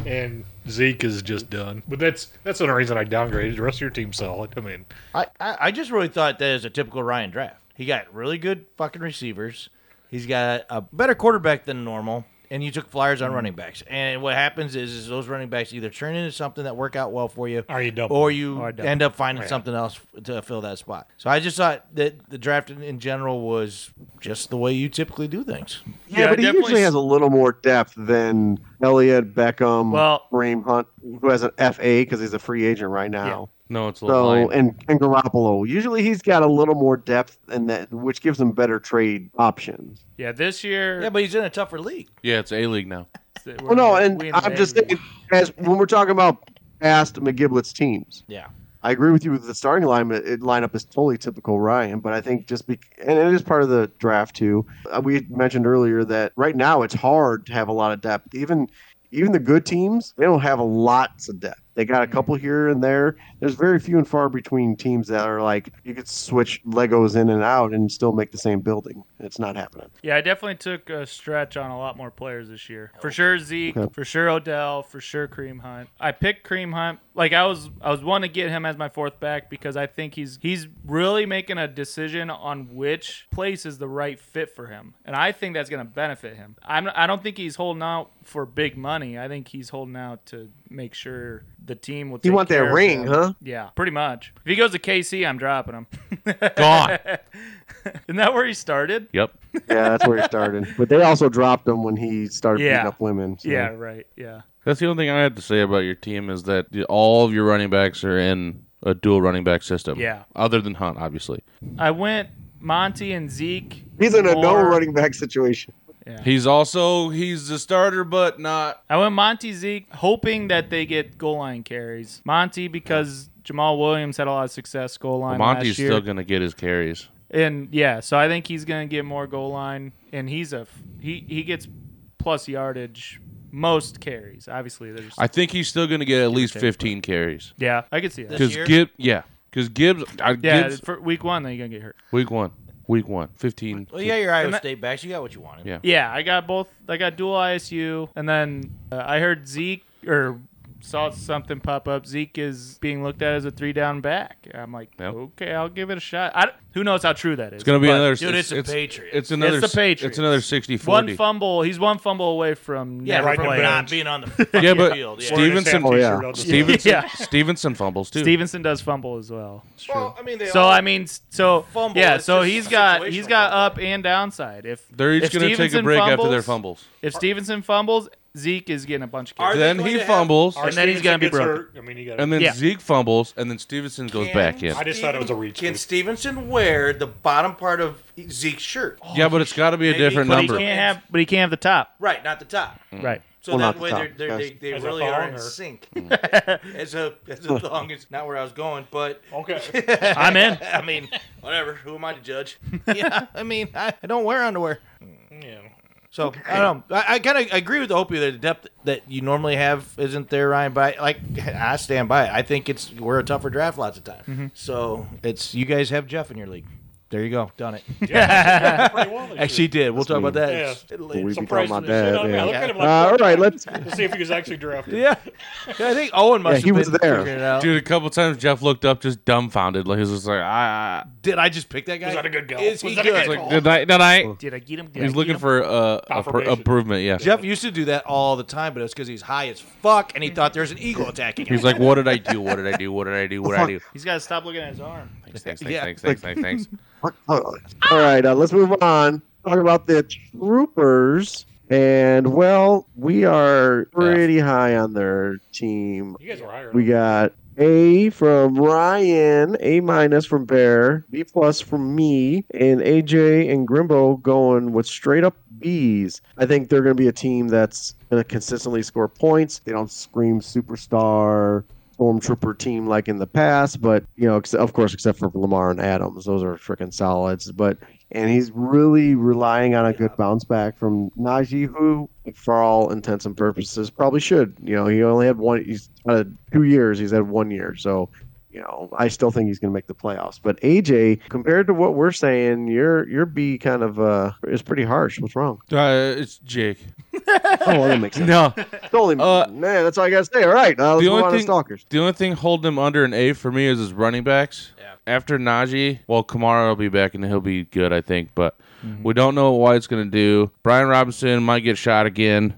Speaker 3: and Zeke is just done. But that's that's the only reason I downgraded. The rest of your team's solid. I mean,
Speaker 4: I, I, I just really thought that is a typical Ryan draft. He got really good fucking receivers. He's got a better quarterback than normal, and you took flyers on running backs. And what happens is, is those running backs either turn into something that work out well for you,
Speaker 3: Or you dump
Speaker 4: or you
Speaker 6: Or dump
Speaker 4: end up finding something else to fill that spot. So I just thought that the draft in, in general was just the way you typically do things.
Speaker 5: Yeah,
Speaker 6: Yeah,
Speaker 5: but he
Speaker 6: definitely
Speaker 5: usually
Speaker 6: s-
Speaker 5: has a little more depth than Elliott Beckham,
Speaker 6: Well-
Speaker 5: Kareem Hunt, who has an FA because he's a free agent right now.
Speaker 1: No, it's a little
Speaker 5: So
Speaker 1: lame.
Speaker 5: and, and Garoppolo. Usually he's got a little more depth, and that which gives him better trade options.
Speaker 6: Yeah, this year.
Speaker 4: Yeah, but he's in a tougher league.
Speaker 1: Yeah, it's A League now.
Speaker 6: we're-
Speaker 5: Well, Oh, no, and
Speaker 6: we in the
Speaker 5: I'm just
Speaker 6: Navy.
Speaker 5: thinking as when we're talking about past McGiblet's teams.
Speaker 4: Yeah.
Speaker 5: I agree with you with the starting line. It lineup is totally typical Ryan, but I think just be and it is part of the draft too. Uh, we had mentioned earlier that right now it's hard to have a lot of depth. Even even the good teams, they don't have a lots of depth. They got a couple here and there. There's very few and far between teams that are like you could switch Legos in and out and still make the same building. It's not happening.
Speaker 6: Yeah, I definitely took a stretch on a lot more players this year. For sure Zeke,
Speaker 5: Okay.
Speaker 6: for sure Odell, for sure Cream Hunt. I picked Cream Hunt like I was I was wanting to get him as my fourth back because I think he's he's really making a decision on which place is the right fit for him, and I think that's going to benefit him. I'm I don't think he's holding out for big money. I think he's holding out to make sure the team will. Take
Speaker 5: You want that
Speaker 6: care of
Speaker 5: ring,
Speaker 6: him.
Speaker 5: huh?
Speaker 6: Yeah, pretty much. If he goes to KC, I'm dropping him.
Speaker 1: Gone.
Speaker 6: Isn't that where he started?
Speaker 1: Yep.
Speaker 5: Yeah, that's where he started. But they also dropped him when he started
Speaker 6: Yeah.
Speaker 5: beating up women. so-
Speaker 6: Yeah, right. Yeah.
Speaker 1: That's the only thing I had to say about your team is that the- all of your running backs are in a dual running back system.
Speaker 6: Yeah.
Speaker 1: Other than Hunt, obviously.
Speaker 6: I went Monty and Zeke.
Speaker 5: He's in a no
Speaker 6: Moore.
Speaker 5: running back situation.
Speaker 1: He's also he's the starter, but not.
Speaker 6: I went Monty Zeke, hoping that they get goal line carries. Monty because Jamal Williams had a lot of success goal line
Speaker 1: Monty's
Speaker 6: last year,
Speaker 1: still gonna get his carries.
Speaker 6: and yeah, so I think he's gonna get more goal line, and he's a f- he he gets plus yardage most carries. Obviously, there's
Speaker 1: I think he's still gonna get at least
Speaker 6: take,
Speaker 1: 15 carries.
Speaker 6: yeah, I could see that.
Speaker 1: Because
Speaker 4: year?
Speaker 1: Gibbs, yeah, because Gibbs, I,
Speaker 6: Yeah,
Speaker 1: Gibbs,
Speaker 6: for week one, then you're gonna get hurt.
Speaker 1: week one, week one, 15.
Speaker 4: Well, yeah, your Iowa
Speaker 6: And I-
Speaker 4: State backs. You got what you wanted.
Speaker 1: Yeah.
Speaker 6: Yeah, I got both. I got dual ISU, and then uh, I heard Zeke or saw something pop up. Zeke is being looked at as a three down back. I'm like,
Speaker 1: Yep.
Speaker 6: okay, I'll give it a shot. I, who knows how true that is?
Speaker 1: It's gonna be
Speaker 6: but
Speaker 1: another.
Speaker 4: Dude, it's the Patriots.
Speaker 1: It's another.
Speaker 6: It's the
Speaker 1: s- It's
Speaker 6: Patriots.
Speaker 1: another 60
Speaker 6: one
Speaker 1: 40.
Speaker 6: fumble. He's one fumble away from
Speaker 4: Yeah,
Speaker 6: never
Speaker 3: right
Speaker 4: from
Speaker 6: playing.
Speaker 4: not
Speaker 3: back.
Speaker 4: being on the fucking
Speaker 1: Yeah, but
Speaker 4: field. Yeah.
Speaker 1: Steve- Stevenson-
Speaker 5: Oh, yeah.
Speaker 1: Stevenson,
Speaker 6: Yeah.
Speaker 1: Stevenson fumbles too.
Speaker 6: Stevenson does fumble as well. It's true.
Speaker 4: Well, I mean, they
Speaker 6: so
Speaker 4: all-
Speaker 6: I mean, s- so
Speaker 4: Fumble,
Speaker 6: yeah.
Speaker 4: it's
Speaker 6: So
Speaker 4: just
Speaker 6: he's got
Speaker 4: situational
Speaker 6: he's got
Speaker 4: fumble.
Speaker 6: up and downside. If
Speaker 1: They're each
Speaker 6: if
Speaker 1: gonna take a
Speaker 6: Stevenson
Speaker 1: break after their
Speaker 6: fumbles-
Speaker 1: fumbles.
Speaker 6: If Stevenson fumbles, Zeke is getting a bunch of
Speaker 4: Are
Speaker 6: carries.
Speaker 4: they
Speaker 1: Then
Speaker 4: going
Speaker 1: he
Speaker 4: to have-
Speaker 1: fumbles,
Speaker 3: Our
Speaker 6: And then he's
Speaker 3: Stevenson
Speaker 6: gonna be
Speaker 3: gets
Speaker 6: broken.
Speaker 3: hurt. I mean, you got
Speaker 1: and then
Speaker 6: Yeah.
Speaker 1: Zeke fumbles, and then Stevenson goes back in.
Speaker 3: I just thought it was a reach,
Speaker 4: Can
Speaker 3: dude.
Speaker 4: Stevenson wear the bottom part of Zeke's shirt?
Speaker 1: yeah, but it's got to be a
Speaker 4: Maybe
Speaker 1: different
Speaker 4: put
Speaker 6: but he
Speaker 1: number. Mm.
Speaker 6: can't have. But he can't have the top.
Speaker 4: Right, not the top.
Speaker 6: Right.
Speaker 4: So
Speaker 5: Well,
Speaker 4: that
Speaker 5: not the
Speaker 4: way
Speaker 5: top,
Speaker 4: they're, they're,
Speaker 5: yes.
Speaker 4: they they
Speaker 3: As a
Speaker 4: really are in
Speaker 3: thong or-
Speaker 4: sync. as a as a thong is not where I was going, but
Speaker 3: Okay.
Speaker 6: I'm in.
Speaker 4: I mean, whatever. Who am I to judge? yeah, I mean, I, I don't wear underwear.
Speaker 3: yeah.
Speaker 4: So I don't. know. I, I kind of agree with Opie that the depth that you normally have isn't there, Ryan. But I, like, I stand by it. I think it's we're a tougher draft lots of time.
Speaker 1: Mm-hmm.
Speaker 4: So it's you guys have Jeff in your league. There you go, done it.
Speaker 3: Yeah, pretty well this
Speaker 4: Actually,
Speaker 3: year.
Speaker 4: he did. We'll talk about that.
Speaker 3: Yeah.
Speaker 5: We
Speaker 4: later.
Speaker 5: be
Speaker 3: Surprised
Speaker 5: talking about
Speaker 3: him to shit
Speaker 5: that.
Speaker 3: on me. I
Speaker 5: yeah.
Speaker 3: look at him like,
Speaker 5: Uh, all right, let's.
Speaker 3: Let's see if he was actually drafted.
Speaker 4: Yeah. yeah, I think Owen must.
Speaker 5: Yeah, he
Speaker 4: have
Speaker 5: was
Speaker 4: been
Speaker 5: there.
Speaker 4: figuring it out.
Speaker 1: Dude, a couple times Jeff looked up, just dumbfounded. Like he was just like, I.
Speaker 4: did I just pick that guy?
Speaker 3: Was that a good goal?
Speaker 4: Is he
Speaker 3: Was that a
Speaker 4: good?
Speaker 3: good
Speaker 1: I-
Speaker 3: goal?
Speaker 1: Like, did I? Did I?
Speaker 6: Did I get him? Did I
Speaker 1: He's
Speaker 6: get
Speaker 1: looking
Speaker 6: him?
Speaker 1: for uh, a pr-
Speaker 3: Confirmation.
Speaker 1: improvement. Yeah.
Speaker 4: Jeff used to do that all the time, but it's because he's high as fuck and he thought there's an eagle attacking him.
Speaker 1: He's like, what did I do? What did I do? What did I do? What did I do?
Speaker 6: He's got to stop looking at his arm.
Speaker 1: Thanks, thanks,
Speaker 4: Yeah.
Speaker 1: thanks, thanks, thanks, thanks.
Speaker 5: All right, uh, let's move on. Talk about the Troopers. And, well, we are pretty high on their team.
Speaker 3: You guys were hired.
Speaker 5: We got A from Ryan, A minus from Bear, B plus from me, and AJ and Grimbo going with straight up B's. I think they're going to be a team that's going to consistently score points. They don't scream superstar. Stormtrooper team like in the past, but you know, ex- of course, except for Lamar and Adams, those are freaking solids. But and he's really relying on a good bounce back from Najee, who, for all intents and purposes, probably should. You know, he only had one. He's out of two years. He's had one year. So, you know, I still think he's going to make the playoffs. But AJ, compared to what we're saying, your your B kind of uh is pretty harsh. What's wrong?
Speaker 1: Uh, it's Jake.
Speaker 5: Oh, well, that makes sense.
Speaker 1: No,
Speaker 5: Totally,
Speaker 1: Uh,
Speaker 5: man. That's all I got to say. All right, uh, let's
Speaker 1: the
Speaker 5: move
Speaker 1: only
Speaker 5: on to
Speaker 1: thing-
Speaker 5: Stalkers.
Speaker 1: the only thing holding him under an A for me is his running backs.
Speaker 4: Yeah.
Speaker 1: After Najee, well, Kamara will be back and he'll be good, I think. But we don't know what White's going to do. Brian Robinson might get shot again.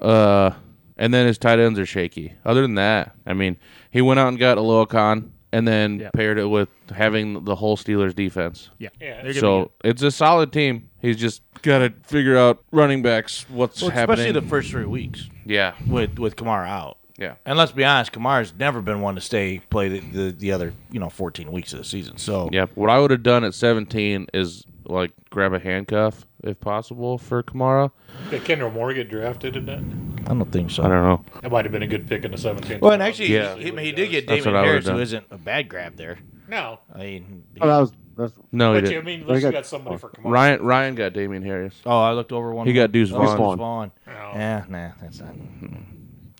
Speaker 1: uh, and then his tight ends are shaky. Other than that, I mean, he went out and got Aloha Khan and then
Speaker 6: Yep.
Speaker 1: paired it with having the whole Steelers defense.
Speaker 6: Yeah.
Speaker 3: Yeah.
Speaker 6: They're gonna
Speaker 1: So it's a solid team. He's just got to figure out running backs, what's
Speaker 4: Well,
Speaker 1: happening.
Speaker 4: especially the first three weeks
Speaker 1: yeah.
Speaker 4: with with Kamara out.
Speaker 1: Yeah.
Speaker 4: And let's be honest, Kamara's never been one to stay play the, the, the other you know 14 weeks of the season. So
Speaker 1: Yeah. What I would have done at 17 is like grab a handcuff if possible for Kamara.
Speaker 3: Did Kendra Moore get drafted, didn't
Speaker 4: I don't think so.
Speaker 1: I don't know.
Speaker 3: it? That might have been a good pick in the 17th.
Speaker 4: Well, and actually,
Speaker 1: Yeah.
Speaker 4: he, he did get
Speaker 1: That's
Speaker 4: Damon
Speaker 1: what I would've
Speaker 4: Harris, who
Speaker 1: done.
Speaker 4: isn't a bad grab there.
Speaker 3: No.
Speaker 4: I mean, he-
Speaker 5: Oh, that was that's
Speaker 1: No, he
Speaker 3: But you, I
Speaker 1: didn't.
Speaker 3: mean, unless
Speaker 5: got-
Speaker 3: you got somebody for Kamara.
Speaker 1: Ryan Ryan got Damian Harris.
Speaker 4: oh, I looked over one.
Speaker 1: He got Deuce
Speaker 4: Oh, Deuce
Speaker 1: Vaughn.
Speaker 5: Vaughn.
Speaker 4: Vaughn.
Speaker 3: No.
Speaker 4: Yeah, nah, that's not.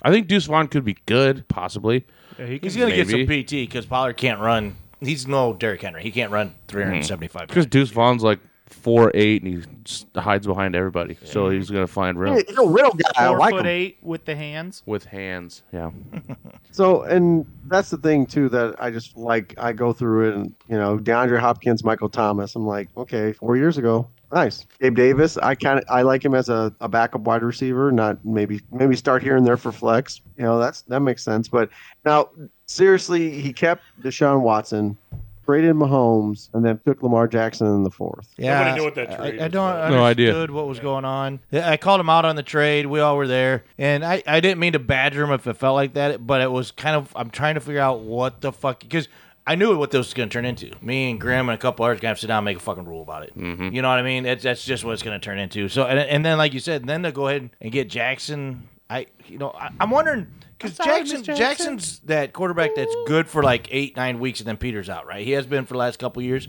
Speaker 1: I think Deuce Vaughn could be good, possibly.
Speaker 6: Yeah, he can-
Speaker 4: He's gonna get
Speaker 1: Maybe.
Speaker 4: some PT because Pollard can't run. He's no Derrick Henry. He can't run 375.
Speaker 1: Because Deuce Vaughn's like four eight and he s- hides behind everybody. So he's gonna find room
Speaker 5: He's a real guy. I
Speaker 6: Four
Speaker 5: like
Speaker 6: foot
Speaker 5: him.
Speaker 6: eight with the hands.
Speaker 1: with hands. Yeah.
Speaker 5: So, and that's the thing too that I just like. I go through it, and you know, DeAndre Hopkins, Michael Thomas. I'm like, okay, four years ago, nice. Gabe Davis, I kind of I like him as a, a backup wide receiver, not maybe maybe start here and there for flex. You know, that's that makes sense. But now, seriously, he kept Deshaun Watson, traded Mahomes, and then took Lamar Jackson in the fourth.
Speaker 4: Yeah,
Speaker 3: Nobody knew what that trade
Speaker 4: I, I
Speaker 3: was
Speaker 4: don't
Speaker 3: about.
Speaker 1: No idea.
Speaker 4: understood what was going on. I called him out on the trade. We all were there, and I, I didn't mean to badger him if it felt like that, but it was kind of I'm trying to figure out what the fuck because I knew what this was going to turn into. Me and Graham and a couple others gonna have to sit down and make a fucking rule about it.
Speaker 1: Mm-hmm.
Speaker 4: You know what I mean? It's, that's just what it's going to turn into. So and, and then like you said, then they'll go ahead and get Jackson. I you know I, I'm wondering because
Speaker 6: sorry,
Speaker 4: Jackson,
Speaker 6: Miss Jackson.
Speaker 4: Jackson's that quarterback that's good for like eight nine weeks and then Peters out right. He has been for the last couple years.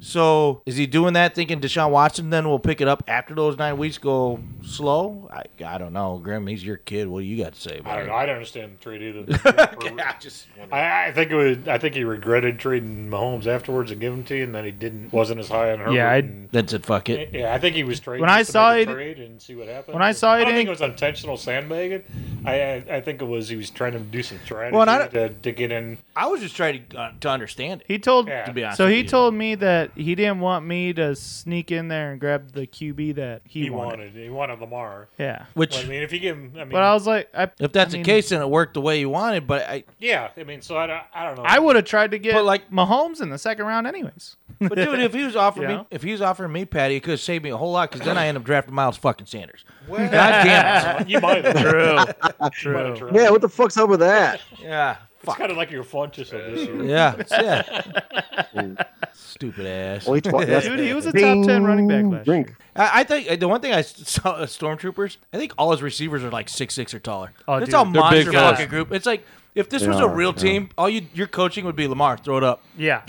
Speaker 4: So is he doing that thinking Deshaun Watson then will pick it up after those nine weeks go slow? I, I don't know. Grim, he's your kid. What do you got to say about
Speaker 3: I don't
Speaker 4: it?
Speaker 3: know. I don't understand the trade either.
Speaker 4: Yeah, just
Speaker 3: I, I think it was. I think he regretted trading Mahomes afterwards and giving him to you, and then he didn't. Wasn't as high on Herbert.
Speaker 6: Yeah, I-
Speaker 3: and-
Speaker 4: then said fuck it.
Speaker 3: yeah. I think he was trading
Speaker 6: When I
Speaker 3: just to
Speaker 6: saw
Speaker 3: make a
Speaker 6: it-
Speaker 3: trade and see what happened.
Speaker 6: when I saw
Speaker 3: I
Speaker 6: it,
Speaker 3: don't think
Speaker 6: it-
Speaker 3: it was intentional sandbagging. I, I I think it was he was trying to do some strategy
Speaker 4: Well, and I
Speaker 3: to, to get in.
Speaker 4: I was just trying to, uh, to understand it.
Speaker 6: He told
Speaker 3: Yeah. To
Speaker 4: be honest
Speaker 6: so
Speaker 4: with
Speaker 6: he
Speaker 4: you.
Speaker 6: told me that he didn't want me to sneak in there and grab the QB that he,
Speaker 3: He
Speaker 6: wanted.
Speaker 3: wanted. He wanted Lamar.
Speaker 6: Yeah,
Speaker 4: Which,
Speaker 3: Well, I mean, if you give him, I mean,
Speaker 6: but I was like, I,
Speaker 4: if that's
Speaker 6: I mean,
Speaker 4: the case, then it worked the way you wanted. But I,
Speaker 3: yeah. I mean, so I don't. I don't know.
Speaker 6: I would have tried to get
Speaker 4: But, like-
Speaker 6: like Mahomes in the second round, anyways.
Speaker 4: but dude, if he was offering
Speaker 6: You
Speaker 4: me,
Speaker 6: know?
Speaker 4: if he was offering me Patty, it could have saved me a whole lot. Because then I end up drafting Miles fucking Sanders. God damn
Speaker 3: you might have.
Speaker 6: True.
Speaker 3: You might have
Speaker 6: True.
Speaker 3: tried.
Speaker 5: Yeah, what the fuck's up with that?
Speaker 4: it! Yeah,
Speaker 3: It's
Speaker 4: fuck.
Speaker 3: kind of like your Funches of this year.
Speaker 4: Yeah, yeah. Stupid ass.
Speaker 5: Only twi- that's-
Speaker 6: Dude, he was a top 10 running back last
Speaker 5: Drink.
Speaker 4: I, I think the one thing I s- saw uh, stormtroopers. I think all his receivers are like six six or taller.
Speaker 6: Oh,
Speaker 4: That's
Speaker 6: dude.
Speaker 4: a
Speaker 6: They're
Speaker 4: monster
Speaker 1: big guys.
Speaker 4: fucking group. It's like if this
Speaker 5: They
Speaker 4: was a
Speaker 5: are,
Speaker 4: real
Speaker 5: yeah.
Speaker 4: team, all you your coaching would be Lamar. Throw it up.
Speaker 6: Yeah,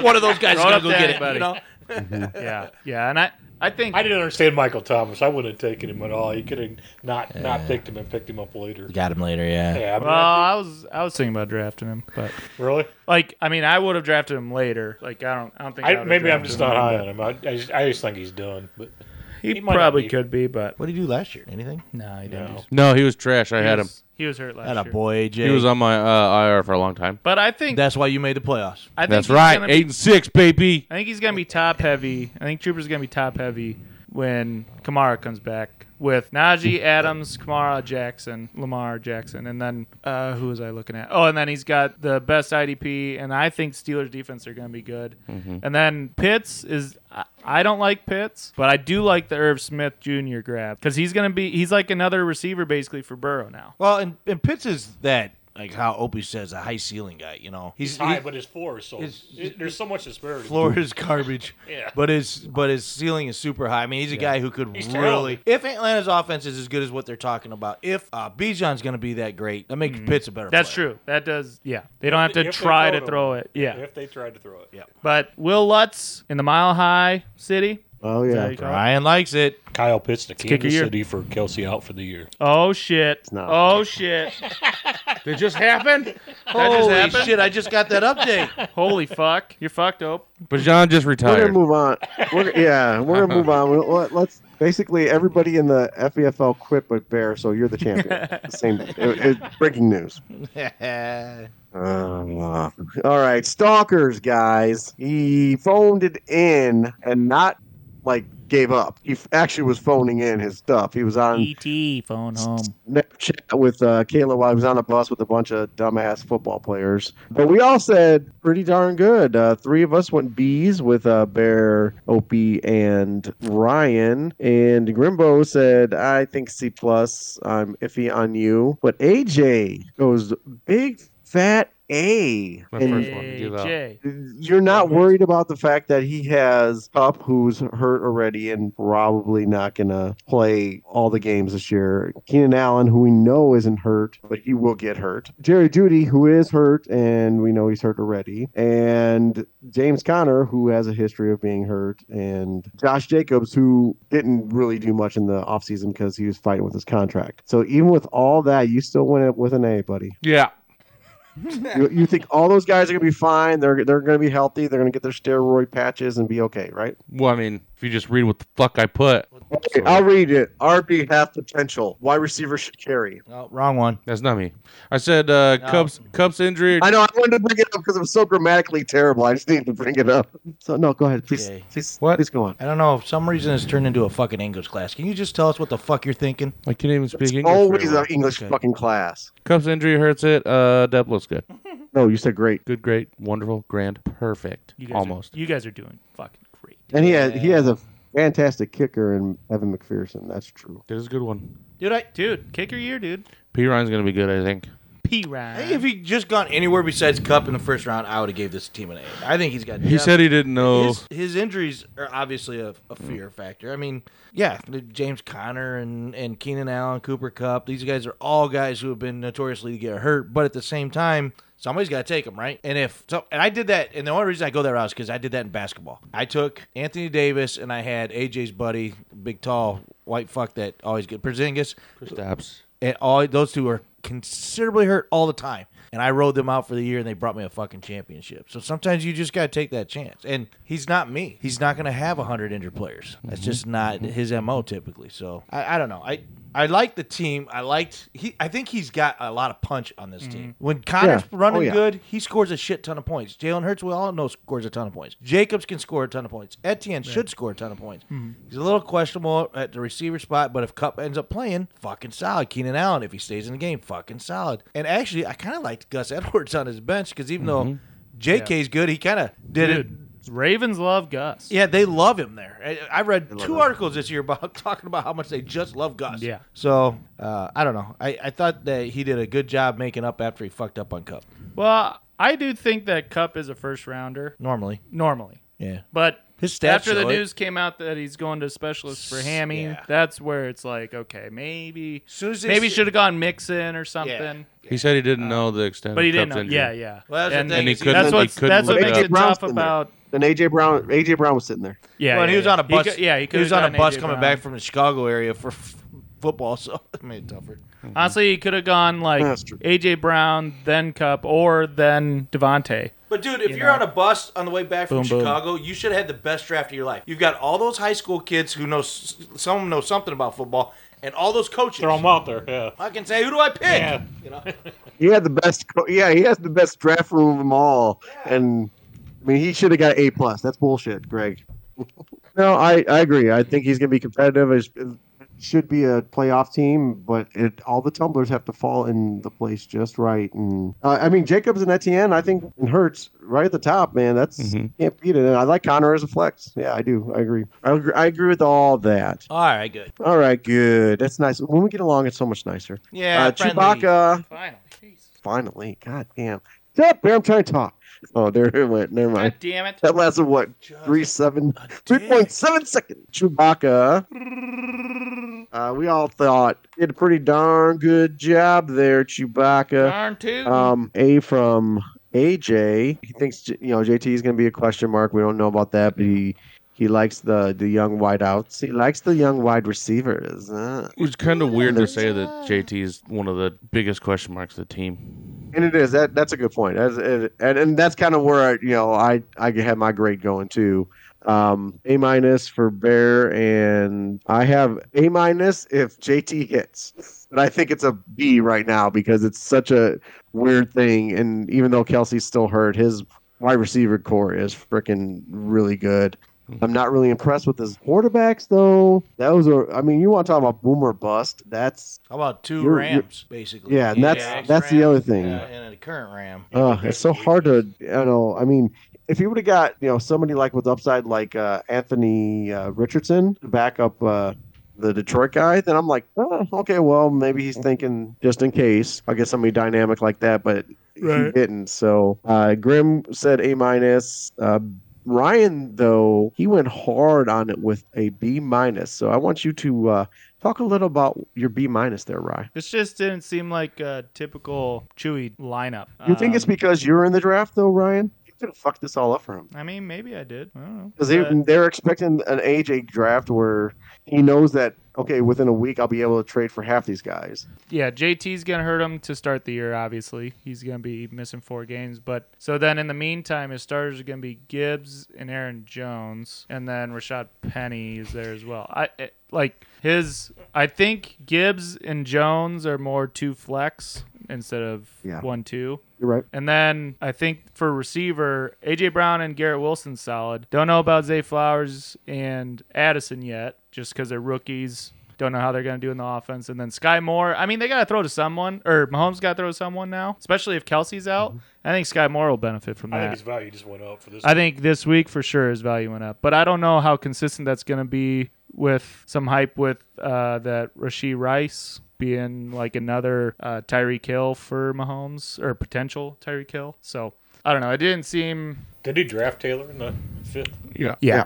Speaker 4: one of those guys is gonna
Speaker 6: Throw it up
Speaker 4: go
Speaker 6: to
Speaker 4: get it.
Speaker 6: anybody.
Speaker 4: You know?
Speaker 6: yeah, yeah. And I, I think
Speaker 3: I didn't understand Michael Thomas. I wouldn't have taken him at all. He could have not not picked him and picked him up later.
Speaker 4: Got him later.
Speaker 3: Yeah, I mean,
Speaker 6: Well, I was I was thinking about drafting him, but
Speaker 3: really.
Speaker 6: like I mean, I would have drafted him later. Like I don't I don't think I
Speaker 3: I,
Speaker 6: would've
Speaker 3: maybe I'm
Speaker 6: drafted
Speaker 3: just
Speaker 6: him.
Speaker 3: not high on him. I, I, just, I just think he's done. But
Speaker 6: He,
Speaker 3: He might not
Speaker 6: probably
Speaker 3: be.
Speaker 6: could be, but
Speaker 4: What did he do last year? Anything?
Speaker 6: no, he didn't.
Speaker 3: No.
Speaker 1: No, he was trash. I had him.
Speaker 6: He was hurt last
Speaker 4: That a
Speaker 6: year.
Speaker 4: boy, AJ.
Speaker 1: He was on my uh, IR for a long time.
Speaker 6: But I think
Speaker 4: That's why you made the playoffs.
Speaker 6: I think
Speaker 1: That's
Speaker 6: he's
Speaker 1: right.
Speaker 6: gonna be-
Speaker 1: Eight and six, baby.
Speaker 6: I think he's gonna be top heavy. I think Trooper's gonna be top heavy when Kamara comes back with Najee
Speaker 1: Hmm.
Speaker 6: Adams, Kamara Jackson, Lamar Jackson, and then uh, who was I looking at? Oh, and then he's got the best IDP, and I think Steelers defense are gonna be good.
Speaker 1: Mm-hmm.
Speaker 6: And then Pitts is I, I don't like Pitts, but I do like the Irv Smith Jr. grab because he's gonna be he's like another receiver basically for Burrow now.
Speaker 4: Well, and, and Pitts is that like how Opie says a high ceiling guy. You know, he's,
Speaker 3: He's high,
Speaker 4: he-
Speaker 3: but his floor is so
Speaker 4: His-
Speaker 3: it- there's so much disparity.
Speaker 4: floor is garbage.
Speaker 3: Yeah.
Speaker 4: But his but his ceiling is super high. I mean, he's a guy who could
Speaker 3: He's
Speaker 4: really if Atlanta's offense is as good as what they're talking about, if uh, Bijan's going to be that great, that makes Pitts a better.
Speaker 6: That's
Speaker 4: player.
Speaker 6: true. That does yeah. They don't have to
Speaker 3: If they
Speaker 6: try
Speaker 3: throw
Speaker 6: to
Speaker 3: it
Speaker 6: throw
Speaker 3: away.
Speaker 6: it. Yeah.
Speaker 3: If they tried to throw it, yeah.
Speaker 6: But Will Lutz in the Mile High City.
Speaker 5: Oh
Speaker 6: Is that how
Speaker 5: yeah,
Speaker 6: you call it?
Speaker 4: Ryan likes it.
Speaker 3: Kyle Pitts to
Speaker 6: kick a
Speaker 3: Kansas
Speaker 6: year.
Speaker 3: City for Kelsey out for the year.
Speaker 6: Oh shit!
Speaker 5: not.
Speaker 6: Oh shit!
Speaker 1: Did just happen?
Speaker 6: just
Speaker 4: Holy
Speaker 6: happened?
Speaker 4: shit! I just got that update.
Speaker 6: Holy fuck! You're fucked up.
Speaker 1: Bajan just
Speaker 5: we're
Speaker 1: retired.
Speaker 5: gonna move on. We're, yeah, we're gonna move on. We'll- let- Let's basically everybody in the E FEFL quit but Bear, so you're the champion. Same. It, it, breaking news. Uh, all right, stalkers, guys. He phoned it in and not like gave up. He f- actually was phoning in his stuff. He was on
Speaker 6: Et E phone home.
Speaker 5: Snapchat with uh, Kayla while he was on a bus with a bunch of dumbass football players. But we all said pretty darn good. Uh, three of us went B's with uh, Bear, Opie, and Ryan. And Grimbo said, I think C plus. I'm iffy on you. But AJ goes big fat A.
Speaker 1: My
Speaker 5: And
Speaker 1: first one to give out.
Speaker 6: AJ.
Speaker 5: you're not worried about the fact that he has Cup, who's hurt already and probably not going to play all the games this year. Keenan Allen, who we know isn't hurt, but he will get hurt. Jerry Judy, who is hurt, and we know he's hurt already. And James Conner, who has a history of being hurt. And Josh Jacobs, who didn't really do much in the offseason because he was fighting with his contract. So even with all that, you still went with an A, buddy.
Speaker 1: Yeah.
Speaker 5: you, you think all those guys are going to be fine? They're they're going to be healthy. They're going to get their steroid patches and be okay, right?
Speaker 1: Well, I mean, if you just read what the fuck I put,
Speaker 5: Okay, I'll read it. RB half potential. Wide receiver should carry.
Speaker 4: Oh, wrong one.
Speaker 1: that's not me. I said uh, Cubs Cubs injury.
Speaker 5: I know. I wanted to bring it up because it was so grammatically terrible. I just needed to bring it up. So no, go ahead, please,
Speaker 4: Okay.
Speaker 5: please,
Speaker 1: What?
Speaker 5: please go on.
Speaker 4: I don't know. For some reason, it's turned into a fucking English class. Can you just tell us what the fuck you're thinking?
Speaker 1: I can't even speak English.
Speaker 5: Always
Speaker 1: very well.
Speaker 5: an English
Speaker 4: Okay.
Speaker 5: fucking class.
Speaker 1: Cubs injury hurts it. Uh, Depp looks good.
Speaker 5: No, you said great.
Speaker 1: Good, great, wonderful, grand, perfect.
Speaker 6: You guys are-
Speaker 1: Almost.
Speaker 6: you guys are doing fucking great.
Speaker 5: And he has he has a fantastic kicker in Evan McPherson. That's true.
Speaker 1: There's a good one.
Speaker 6: Dude, I dude, kick your year, dude.
Speaker 1: P Ryan's gonna be good, I think.
Speaker 6: P Ryan.
Speaker 4: If he just gone anywhere besides Cup in the first round, I would have gave this team an A. I think he's got.
Speaker 1: He said he didn't know.
Speaker 4: his, his injuries are obviously a, a fear factor. I mean, yeah, the James Conner and, and Keenan Allen, Cooper Cup, these guys are all guys who have been notoriously get hurt. But at the same time, somebody's got to take them, right? And if so, and I did that, and the only reason I go that route is because I did that in basketball. I took Anthony Davis, and I had AJ's buddy, big tall white fuck that always get Porzingis
Speaker 1: Stops.
Speaker 4: and all those two are considerably hurt all the time. And I rode them out for the year, and they brought me a fucking championship. So sometimes you just gotta take that chance. And he's not me. He's not gonna have hundred injured players. That's
Speaker 5: Mm-hmm.
Speaker 4: just not his mo typically. So I, I don't know. I I like the team. I liked. He. I think he's got a lot of punch on this team. When Connor's
Speaker 5: Mm-hmm. Yeah.
Speaker 4: running
Speaker 5: Oh, yeah.
Speaker 4: good, he scores a shit ton of points. Jalen Hurts, we all know, scores a ton of points. Jacobs can score a ton of points. Etienne should score a ton of points.
Speaker 6: Mm-hmm.
Speaker 4: He's a little questionable at the receiver spot, but if Cup ends up playing, fucking solid. Keenan Allen, if he stays in the game, fucking solid. And actually, I kind of liked Gus Edwards on his bench because even though JK's good, he kind of did it.
Speaker 6: Mm-hmm. dude, Ravens love Gus.
Speaker 4: Yeah, they love him there. I, I read two articles this year about talking about how much they just love Gus.
Speaker 6: Yeah.
Speaker 4: So uh, I don't know. I, I thought that he did a good job making up after he fucked up on Cup.
Speaker 6: Well, I do think that Cup is a first rounder
Speaker 4: Normally.
Speaker 6: normally,
Speaker 4: Yeah.
Speaker 6: but
Speaker 4: His stats
Speaker 6: after the
Speaker 4: show it.
Speaker 6: news came out that he's going to specialist for Hammy,
Speaker 4: Yeah.
Speaker 6: that's where it's like, okay, maybe
Speaker 4: soon as they
Speaker 6: maybe
Speaker 4: see-
Speaker 6: should have gone Mixon or something,
Speaker 1: He said he didn't know the extent.
Speaker 6: but
Speaker 1: of
Speaker 6: he didn't.
Speaker 1: Cubs
Speaker 6: Know.
Speaker 1: Injury.
Speaker 6: Yeah, yeah.
Speaker 4: Well, that's the
Speaker 6: and
Speaker 4: thing
Speaker 1: And he
Speaker 4: is
Speaker 1: couldn't.
Speaker 6: that's
Speaker 1: he
Speaker 6: what's
Speaker 1: couldn't
Speaker 6: that's what
Speaker 1: look
Speaker 6: makes
Speaker 1: it
Speaker 6: it
Speaker 1: up.
Speaker 5: Brown's
Speaker 6: tough
Speaker 5: been there.
Speaker 6: about.
Speaker 5: Then AJ Brown AJ Brown was sitting there.
Speaker 6: Yeah,
Speaker 4: well, and
Speaker 6: yeah,
Speaker 4: he was
Speaker 6: yeah.
Speaker 4: on a bus.
Speaker 6: He could, yeah, he,
Speaker 4: he was
Speaker 6: could've
Speaker 4: on a
Speaker 6: done
Speaker 4: bus
Speaker 6: AJ
Speaker 4: coming
Speaker 6: Brown.
Speaker 4: back from the Chicago area for f- football, so it made it tougher.
Speaker 6: Honestly, he could have gone like
Speaker 5: That's true.
Speaker 6: AJ Brown, then Cup, or then Devontae.
Speaker 4: But dude, if
Speaker 6: You
Speaker 4: you
Speaker 6: know.
Speaker 4: are on a bus on the way back from
Speaker 6: Boom, boom.
Speaker 4: Chicago, you should have had the best draft of your life. You've got all those high school kids who know s- some of them know something about football, and all those coaches.
Speaker 3: Throw them out there. Yeah.
Speaker 4: I can say, who do I pick?
Speaker 3: Yeah.
Speaker 4: You know,
Speaker 5: He had the best. co- Yeah, he has the best draft room of them all. And I mean, he should have got A plus. That's bullshit, Greg. no, I, I agree. I think he's going to be competitive. It should be a playoff team, but it, all the tumblers have to fall in the place just right. And uh, I mean, Jacobs and Etienne, I think, and Hurts right at the top, man. That's
Speaker 4: Mm-hmm.
Speaker 5: can't beat it. And I like Connor as a flex. Yeah, I do. I agree. I agree, I agree with all that.
Speaker 4: all right, good.
Speaker 5: All right, good. That's nice. When we get along, it's so much nicer.
Speaker 4: Yeah,
Speaker 5: uh,
Speaker 4: friendly.
Speaker 5: Chewbacca
Speaker 6: Finally, jeez.
Speaker 5: finally. God damn. Stop, Bear, I'm trying to talk. Oh, there it went. Never mind.
Speaker 6: God damn it.
Speaker 5: That lasted what? Three seven three point seven seconds. Chewbacca. Uh, we all thought you did a pretty darn good job there, Chewbacca.
Speaker 6: Darn too.
Speaker 5: uh, Um, A from AJ. He thinks J- you know JT is going to be a question mark. We don't know about that, but he he likes the the young wideouts. He likes the young wide receivers. Uh,
Speaker 1: It was kind of weird to
Speaker 5: There's-
Speaker 1: say that JT is one of the biggest question marks of the team.
Speaker 5: And it is that that's a good point. That's, and, and and that's kind of where I, you know I I had my grade going too. Um, a minus for Bear, and I have A minus if JT hits, but I think it's a B right now because it's such a weird thing. And even though Kelsey's still hurt, his wide receiver core is freaking really good. I'm not really impressed with his quarterbacks though. That was a I mean you want to talk about boomer bust? That's
Speaker 4: How about 2
Speaker 5: You're- you're-
Speaker 4: Rams, basically?
Speaker 5: yeah, and that's
Speaker 4: Yeah.
Speaker 5: that's the other thing.
Speaker 4: Yeah, and a current Ram.
Speaker 5: Uh, it's so hard to, you know, I mean, if you would have got, you know, somebody like with upside like uh, Anthony uh, Richardson to back up uh, the Detroit guy, then I'm like, oh, okay, well, maybe he's thinking just in case I get somebody dynamic like that, but he
Speaker 6: Right.
Speaker 5: didn't. So uh, Grim said A minus. Uh, Ryan, though, he went hard on it with a B minus. So I want you to uh, talk a little about your B minus there, Ryan.
Speaker 6: this just didn't seem like a typical Chewy lineup.
Speaker 5: You think it's
Speaker 6: Um,
Speaker 5: because you're in the draft, though, Ryan? could have fucked this all up for him.
Speaker 6: I mean, maybe I did. I don't know.
Speaker 5: Because they,
Speaker 6: But-
Speaker 5: they're expecting an AJ draft where he knows that, okay, within a week I'll be able to trade for half these guys.
Speaker 6: yeah, JT's gonna hurt him to start the year. Obviously, he's gonna be missing four games. But so then in the meantime, his starters are gonna be Gibbs and Aaron Jones, and then Rashad Penny is there as well. I it, like his. I think Gibbs and Jones are more two flex instead of
Speaker 5: Yeah.
Speaker 6: one two.
Speaker 5: You're right.
Speaker 6: And then I think for receiver, AJ Brown and Garrett Wilson solid. Don't know about Zay Flowers and Addison yet, just because they're rookies. Don't know how they're going to do in the offense. And then Sky Moore, I mean, they got to throw to someone, or Mahomes got to throw to someone now, especially if Kelsey's out. I think Sky Moore will benefit from
Speaker 3: Mm-hmm. I think
Speaker 6: that.
Speaker 3: his value just went up for this.
Speaker 6: I think this week for sure his value went up, but I don't know how consistent that's going to be with some hype with uh, that Rasheed Rice being like another uh, Tyreek Hill for Mahomes or potential Tyreek Hill. So I don't know. It didn't seem
Speaker 3: Did he draft Taylor in the fifth?
Speaker 6: yeah.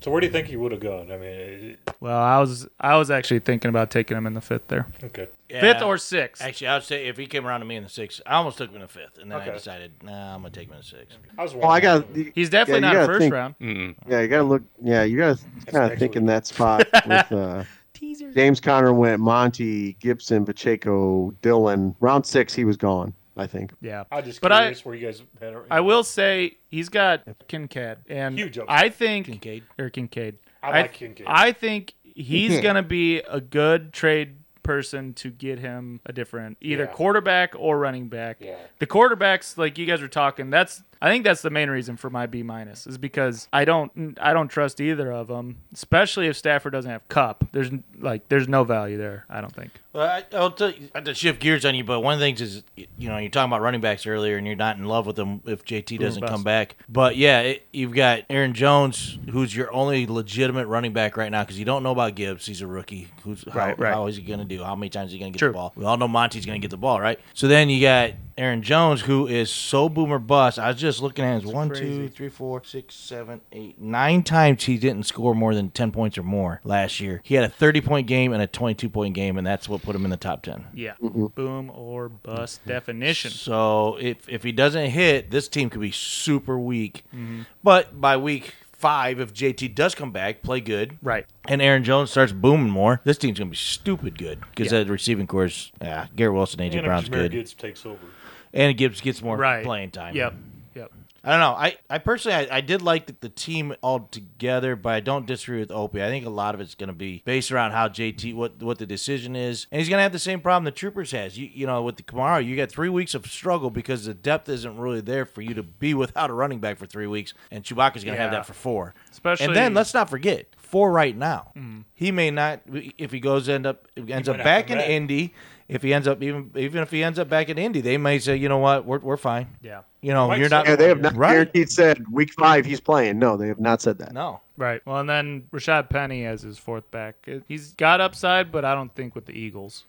Speaker 3: So where do you think he would have gone? I mean, it-
Speaker 6: Well, I was I was actually thinking about taking him in the fifth there,
Speaker 3: okay.
Speaker 6: fifth or sixth.
Speaker 4: Actually, I would say if he came around to me in the sixth, I almost took him in the fifth, and then I
Speaker 3: Okay.
Speaker 4: decided, nah, I'm gonna take him in the sixth.
Speaker 3: I was.
Speaker 5: Well, I got.
Speaker 6: He's definitely
Speaker 5: Yeah, you
Speaker 6: not
Speaker 5: gotta
Speaker 6: a first
Speaker 5: think.
Speaker 6: round.
Speaker 1: Mm-mm.
Speaker 5: Yeah, you gotta look. Yeah, you gotta kind of
Speaker 3: next
Speaker 5: think in
Speaker 3: week.
Speaker 5: that spot with uh, James Conner went Monty Gibson, Pacheco, Dylan. Round six, he was gone. I think.
Speaker 6: Yeah.
Speaker 3: I just
Speaker 6: But I-
Speaker 3: curious where you guys had. a-
Speaker 6: I will say he's got Kincaid, and
Speaker 3: Huge upside.
Speaker 6: I think
Speaker 4: Kincaid.
Speaker 6: or Kincaid.
Speaker 3: I
Speaker 6: I-
Speaker 3: like Kincaid.
Speaker 6: I think
Speaker 4: Hmm.
Speaker 6: he's going to be a good trade person to get him a different either
Speaker 3: Yeah.
Speaker 6: quarterback or running back.
Speaker 3: Yeah.
Speaker 6: The quarterbacks, like you guys were talking, that's I think that's the main reason for my B minus is because I don't I don't trust either of them, especially if Stafford doesn't have Cup. There's like there's no value there. I don't think.
Speaker 4: Well, I, I'll tell you, not to shift gears on you, but one of the things is, y- you know, you're talking about running backs earlier, and you're not in love with them if JT doesn't
Speaker 6: bust.
Speaker 4: come back. But yeah, it, you've got Aaron Jones, who's your only legitimate running back right now because you don't know about Gibbs. He's a rookie. Who's how,
Speaker 6: Right, right.
Speaker 4: how is he going to do? How many times is he going to get
Speaker 6: True.
Speaker 4: the ball? We all know Monty's going to get the ball, right? So then you got Aaron Jones, who is so boomer bust. I was just looking at his one, two, three, four, six, seven, eight, nine times he didn't score more than ten points or more last year. He had a thirty point game and a twenty two point game, and that's what put him in the top ten.
Speaker 6: Yeah.
Speaker 4: Mm-hmm.
Speaker 6: Boom or bust definition.
Speaker 4: So if if he doesn't hit, this team could be super weak. But by week five, if JT does come back, play good,
Speaker 6: Right.
Speaker 4: and Aaron Jones starts booming more, this team's gonna be stupid good because
Speaker 6: Yeah.
Speaker 4: that receiving course, yeah, Garrett Wilson, AJ
Speaker 3: And if
Speaker 4: Brown's
Speaker 3: Jameer
Speaker 4: good,
Speaker 3: Gibbs takes over.
Speaker 4: and Gibbs gets more
Speaker 6: Right.
Speaker 4: playing time.
Speaker 6: Yep. Yep.
Speaker 4: I don't know. I, I personally, I, I did like the, the team altogether, but I don't disagree with Opie. I think a lot of it's going to be based around how JT, what what the decision is. And he's going to have the same problem the Troopers has. You you know, with the Kamara, you got three weeks of struggle because the depth isn't really there for you to be without a running back for three weeks, and Chewbacca's going to have
Speaker 6: Yeah.
Speaker 4: that for four.
Speaker 6: Especially- Mm-hmm.
Speaker 4: And then let's not forget, four right now. He may not, if he goes end up, ends up
Speaker 3: might have to
Speaker 4: back in
Speaker 3: come back.
Speaker 4: Indy, if he ends up, even even if he ends up back in Indy, they may say, you know what, we're, we're fine.
Speaker 6: Yeah.
Speaker 4: You know,
Speaker 3: Might
Speaker 4: you're not.
Speaker 5: Yeah, they have not
Speaker 4: right.
Speaker 5: guaranteed said week five he's playing. No, they have not said that.
Speaker 4: No.
Speaker 6: Right. Well, and then Rashad Penny as his fourth back. It- He's got upside, but I don't think with the Eagles.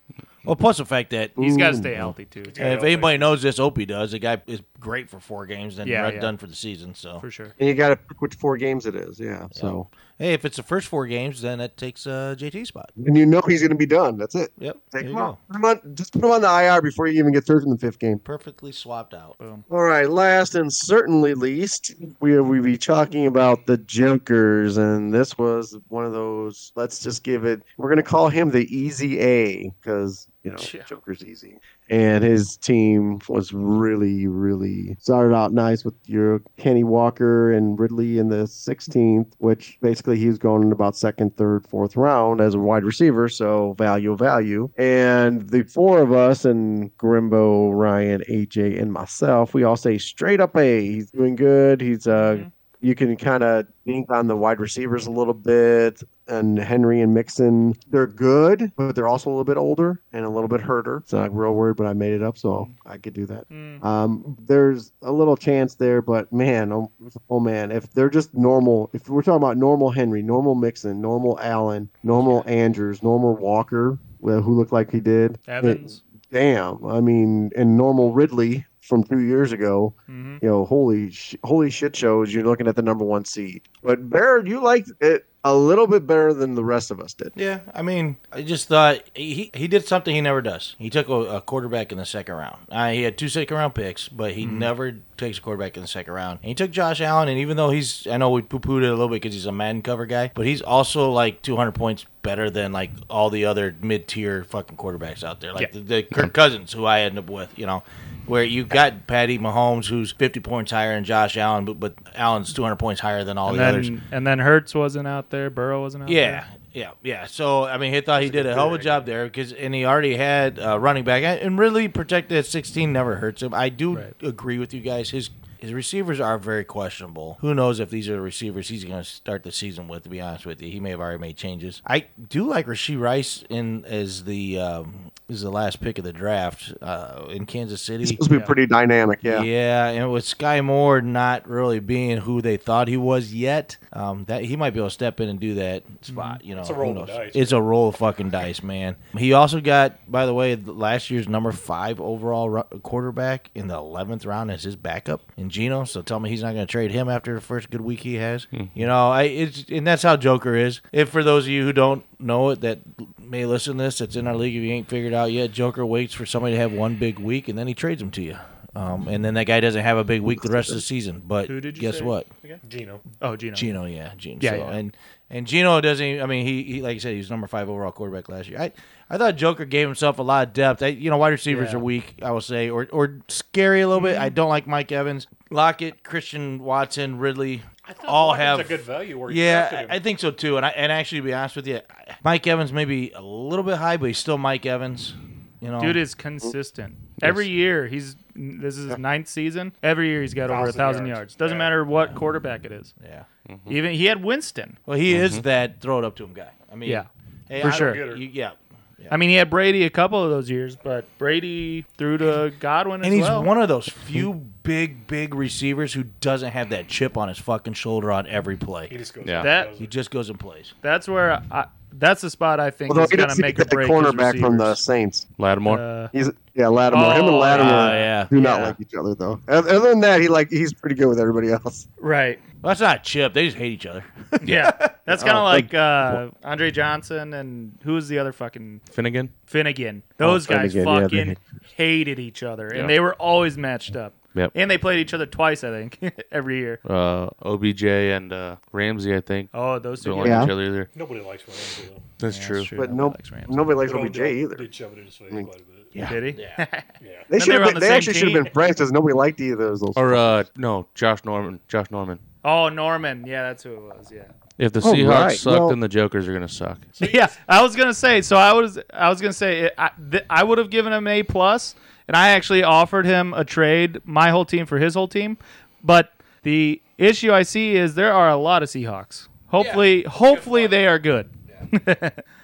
Speaker 4: Well, plus the fact that
Speaker 6: He's got to stay healthy too,
Speaker 4: uh, if anybody knows this, Opie does. The guy is great for four games, then
Speaker 6: Yeah,
Speaker 4: right-
Speaker 6: yeah.
Speaker 4: done for the season. So,
Speaker 6: for sure.
Speaker 5: And you got to pick which four games it is. Yeah. So
Speaker 4: hey, if it's the first four games, then that takes uh, JT spot.
Speaker 5: and you know he's going to be done. That's it.
Speaker 4: Yep.
Speaker 5: Take
Speaker 4: there
Speaker 5: him
Speaker 4: you go.
Speaker 5: out. Put him on, just put him on the IR before you even get through from the fifth game.
Speaker 4: Perfectly swapped out.
Speaker 5: All right, last and certainly least, we we be talking about the Junkers, and this was one of those. Let's just give it. We're gonna call him the Easy A because you know
Speaker 6: Yeah.
Speaker 5: Joker's easy, and his team was really really started out nice with your Kenny Walker and Ridley in the 16th, which basically he was going in about second, third, fourth round as a wide receiver, so value value. And the four of us and Grimbo, Ryan, AJ, and myself, we all say straight up A. He's doing good. He's uh you can kind of think on the wide receivers a little bit. And Henry and Mixon, they're good, but they're also a little bit older and a little bit hurter. It's not a real word, but I made it up, so I could do that.
Speaker 6: Mm.
Speaker 5: Um, there's a little chance there, but man, oh, oh man, if they're just normal, if we're talking about normal Henry, normal Mixon, normal Allen, normal Andrews, normal Walker, well, who looked like he did,
Speaker 6: Evans.
Speaker 5: damn, I mean, and normal Ridley from two years ago,
Speaker 6: hmm
Speaker 5: you know, holy sh- holy shit shows. You're looking at the number one seed. But Baird, you liked it a little bit better than the rest of us did.
Speaker 4: Yeah, I mean, I just thought he he did something he never does. He took a, a quarterback in the second round. Uh, he had two second round picks, but he never takes a quarterback in the second round. And he took Josh Allen, and even though he's, I know we poo pooed it a little bit because he's a Madden cover guy, but he's also like 200 points better than like all the other mid tier fucking quarterbacks out there, like
Speaker 2: Yeah.
Speaker 4: the, the Kirk Cousins who I end up with, you know. Where you got Patty Mahomes, who's 50 points higher than Josh Allen, but, but Allen's 200 points higher than all
Speaker 6: And
Speaker 4: the others.
Speaker 6: then, and then Hertz wasn't out there. Burrow wasn't out
Speaker 4: Yeah, yeah, yeah. So I mean, he thought he did a hell of a job there because, and he already had uh, running back and and really protected at sixteen never hurts him. I do agree with you guys. His his receivers are very questionable. Who knows if these are the receivers he's going to start the season with? To be honest with you, he may have already made changes. I do like Rasheed Rice in as the um, is the last pick of the draft uh, in Kansas City.
Speaker 5: Supposed to be pretty dynamic, yeah.
Speaker 4: and with Sky Moore not really being who they thought he was yet, um, that he might be able to step in and do that spot. You know,
Speaker 3: Mm-hmm. It's a roll
Speaker 4: who
Speaker 3: of the
Speaker 4: knows?
Speaker 3: dice.
Speaker 4: It's a roll of fucking dice, man. He also got, by the way, last year's number five overall ru- quarterback in the eleventh round as his backup in Geno. So tell me he's not going to trade him after the first good week he has.
Speaker 3: Hmm.
Speaker 4: You know, I it's and that's how Joker is. If for those of you who don't know it, that may listen to this, that's in our league. If you ain't figured out yet, Joker waits for somebody to have one big week and then he trades him to you. Um, and then that guy doesn't have a big week the rest of the season. But
Speaker 6: Who did you
Speaker 4: guess
Speaker 6: say?
Speaker 4: what?
Speaker 3: Gino.
Speaker 6: Oh, Gino.
Speaker 4: Gino, yeah, Gino.
Speaker 6: Yeah,
Speaker 4: so,
Speaker 6: yeah.
Speaker 4: and and Gino doesn't. Even, I mean, he, he like I said, he was number five overall quarterback last year. I I thought Joker gave himself a lot of depth. I, you know, wide receivers
Speaker 6: Yeah. Mm-hmm.
Speaker 4: are weak, I will say, or or scary a little bit. I don't like Mike Evans, Lockett, Christian Watson, Ridley. all have
Speaker 3: a good value. Where you
Speaker 4: yeah,
Speaker 3: drafted
Speaker 4: I I
Speaker 3: him.
Speaker 4: think so too. And I, and actually, to be honest with you, Mike Evans may be a little bit high, but he's still Mike Evans. You know,
Speaker 6: Dude is consistent. Every year he's this is his ninth season. Every year he's got over a
Speaker 3: Thousand
Speaker 6: thousand yards.
Speaker 3: yards.
Speaker 6: Doesn't matter what quarterback it is.
Speaker 4: yeah.
Speaker 6: Even he had Winston.
Speaker 4: Well, he
Speaker 6: Mm-hmm.
Speaker 4: is that throw it up to him guy. I mean,
Speaker 6: Yeah,
Speaker 4: hey,
Speaker 6: for
Speaker 4: I don't
Speaker 6: sure.
Speaker 4: get her. You- yeah.
Speaker 6: I mean he had Brady a couple of those years, but Brady threw to Godwin
Speaker 4: And
Speaker 6: as
Speaker 4: he's
Speaker 6: well.
Speaker 4: one of those few big, big receivers who doesn't have that chip on his fucking shoulder on every
Speaker 3: he
Speaker 4: play.
Speaker 3: just goes.
Speaker 1: Yeah.
Speaker 6: That-
Speaker 4: He just goes and plays.
Speaker 6: that's where I, that's the spot I think
Speaker 5: Although
Speaker 6: is
Speaker 5: he
Speaker 6: gonna
Speaker 5: doesn't
Speaker 6: make
Speaker 5: get
Speaker 6: a
Speaker 5: the
Speaker 6: break. his
Speaker 5: cornerback from the
Speaker 6: receivers.
Speaker 5: Saints.
Speaker 1: Lattimore.
Speaker 6: Uh,
Speaker 5: He's yeah, Lattimore. Him and
Speaker 6: Oh,
Speaker 5: Lattimore
Speaker 4: yeah, yeah.
Speaker 5: do not
Speaker 6: Yeah.
Speaker 5: like each other though. Other other than that, he like he's pretty good with everybody else.
Speaker 6: right.
Speaker 4: Well, that's not a chip. They just hate each other.
Speaker 6: Yeah. That's kind of
Speaker 5: Oh,
Speaker 6: like uh, Andre Johnson and who was the other fucking
Speaker 1: Finnegan.
Speaker 6: Finnegan. Those guys
Speaker 5: Finnegan, yeah,
Speaker 6: fucking
Speaker 5: they-
Speaker 6: hated each other, and
Speaker 1: Yeah.
Speaker 6: they were always matched up.
Speaker 1: Yep.
Speaker 6: And they played each other twice, I think, every year.
Speaker 1: Uh, OBJ and uh, Ramsey, I think.
Speaker 6: Oh, those two.
Speaker 1: Don't like
Speaker 6: guys.
Speaker 5: Yeah.
Speaker 1: each other either.
Speaker 3: Nobody likes Ramsey though.
Speaker 1: That's
Speaker 6: Yeah,
Speaker 1: true.
Speaker 6: that's
Speaker 5: But
Speaker 6: Nobody
Speaker 5: no,
Speaker 6: likes Ramsey.
Speaker 5: nobody likes
Speaker 3: But
Speaker 5: OBJ
Speaker 3: Odell
Speaker 5: either.
Speaker 3: Did shove it in his face
Speaker 5: mean,
Speaker 3: quite a bit.
Speaker 6: Did he?
Speaker 3: Yeah.
Speaker 5: They
Speaker 6: they
Speaker 5: should
Speaker 6: were
Speaker 5: have
Speaker 6: on
Speaker 5: been,
Speaker 6: the
Speaker 5: they
Speaker 6: same
Speaker 5: actually should have
Speaker 6: team.
Speaker 5: been friends because nobody liked either of those.
Speaker 1: Or uh, no, Josh Norman. Josh Norman.
Speaker 6: oh, Norman. Yeah, that's who it was. Yeah.
Speaker 1: If the
Speaker 5: Oh,
Speaker 1: Seahawks
Speaker 5: right.
Speaker 1: suck,
Speaker 5: Well-
Speaker 1: then the Jokers are gonna suck.
Speaker 6: yeah, I was gonna say. So I was, I was gonna say, it- I, th- I would have given him an A plus, and I actually offered him a trade, my whole team for his whole team. But the issue I see is there are a lot of Seahawks. Hopefully, hopefully they are good.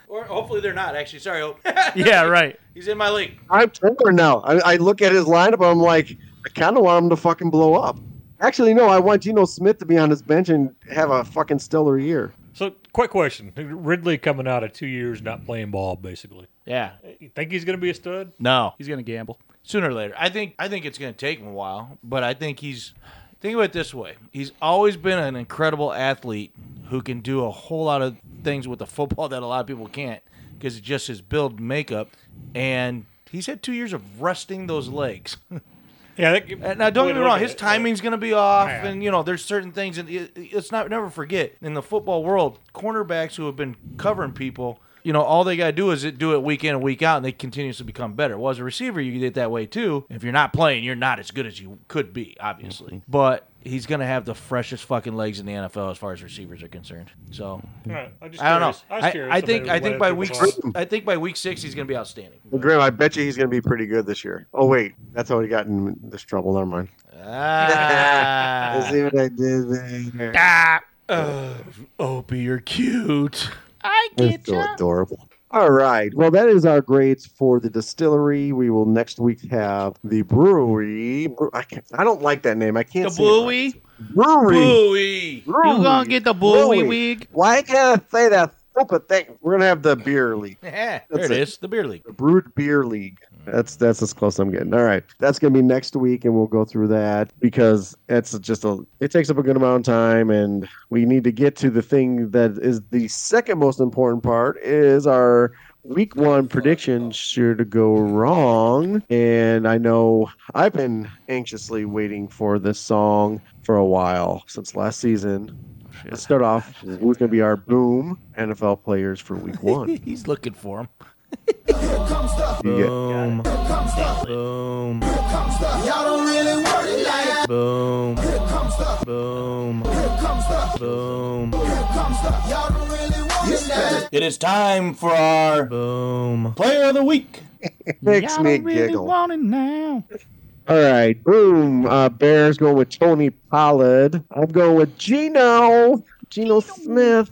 Speaker 4: Or hopefully they're not, actually. Sorry. Hope.
Speaker 6: Yeah, right.
Speaker 4: He's in my league.
Speaker 5: I'm torn now. I, I look at his lineup. I'm like, I kind of want him to fucking blow up. Actually, no. I want Geno Smith to be on his bench and have a fucking stellar year.
Speaker 3: So, quick question: Ridley coming out of two years not playing ball, basically.
Speaker 4: Yeah.
Speaker 3: You think he's going to be a stud?
Speaker 4: No.
Speaker 6: He's gonna gamble.
Speaker 4: sooner or later. I think I think it's going to take him a while, but I think he's think of it this way. He's always been an incredible athlete who can do a whole lot of things with the football that a lot of people can't because it's just his build and makeup and he's had 2 years of rusting those legs.
Speaker 3: Yeah. I think,
Speaker 4: And now, don't
Speaker 3: Way
Speaker 4: get me
Speaker 3: to look
Speaker 4: wrong,
Speaker 3: at
Speaker 4: his
Speaker 3: it.
Speaker 4: timing's going to be off,
Speaker 3: Yeah.
Speaker 4: and you know, there's certain things, and it- it's not never forget in the football world, cornerbacks who have been covering people, you know, all they got to do is do it week in and week out, and they continuously become better. Well, as a receiver, you get that way too. If you're not playing, you're not as good as you could be, obviously. But he's going to have the freshest fucking legs in the NFL as far as receivers are concerned. So
Speaker 3: Alright, I'm just
Speaker 4: I don't
Speaker 3: curious.
Speaker 4: know.
Speaker 3: was
Speaker 4: I,
Speaker 3: curious
Speaker 4: I
Speaker 3: if
Speaker 4: think
Speaker 3: they
Speaker 4: I think
Speaker 3: let
Speaker 4: by
Speaker 3: him
Speaker 4: week
Speaker 3: play.
Speaker 4: I think by week six he's going to be outstanding.
Speaker 5: Well, Graham, I bet you he's going to be pretty good this year. Oh wait, that's how he got in this trouble. Never mind.
Speaker 4: Ah.
Speaker 5: I see what I did there.
Speaker 4: Opie, Oh, you're cute.
Speaker 5: It's so adorable. All right. Well, that is our grades for the distillery. We will next week have the brewery. Bre- I, can't, I don't like that name. I can't.
Speaker 6: The
Speaker 5: say it right.
Speaker 6: buoy.
Speaker 5: Brewery.
Speaker 4: Booey.
Speaker 5: brewery.
Speaker 6: You gonna get the
Speaker 5: Brewery.
Speaker 6: buoy wig?
Speaker 5: Why can't I say that stupid thing? We're gonna have the beer league,
Speaker 4: Yeah,
Speaker 5: That's
Speaker 4: there
Speaker 5: it.
Speaker 4: it is. The beer league.
Speaker 5: the brewed beer league. That's that's as close I'm getting. All right, that's going to be next week, and we'll go through that because it's just a it takes up a good amount of time, and we need to get to the thing that is the second most important part is our week one predictions sure to go wrong, and I know I've been anxiously waiting for this song for a while since last season. Let's start off. Who's going to be our boom NFL players for week one?
Speaker 4: He's looking for him.
Speaker 5: You get-
Speaker 4: Boom. Boom. Boom. Boom. Boom. It is time for our boom player of the week.
Speaker 5: makes me giggle.
Speaker 6: want it now.
Speaker 5: All right, boom. Uh, Bears going with Tony Pollard. I'm going with Geno. Geno Smith.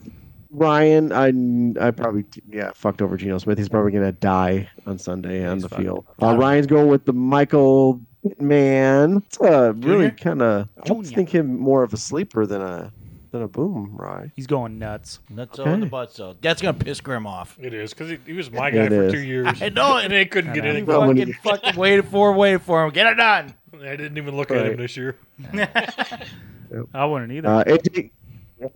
Speaker 5: Ryan, I I probably yeah fucked over Geno Smith. He's probably gonna die on Sunday on the field. Uh, Ryan's going with the Michael Man. It's uh, really kind of I don't think him more of a sleeper than a than a boom. Ryan.
Speaker 6: He's going nuts.
Speaker 4: Nuts on the butt, so that's gonna piss Grim off.
Speaker 3: It is because he, he was my guy
Speaker 5: It
Speaker 3: for
Speaker 5: is.
Speaker 3: two years.
Speaker 4: I know
Speaker 3: and
Speaker 4: it.
Speaker 3: they couldn't get anything.
Speaker 5: Well, when he-
Speaker 4: Fucking, fucking waited for him, waited for him. Get it done.
Speaker 3: I didn't even look at
Speaker 5: Right.
Speaker 3: him this year.
Speaker 6: I wouldn't either.
Speaker 5: Uh, AJ,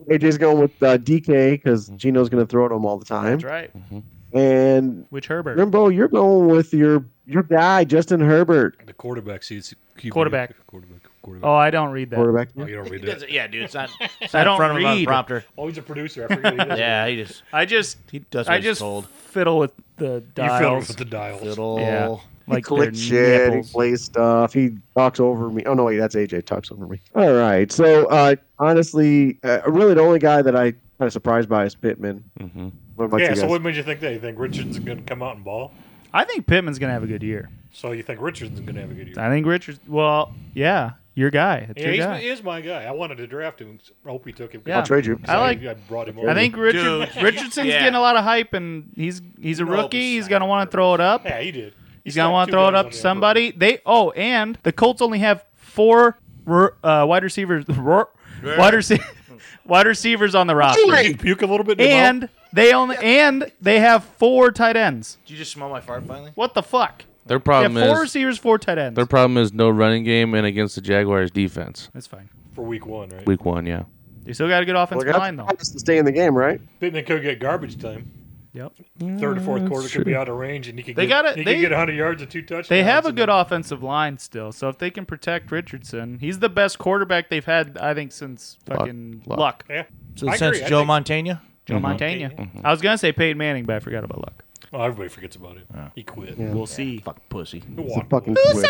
Speaker 5: AJ's going with uh, DK because Geno's gonna throw it him all the time.
Speaker 6: Mm-hmm. That's right.
Speaker 5: And
Speaker 6: Which Herbert?
Speaker 5: Grimbo, you're going with your your guy Justin Herbert,
Speaker 3: The quarterback sees QB.
Speaker 6: Quarterback.
Speaker 3: quarterback, quarterback.
Speaker 6: Oh, I don't read that.
Speaker 5: quarterback.
Speaker 3: Oh, you don't
Speaker 4: He
Speaker 3: read
Speaker 4: does
Speaker 3: that.
Speaker 4: it. Yeah, dude, it's not. It's
Speaker 6: I
Speaker 4: not in
Speaker 6: don't
Speaker 4: front of him on
Speaker 6: read.
Speaker 4: the prompter.
Speaker 3: Oh, he's a producer. I forget. What he does.
Speaker 4: Yeah, he just
Speaker 6: I just,
Speaker 4: he does what
Speaker 6: I
Speaker 4: he's
Speaker 6: just
Speaker 4: told.
Speaker 6: fiddle with the
Speaker 3: You filled
Speaker 6: dials.
Speaker 3: with the dials.
Speaker 4: Fiddle.
Speaker 6: Yeah. Like
Speaker 5: Click
Speaker 6: their
Speaker 5: shit, he
Speaker 6: nipples.
Speaker 5: plays stuff. He talks over me. Oh no, wait, that's AJ talks over me. All right. So uh, honestly, uh, really the only guy that I kind of surprised by is Pittman.
Speaker 1: Mm-hmm.
Speaker 5: What about
Speaker 3: yeah.
Speaker 5: you
Speaker 3: So
Speaker 5: guys?
Speaker 3: what made you think that? You think Richardson's going to come out and ball?
Speaker 6: I think Pittman's gonna have a good year.
Speaker 3: So you think Richardson's going to have a good year?
Speaker 6: I think Richards. Well, yeah, your guy. It's
Speaker 3: Yeah,
Speaker 6: your
Speaker 3: he's,
Speaker 6: guy.
Speaker 3: he is my guy. I wanted to draft him. I hope he took him.
Speaker 6: Yeah.
Speaker 5: I'll trade you.
Speaker 3: So
Speaker 6: I like-
Speaker 3: I brought him.
Speaker 6: I
Speaker 3: over.
Speaker 6: think Richard, Richardson's
Speaker 4: Yeah.
Speaker 6: getting a lot of hype, and he's he's a
Speaker 3: No,
Speaker 6: rookie.
Speaker 3: but
Speaker 6: He's
Speaker 3: I-
Speaker 6: gonna want to throw it up.
Speaker 3: Yeah, he did.
Speaker 6: He's gonna want to
Speaker 3: got
Speaker 6: throw
Speaker 3: two
Speaker 6: it
Speaker 3: guys
Speaker 6: up
Speaker 3: on
Speaker 6: to
Speaker 3: him.
Speaker 6: somebody. They oh, and the Colts only have four r- uh, wide receivers, r- wide receivers, wide receivers on the roster,
Speaker 3: Hey, puke a little bit. in your mouth.
Speaker 6: and they only and they have four tight ends.
Speaker 4: Did you just smell my fart finally?
Speaker 6: What the fuck?
Speaker 1: Their
Speaker 6: They have
Speaker 1: problem
Speaker 6: four
Speaker 1: is
Speaker 6: receivers, four tight ends.
Speaker 1: their problem is no running game and against the Jaguars defense.
Speaker 6: That's fine.
Speaker 3: for week one, right?
Speaker 1: Week one, yeah.
Speaker 6: They still got a good offensive
Speaker 5: Look,
Speaker 6: line though.
Speaker 5: I just to stay in the game, right?
Speaker 3: Pittman could get garbage time.
Speaker 6: Yep.
Speaker 3: Third or fourth quarter could be out of range, and he could
Speaker 6: Mm, They
Speaker 3: get,
Speaker 6: gotta-
Speaker 3: he
Speaker 6: they-
Speaker 3: could get 100 yards and two touchdowns.
Speaker 6: They have a
Speaker 3: and-
Speaker 6: good offensive line still, so if they can protect Richardson, he's the best quarterback they've had, I think, since fucking
Speaker 1: Luck.
Speaker 6: Luck.
Speaker 3: Yeah.
Speaker 4: So
Speaker 3: I
Speaker 4: since
Speaker 3: agree. I
Speaker 4: Joe
Speaker 3: think-
Speaker 4: Montana.
Speaker 6: Joe Montana. I was gonna say Peyton Manning, but I forgot about Luck.
Speaker 3: Oh, everybody forgets about him. He quit.
Speaker 5: Yeah.
Speaker 6: We'll see.
Speaker 4: Fuck pussy.
Speaker 3: He
Speaker 5: He's a
Speaker 3: walked
Speaker 5: fucking
Speaker 3: away.
Speaker 5: quitter.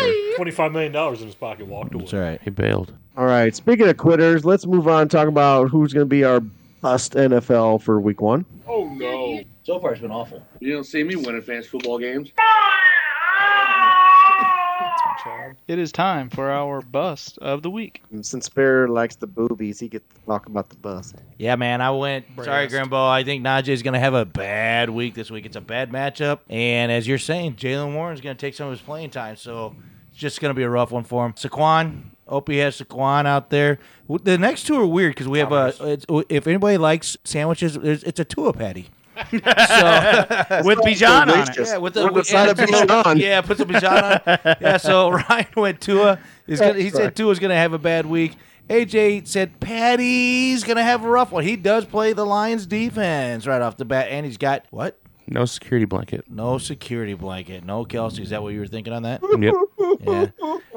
Speaker 3: $25 million in his pocket, walked away.
Speaker 4: It's all right.
Speaker 1: He bailed.
Speaker 5: All right. Speaking of quitters, let's move on. and Talk about who's going to be our bust NFL for week one.
Speaker 7: Oh no.
Speaker 4: So far, it's been awful.
Speaker 7: You don't see me winning fantasy football games.
Speaker 2: It is time for our bust of the week.
Speaker 5: And since Bear likes the boobies, he gets to talk about the bust.
Speaker 4: Yeah, man, I went. Sorry, Grimbo. I think Najee's going to have a bad week this week. It's a bad matchup. And as you're saying, Jalen Warren's going to take some of his playing time. So it's just going to be a rough one for him. Saquon. Opie has Saquon out there. W- The next two are weird because we have a. It's, if anybody likes sandwiches, there's, it's a Tua patty. so
Speaker 6: With Bijan on it.
Speaker 5: Delicious.
Speaker 4: yeah, with the,
Speaker 5: With the
Speaker 4: with-
Speaker 5: side of
Speaker 4: yeah,
Speaker 5: Bijan.
Speaker 4: Yeah, put the Bijan on. Yeah, so Ryan went Tua. Is gonna, he
Speaker 5: That's
Speaker 4: said
Speaker 5: right.
Speaker 4: Tua's going to have a bad week. AJ said Patty's going to have a rough one. He does play the Lions defense right off the bat, and he's got what?
Speaker 1: No security blanket.
Speaker 4: No security blanket. No Kelsey. Is that what you were thinking on that?
Speaker 1: Yep.
Speaker 4: Yeah.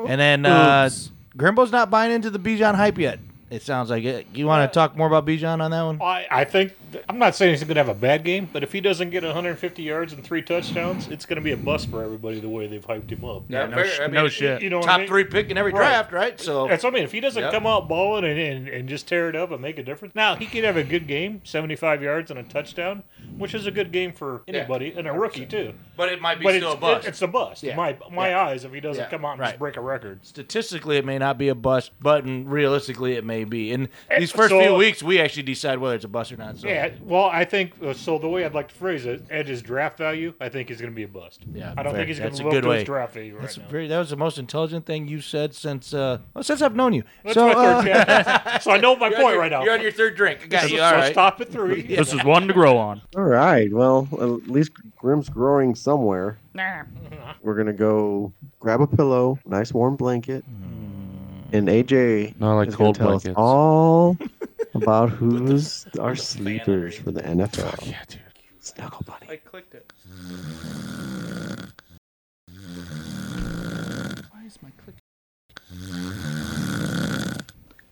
Speaker 4: And then uh, Grimbo's not buying into the Bijan hype yet. It sounds like it. You want to talk more about Bijan on that one?
Speaker 3: I, I think, I'm not saying he's going to have a bad game, but if he doesn't get 150 yards and three touchdowns, it's going to be a bust for everybody the way they've hyped him up.
Speaker 4: Yeah, no,
Speaker 6: no shit.
Speaker 3: You know what I
Speaker 4: Top
Speaker 3: mean?
Speaker 4: three pick in every
Speaker 3: Right.
Speaker 4: draft, right? So
Speaker 3: That's what I mean. If he doesn't
Speaker 4: Oh. Yep.
Speaker 3: come out balling and, and, and just tear it up and make a difference, now he could have a good game, 75 yards and a touchdown, which is a good game for anybody and a rookie too.
Speaker 4: But it might be
Speaker 3: But it's,
Speaker 4: still a
Speaker 3: it-
Speaker 4: bust.
Speaker 3: it's a bust.
Speaker 4: Yeah.
Speaker 3: My my eyes, if he doesn't
Speaker 4: Yeah.
Speaker 3: come out and
Speaker 4: Right.
Speaker 3: just break a record.
Speaker 4: statistically it may not be a bust, but in- realistically it may be. In these first
Speaker 3: so-
Speaker 4: few weeks, we actually decide whether it's a bust or not. So
Speaker 3: Yeah, well, I think uh, so. The way I'd like to phrase it, at his draft value, I think he's going to be a bust.
Speaker 4: Yeah,
Speaker 3: I don't
Speaker 4: fair.
Speaker 3: think he's going
Speaker 4: That's
Speaker 3: to
Speaker 4: a
Speaker 3: live
Speaker 4: good
Speaker 3: up to
Speaker 4: way.
Speaker 3: his draft value right
Speaker 4: That's
Speaker 3: now.
Speaker 4: very, that was the most intelligent thing you've said since uh, well, since I've known you.
Speaker 3: That's
Speaker 4: so
Speaker 3: my
Speaker 4: uh,
Speaker 3: third chapter. so I know my
Speaker 4: you're on
Speaker 3: point
Speaker 4: your-
Speaker 3: right now.
Speaker 4: You're on your third drink. I got
Speaker 3: so,
Speaker 4: you. All
Speaker 3: so
Speaker 4: right.
Speaker 3: stop at three.
Speaker 6: This is one to grow on.
Speaker 5: All right. Well, at least Grim's growing somewhere.
Speaker 8: Nah.
Speaker 5: We're gonna go grab a pillow, nice warm blanket, and AJ
Speaker 1: Not like
Speaker 5: is gonna
Speaker 1: cold
Speaker 5: tell
Speaker 1: blankets.
Speaker 5: us all about who's our sleepers for the NFL.
Speaker 1: Yeah, dude.
Speaker 5: Snuggle buddy.
Speaker 2: I clicked it. Why is my click?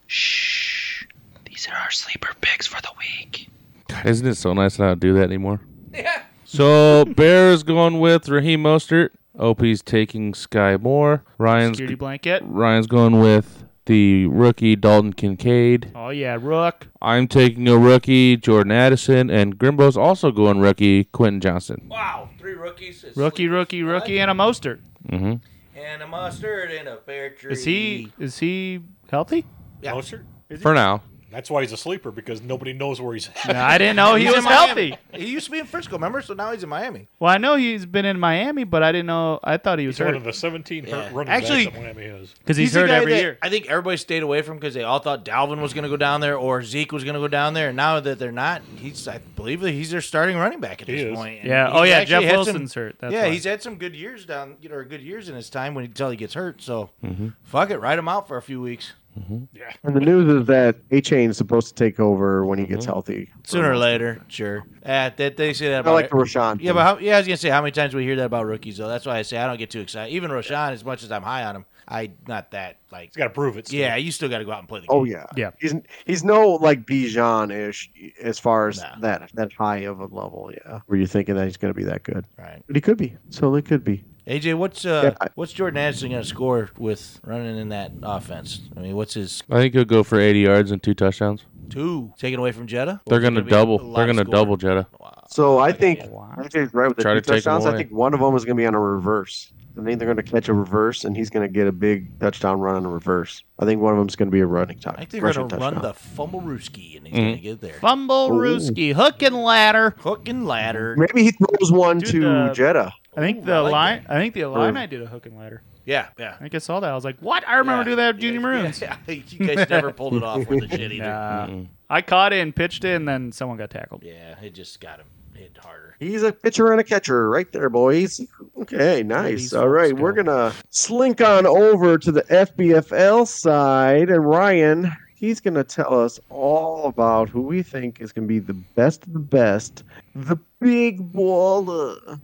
Speaker 8: Shh. These are our sleeper picks for the week.
Speaker 1: God, isn't it so nice to not do that anymore? Yeah. So Bears going with Raheem Mostert. OP's taking Sky Moore. Ryan's
Speaker 6: Security blanket.
Speaker 1: Ryan's going with the rookie Dalton Kincaid.
Speaker 6: Oh yeah, Rook.
Speaker 1: I'm taking a rookie Jordan Addison, and Grimbo's also going rookie Quentin Johnson.
Speaker 4: Wow, three rookies. It's
Speaker 6: Rookie, rookie, rookie, and a Mostert.
Speaker 1: hmm
Speaker 4: And a mustard and a pear tree.
Speaker 6: Is he is he healthy?
Speaker 4: Yeah.
Speaker 3: Mostert?
Speaker 1: For now,
Speaker 3: That's why he's a sleeper because nobody knows where he's at.
Speaker 6: No, I didn't know he
Speaker 4: He's in
Speaker 6: was
Speaker 4: Miami.
Speaker 6: healthy.
Speaker 4: He used to be in Frisco, remember? So now he's in Miami.
Speaker 6: Well, I know he's been in Miami, but I didn't know. I thought he was
Speaker 3: He's one of
Speaker 6: hurt
Speaker 3: the 17 hurt
Speaker 4: Yeah.
Speaker 3: running
Speaker 4: Actually-
Speaker 3: backs that Miami has.
Speaker 6: because he's,
Speaker 4: the
Speaker 6: hurt
Speaker 4: guy
Speaker 6: every
Speaker 4: that
Speaker 6: year.
Speaker 4: I think everybody stayed away from because they all thought Dalvin was going to go down there or Zeke was going to go down there. And now that they're not, he's I believe that he's their starting running back at
Speaker 3: He
Speaker 4: this
Speaker 3: is.
Speaker 4: point. And
Speaker 6: Yeah.
Speaker 4: he's
Speaker 6: Oh yeah,
Speaker 4: actually
Speaker 6: Jeff
Speaker 4: had some-
Speaker 6: Wilson's hurt. That's
Speaker 4: yeah,
Speaker 6: why.
Speaker 4: he's had some good years down, you know, or good years in his time when until he gets hurt. So
Speaker 5: Mm-hmm.
Speaker 4: fuck it, ride him out for a few weeks
Speaker 5: And the news is that A Chain is supposed to take over when he gets healthy.
Speaker 4: sooner or later. Sure. Uh, that they say that
Speaker 5: I
Speaker 4: about
Speaker 5: like the Rashawn.
Speaker 4: Yeah, but how, yeah, I was gonna say how many times we hear that about rookies though. That's why I say I don't get too excited. Even Roshan, as much as I'm high on him, I not that like.
Speaker 3: He's got to prove it. still.
Speaker 4: Yeah, you still got to go out and play the game.
Speaker 5: Oh yeah,
Speaker 6: Yeah.
Speaker 5: He's he's no like Bijan ish as far as
Speaker 4: Nah.
Speaker 5: that that high of a level. Yeah, where you're thinking that he's going to be that good,
Speaker 4: Right.
Speaker 5: but he could be. So he could be.
Speaker 4: AJ, what's uh,
Speaker 5: Yeah, I-
Speaker 4: what's Jordan Addison gonna score with running in that offense? I mean, what's his
Speaker 1: I think he'll go for 80 yards and two touchdowns.
Speaker 4: two taken away from Jetta?
Speaker 1: They're gonna
Speaker 4: be
Speaker 1: double.
Speaker 4: a lot
Speaker 1: They're gonna
Speaker 4: scored.
Speaker 1: double Jetta.
Speaker 4: Wow.
Speaker 5: So I think
Speaker 6: Wow.
Speaker 5: I think right with the
Speaker 1: Try to
Speaker 5: two
Speaker 1: take him
Speaker 5: touchdowns. I
Speaker 1: away.
Speaker 5: think one of them is going to be on a reverse. I think they're going to catch a reverse, and he's going to get a big touchdown run on a reverse. I think one of them is going to be a running touch.
Speaker 4: I think they're gonna
Speaker 5: rushing
Speaker 4: run
Speaker 5: touchdown.
Speaker 4: the fumble rooski and he's
Speaker 1: Mhm.
Speaker 4: gonna get there.
Speaker 6: Fumble Rooski, hook and ladder.
Speaker 4: Hook and ladder.
Speaker 5: Maybe he throws one
Speaker 6: Dude,
Speaker 5: to
Speaker 6: the-
Speaker 5: Jetta.
Speaker 6: I think
Speaker 4: I
Speaker 6: the
Speaker 4: like
Speaker 6: line. I think the line. I did a hook and ladder.
Speaker 4: Yeah, yeah.
Speaker 6: I think I saw that. I was like, "What?" I remember doing that with Junior Maroons.
Speaker 4: Yeah, you guys never pulled it off with the shit either.
Speaker 6: Nah.
Speaker 1: Mm-mm.
Speaker 6: I caught it and pitched it, and then someone got tackled.
Speaker 4: Yeah, it just got him hit harder.
Speaker 5: He's a pitcher and a catcher right there, boys. Okay, nice.
Speaker 6: these
Speaker 5: All right,
Speaker 6: folks
Speaker 5: we're
Speaker 6: go.
Speaker 5: gonna slink on over to the FBFL side, and Ryan, he's gonna tell us all about who we think is gonna be the best of the best, the big baller.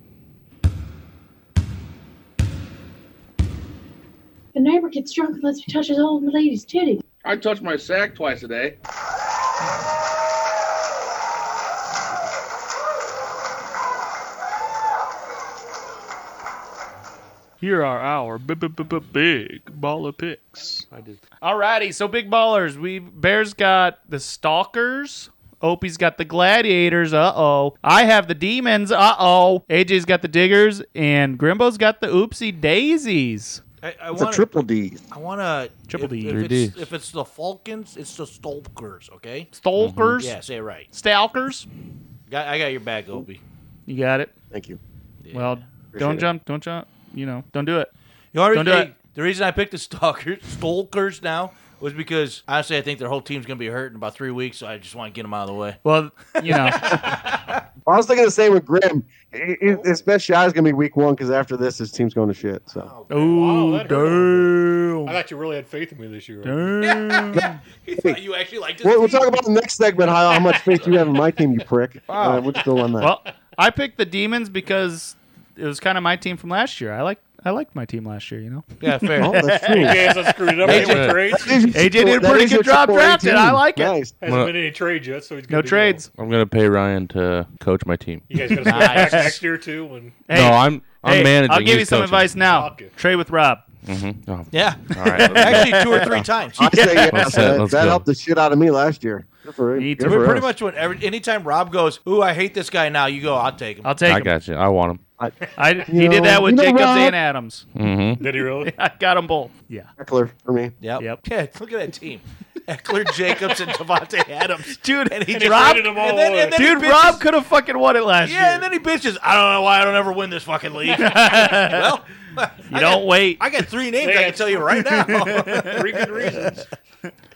Speaker 9: The neighbor gets drunk and lets me touch his old lady's titty.
Speaker 7: I touch my sack twice a day.
Speaker 2: Here are our b- b- b- b- big ball of picks. I did.
Speaker 6: Alrighty, so big ballers. We Bears got the Stalkers. Opie's got the Gladiators. Uh oh. I have the Demons. Uh oh. AJ's got the Diggers, and Grimbo's got the Oopsie Daisies.
Speaker 4: I, I
Speaker 5: It's a
Speaker 4: want
Speaker 5: triple D.
Speaker 4: I want to
Speaker 6: Triple D.
Speaker 4: If,
Speaker 1: Three
Speaker 4: it's,
Speaker 1: Ds.
Speaker 4: if it's the Falcons, it's the Stolkers. Okay.
Speaker 6: Stalkers.
Speaker 4: Yeah, say it right.
Speaker 6: Stalkers.
Speaker 4: Got, I got your back, Opie.
Speaker 6: You got it.
Speaker 5: Thank you.
Speaker 4: Yeah.
Speaker 6: Well, don't
Speaker 5: it.
Speaker 6: jump. Don't jump. You know, don't do it.
Speaker 4: you already,
Speaker 6: don't do it.
Speaker 4: The reason I picked the Stalkers, Stolkers now was because honestly, I think their whole team's gonna be hurt in about three weeks, so I just want to get them out of the way.
Speaker 6: Well, you know,
Speaker 5: I was thinking the same with Grim. He- he- His best shot is gonna be week one because after this, his team's going to shit. So
Speaker 6: Ooh,
Speaker 3: Wow, that hurt a I
Speaker 6: damn.
Speaker 3: thought you really had faith in me this year.
Speaker 6: Damn.
Speaker 4: You thought you actually liked this
Speaker 5: we'll, we'll
Speaker 4: team?
Speaker 5: talk about the next segment. How, how much faith you have in my team, you prick? Uh, we'll just go on that.
Speaker 6: Well, I picked the Demons because it was kind of my team from last year. I like I liked my team last year, you know.
Speaker 4: Yeah, fair.
Speaker 5: Oh, that's true.
Speaker 3: AJ hasn't screwed it up.
Speaker 1: Hey,
Speaker 3: Ain't no
Speaker 1: Jim.
Speaker 3: trades.
Speaker 6: AJ did a
Speaker 5: That
Speaker 6: pretty
Speaker 5: is
Speaker 6: good
Speaker 5: your
Speaker 6: job
Speaker 5: triple A
Speaker 6: drafting.
Speaker 5: team.
Speaker 6: I like it.
Speaker 5: Nice.
Speaker 1: Well-
Speaker 3: Hasn't been any trades yet, so he's
Speaker 6: No
Speaker 3: good to go.
Speaker 6: trades.
Speaker 1: I'm gonna pay Ryan to coach my team.
Speaker 3: You guys got to start back next year too. When
Speaker 6: Hey,
Speaker 1: no, I'm I'm
Speaker 6: hey,
Speaker 1: managing.
Speaker 6: I'll give
Speaker 1: He's
Speaker 6: you some
Speaker 1: coaching.
Speaker 6: advice now.
Speaker 3: Okay.
Speaker 6: Trade with Rob.
Speaker 1: Mhm. Oh,
Speaker 4: yeah.
Speaker 1: all right.
Speaker 4: Actually, two or three times.
Speaker 5: I say yes.
Speaker 1: Let's
Speaker 5: that
Speaker 1: go. Let's
Speaker 5: that
Speaker 1: go.
Speaker 5: helped the shit out of me last year. Good for,
Speaker 6: Me
Speaker 5: good
Speaker 6: too.
Speaker 5: for
Speaker 4: Pretty
Speaker 5: us.
Speaker 4: much when every anytime Rob goes, "Ooh, I hate this guy now," you go, "I'll take him."
Speaker 6: I'll take
Speaker 1: I
Speaker 6: him.
Speaker 1: got you. I want him.
Speaker 6: I, he
Speaker 5: You know-
Speaker 6: did that with
Speaker 5: you know,
Speaker 6: Jacobs
Speaker 5: Rob.
Speaker 6: and Adams.
Speaker 1: Mm-hmm.
Speaker 3: did he really?
Speaker 6: I got them both. Yeah.
Speaker 5: Heckler for me.
Speaker 4: Yep.
Speaker 6: Yep.
Speaker 4: Yeah, look at that team. Eckler, Jacobs, and Devontae Adams.
Speaker 6: Dude,
Speaker 4: and he
Speaker 3: he
Speaker 4: dropped.
Speaker 3: traded them all
Speaker 4: and then, and then he
Speaker 6: Dude,
Speaker 4: bitches-
Speaker 6: Rob could have fucking won it last
Speaker 4: Yeah, and
Speaker 6: year.
Speaker 4: then he bitches. I don't know why I don't ever win this fucking league. well,
Speaker 6: you don't wait.
Speaker 4: I got three names
Speaker 3: Yeah.
Speaker 4: I can tell you right now.
Speaker 3: Three good reasons.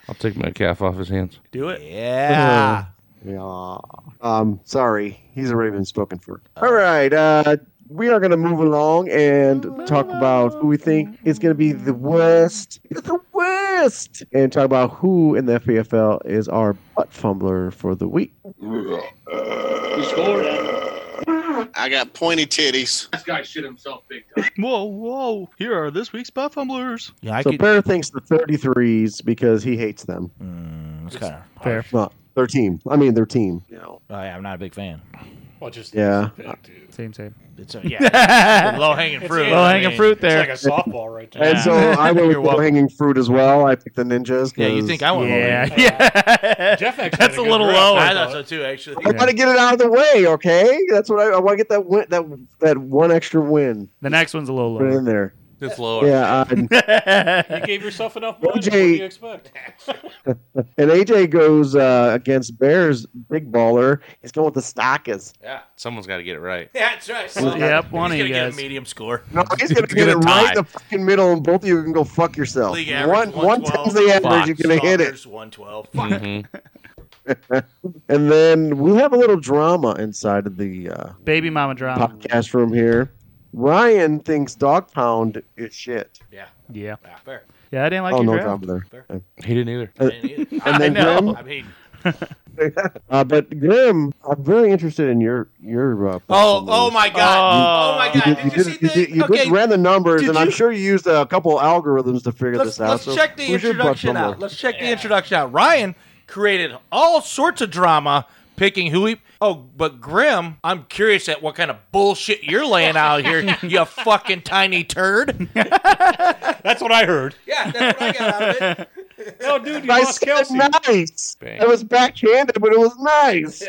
Speaker 1: I'll take my calf off his hands.
Speaker 6: Do it.
Speaker 4: yeah.
Speaker 5: Yeah. Um, sorry, he's already been spoken for. All right. Uh, we are going to move along and talk about who we think is going to be the worst. It's the worst. And talk about who in the FAFL is our butt fumbler for the week.
Speaker 7: He scored.
Speaker 10: I got pointy titties.
Speaker 7: This guy shit himself big time.
Speaker 2: Whoa, whoa! Here are this week's butt fumblers.
Speaker 4: Yeah, I
Speaker 5: so
Speaker 4: could.
Speaker 5: Bear thinks the 33s because he hates them.
Speaker 4: Mm, it's kind of
Speaker 6: Fair.
Speaker 5: Well, their team. I mean, their team.
Speaker 4: Oh, yeah, I'm not a big fan.
Speaker 3: Well, just
Speaker 5: Yeah.
Speaker 3: It's
Speaker 6: Same, same.
Speaker 4: It's uh, yeah, low hanging fruit.
Speaker 6: Low hanging fruit there.
Speaker 3: like a softball right there.
Speaker 5: And so I went
Speaker 4: You're
Speaker 5: with
Speaker 4: welcome.
Speaker 5: hanging fruit as well. I picked the ninjas.
Speaker 4: Yeah, you
Speaker 5: 'cause-
Speaker 4: think I want low
Speaker 6: yeah,
Speaker 4: hanging?
Speaker 6: yeah.
Speaker 3: Jeff actually
Speaker 6: That's
Speaker 3: had
Speaker 6: a
Speaker 3: good
Speaker 6: little
Speaker 3: grasp,
Speaker 6: low.
Speaker 3: I
Speaker 4: I
Speaker 3: thought.
Speaker 4: thought so too, actually.
Speaker 5: I want to get it out of the way, okay? That's what I, I want to get that win, that that one extra win
Speaker 6: The next one's a little
Speaker 5: put
Speaker 6: low.
Speaker 5: in there.
Speaker 1: It's lower.
Speaker 5: Yeah, uh,
Speaker 3: You gave yourself enough money. What
Speaker 5: OJ.
Speaker 3: do you expect?
Speaker 5: and AJ goes uh, against Bears big baller. He's going with the Stockers.
Speaker 1: Yeah. Someone's got to get it right.
Speaker 4: That's right.
Speaker 6: Yep, one of
Speaker 4: He's
Speaker 6: you
Speaker 4: gonna get a
Speaker 6: guys.
Speaker 4: medium score.
Speaker 5: No, he's gonna
Speaker 1: Get
Speaker 5: get
Speaker 1: a
Speaker 5: it right
Speaker 1: tie.
Speaker 5: in the fucking middle, and both of you can go fuck yourself.
Speaker 4: League
Speaker 5: One
Speaker 4: average,
Speaker 5: one
Speaker 4: 112.
Speaker 5: times the average,
Speaker 1: Fuck.
Speaker 5: you're gonna hit it.
Speaker 4: Stalkers, 112.
Speaker 1: Mhm.
Speaker 5: And then we have a little drama inside of the uh,
Speaker 6: Baby mama drama.
Speaker 5: podcast room here. Ryan thinks Dog Pound is shit.
Speaker 6: Yeah.
Speaker 4: Yeah, fair.
Speaker 6: Yeah, I didn't like
Speaker 5: oh
Speaker 6: your
Speaker 5: no,
Speaker 6: draft.
Speaker 5: drama there.
Speaker 1: He didn't either.
Speaker 4: I didn't either.
Speaker 5: Uh, And then
Speaker 6: know.
Speaker 5: Grim,
Speaker 4: I mean,
Speaker 5: Uh, but Grim, I'm very interested in your your. Uh,
Speaker 4: oh, oh my
Speaker 6: Oh.
Speaker 4: god, oh my
Speaker 5: You
Speaker 4: god!
Speaker 5: did,
Speaker 4: Did you see
Speaker 5: you did- you
Speaker 4: the?
Speaker 5: did
Speaker 4: Okay,
Speaker 5: ran the numbers,
Speaker 4: Did
Speaker 5: and
Speaker 4: you-
Speaker 5: I'm sure you used a couple algorithms to figure
Speaker 4: let's
Speaker 5: this out.
Speaker 4: let's
Speaker 5: So
Speaker 4: check the
Speaker 5: who's your butt
Speaker 4: introduction
Speaker 5: fumbler?
Speaker 4: out. Let's check the introduction out. Ryan created all sorts of drama picking who he. Oh, but Grim, I'm curious at what kind of bullshit you're laying out here, you fucking tiny turd.
Speaker 3: That's what I heard.
Speaker 4: Yeah, that's what I got out of it.
Speaker 3: No, dude, you
Speaker 5: I
Speaker 3: lost
Speaker 5: said
Speaker 3: Kelsey.
Speaker 5: nice.
Speaker 1: Bang.
Speaker 5: It was backhanded, but it was nice.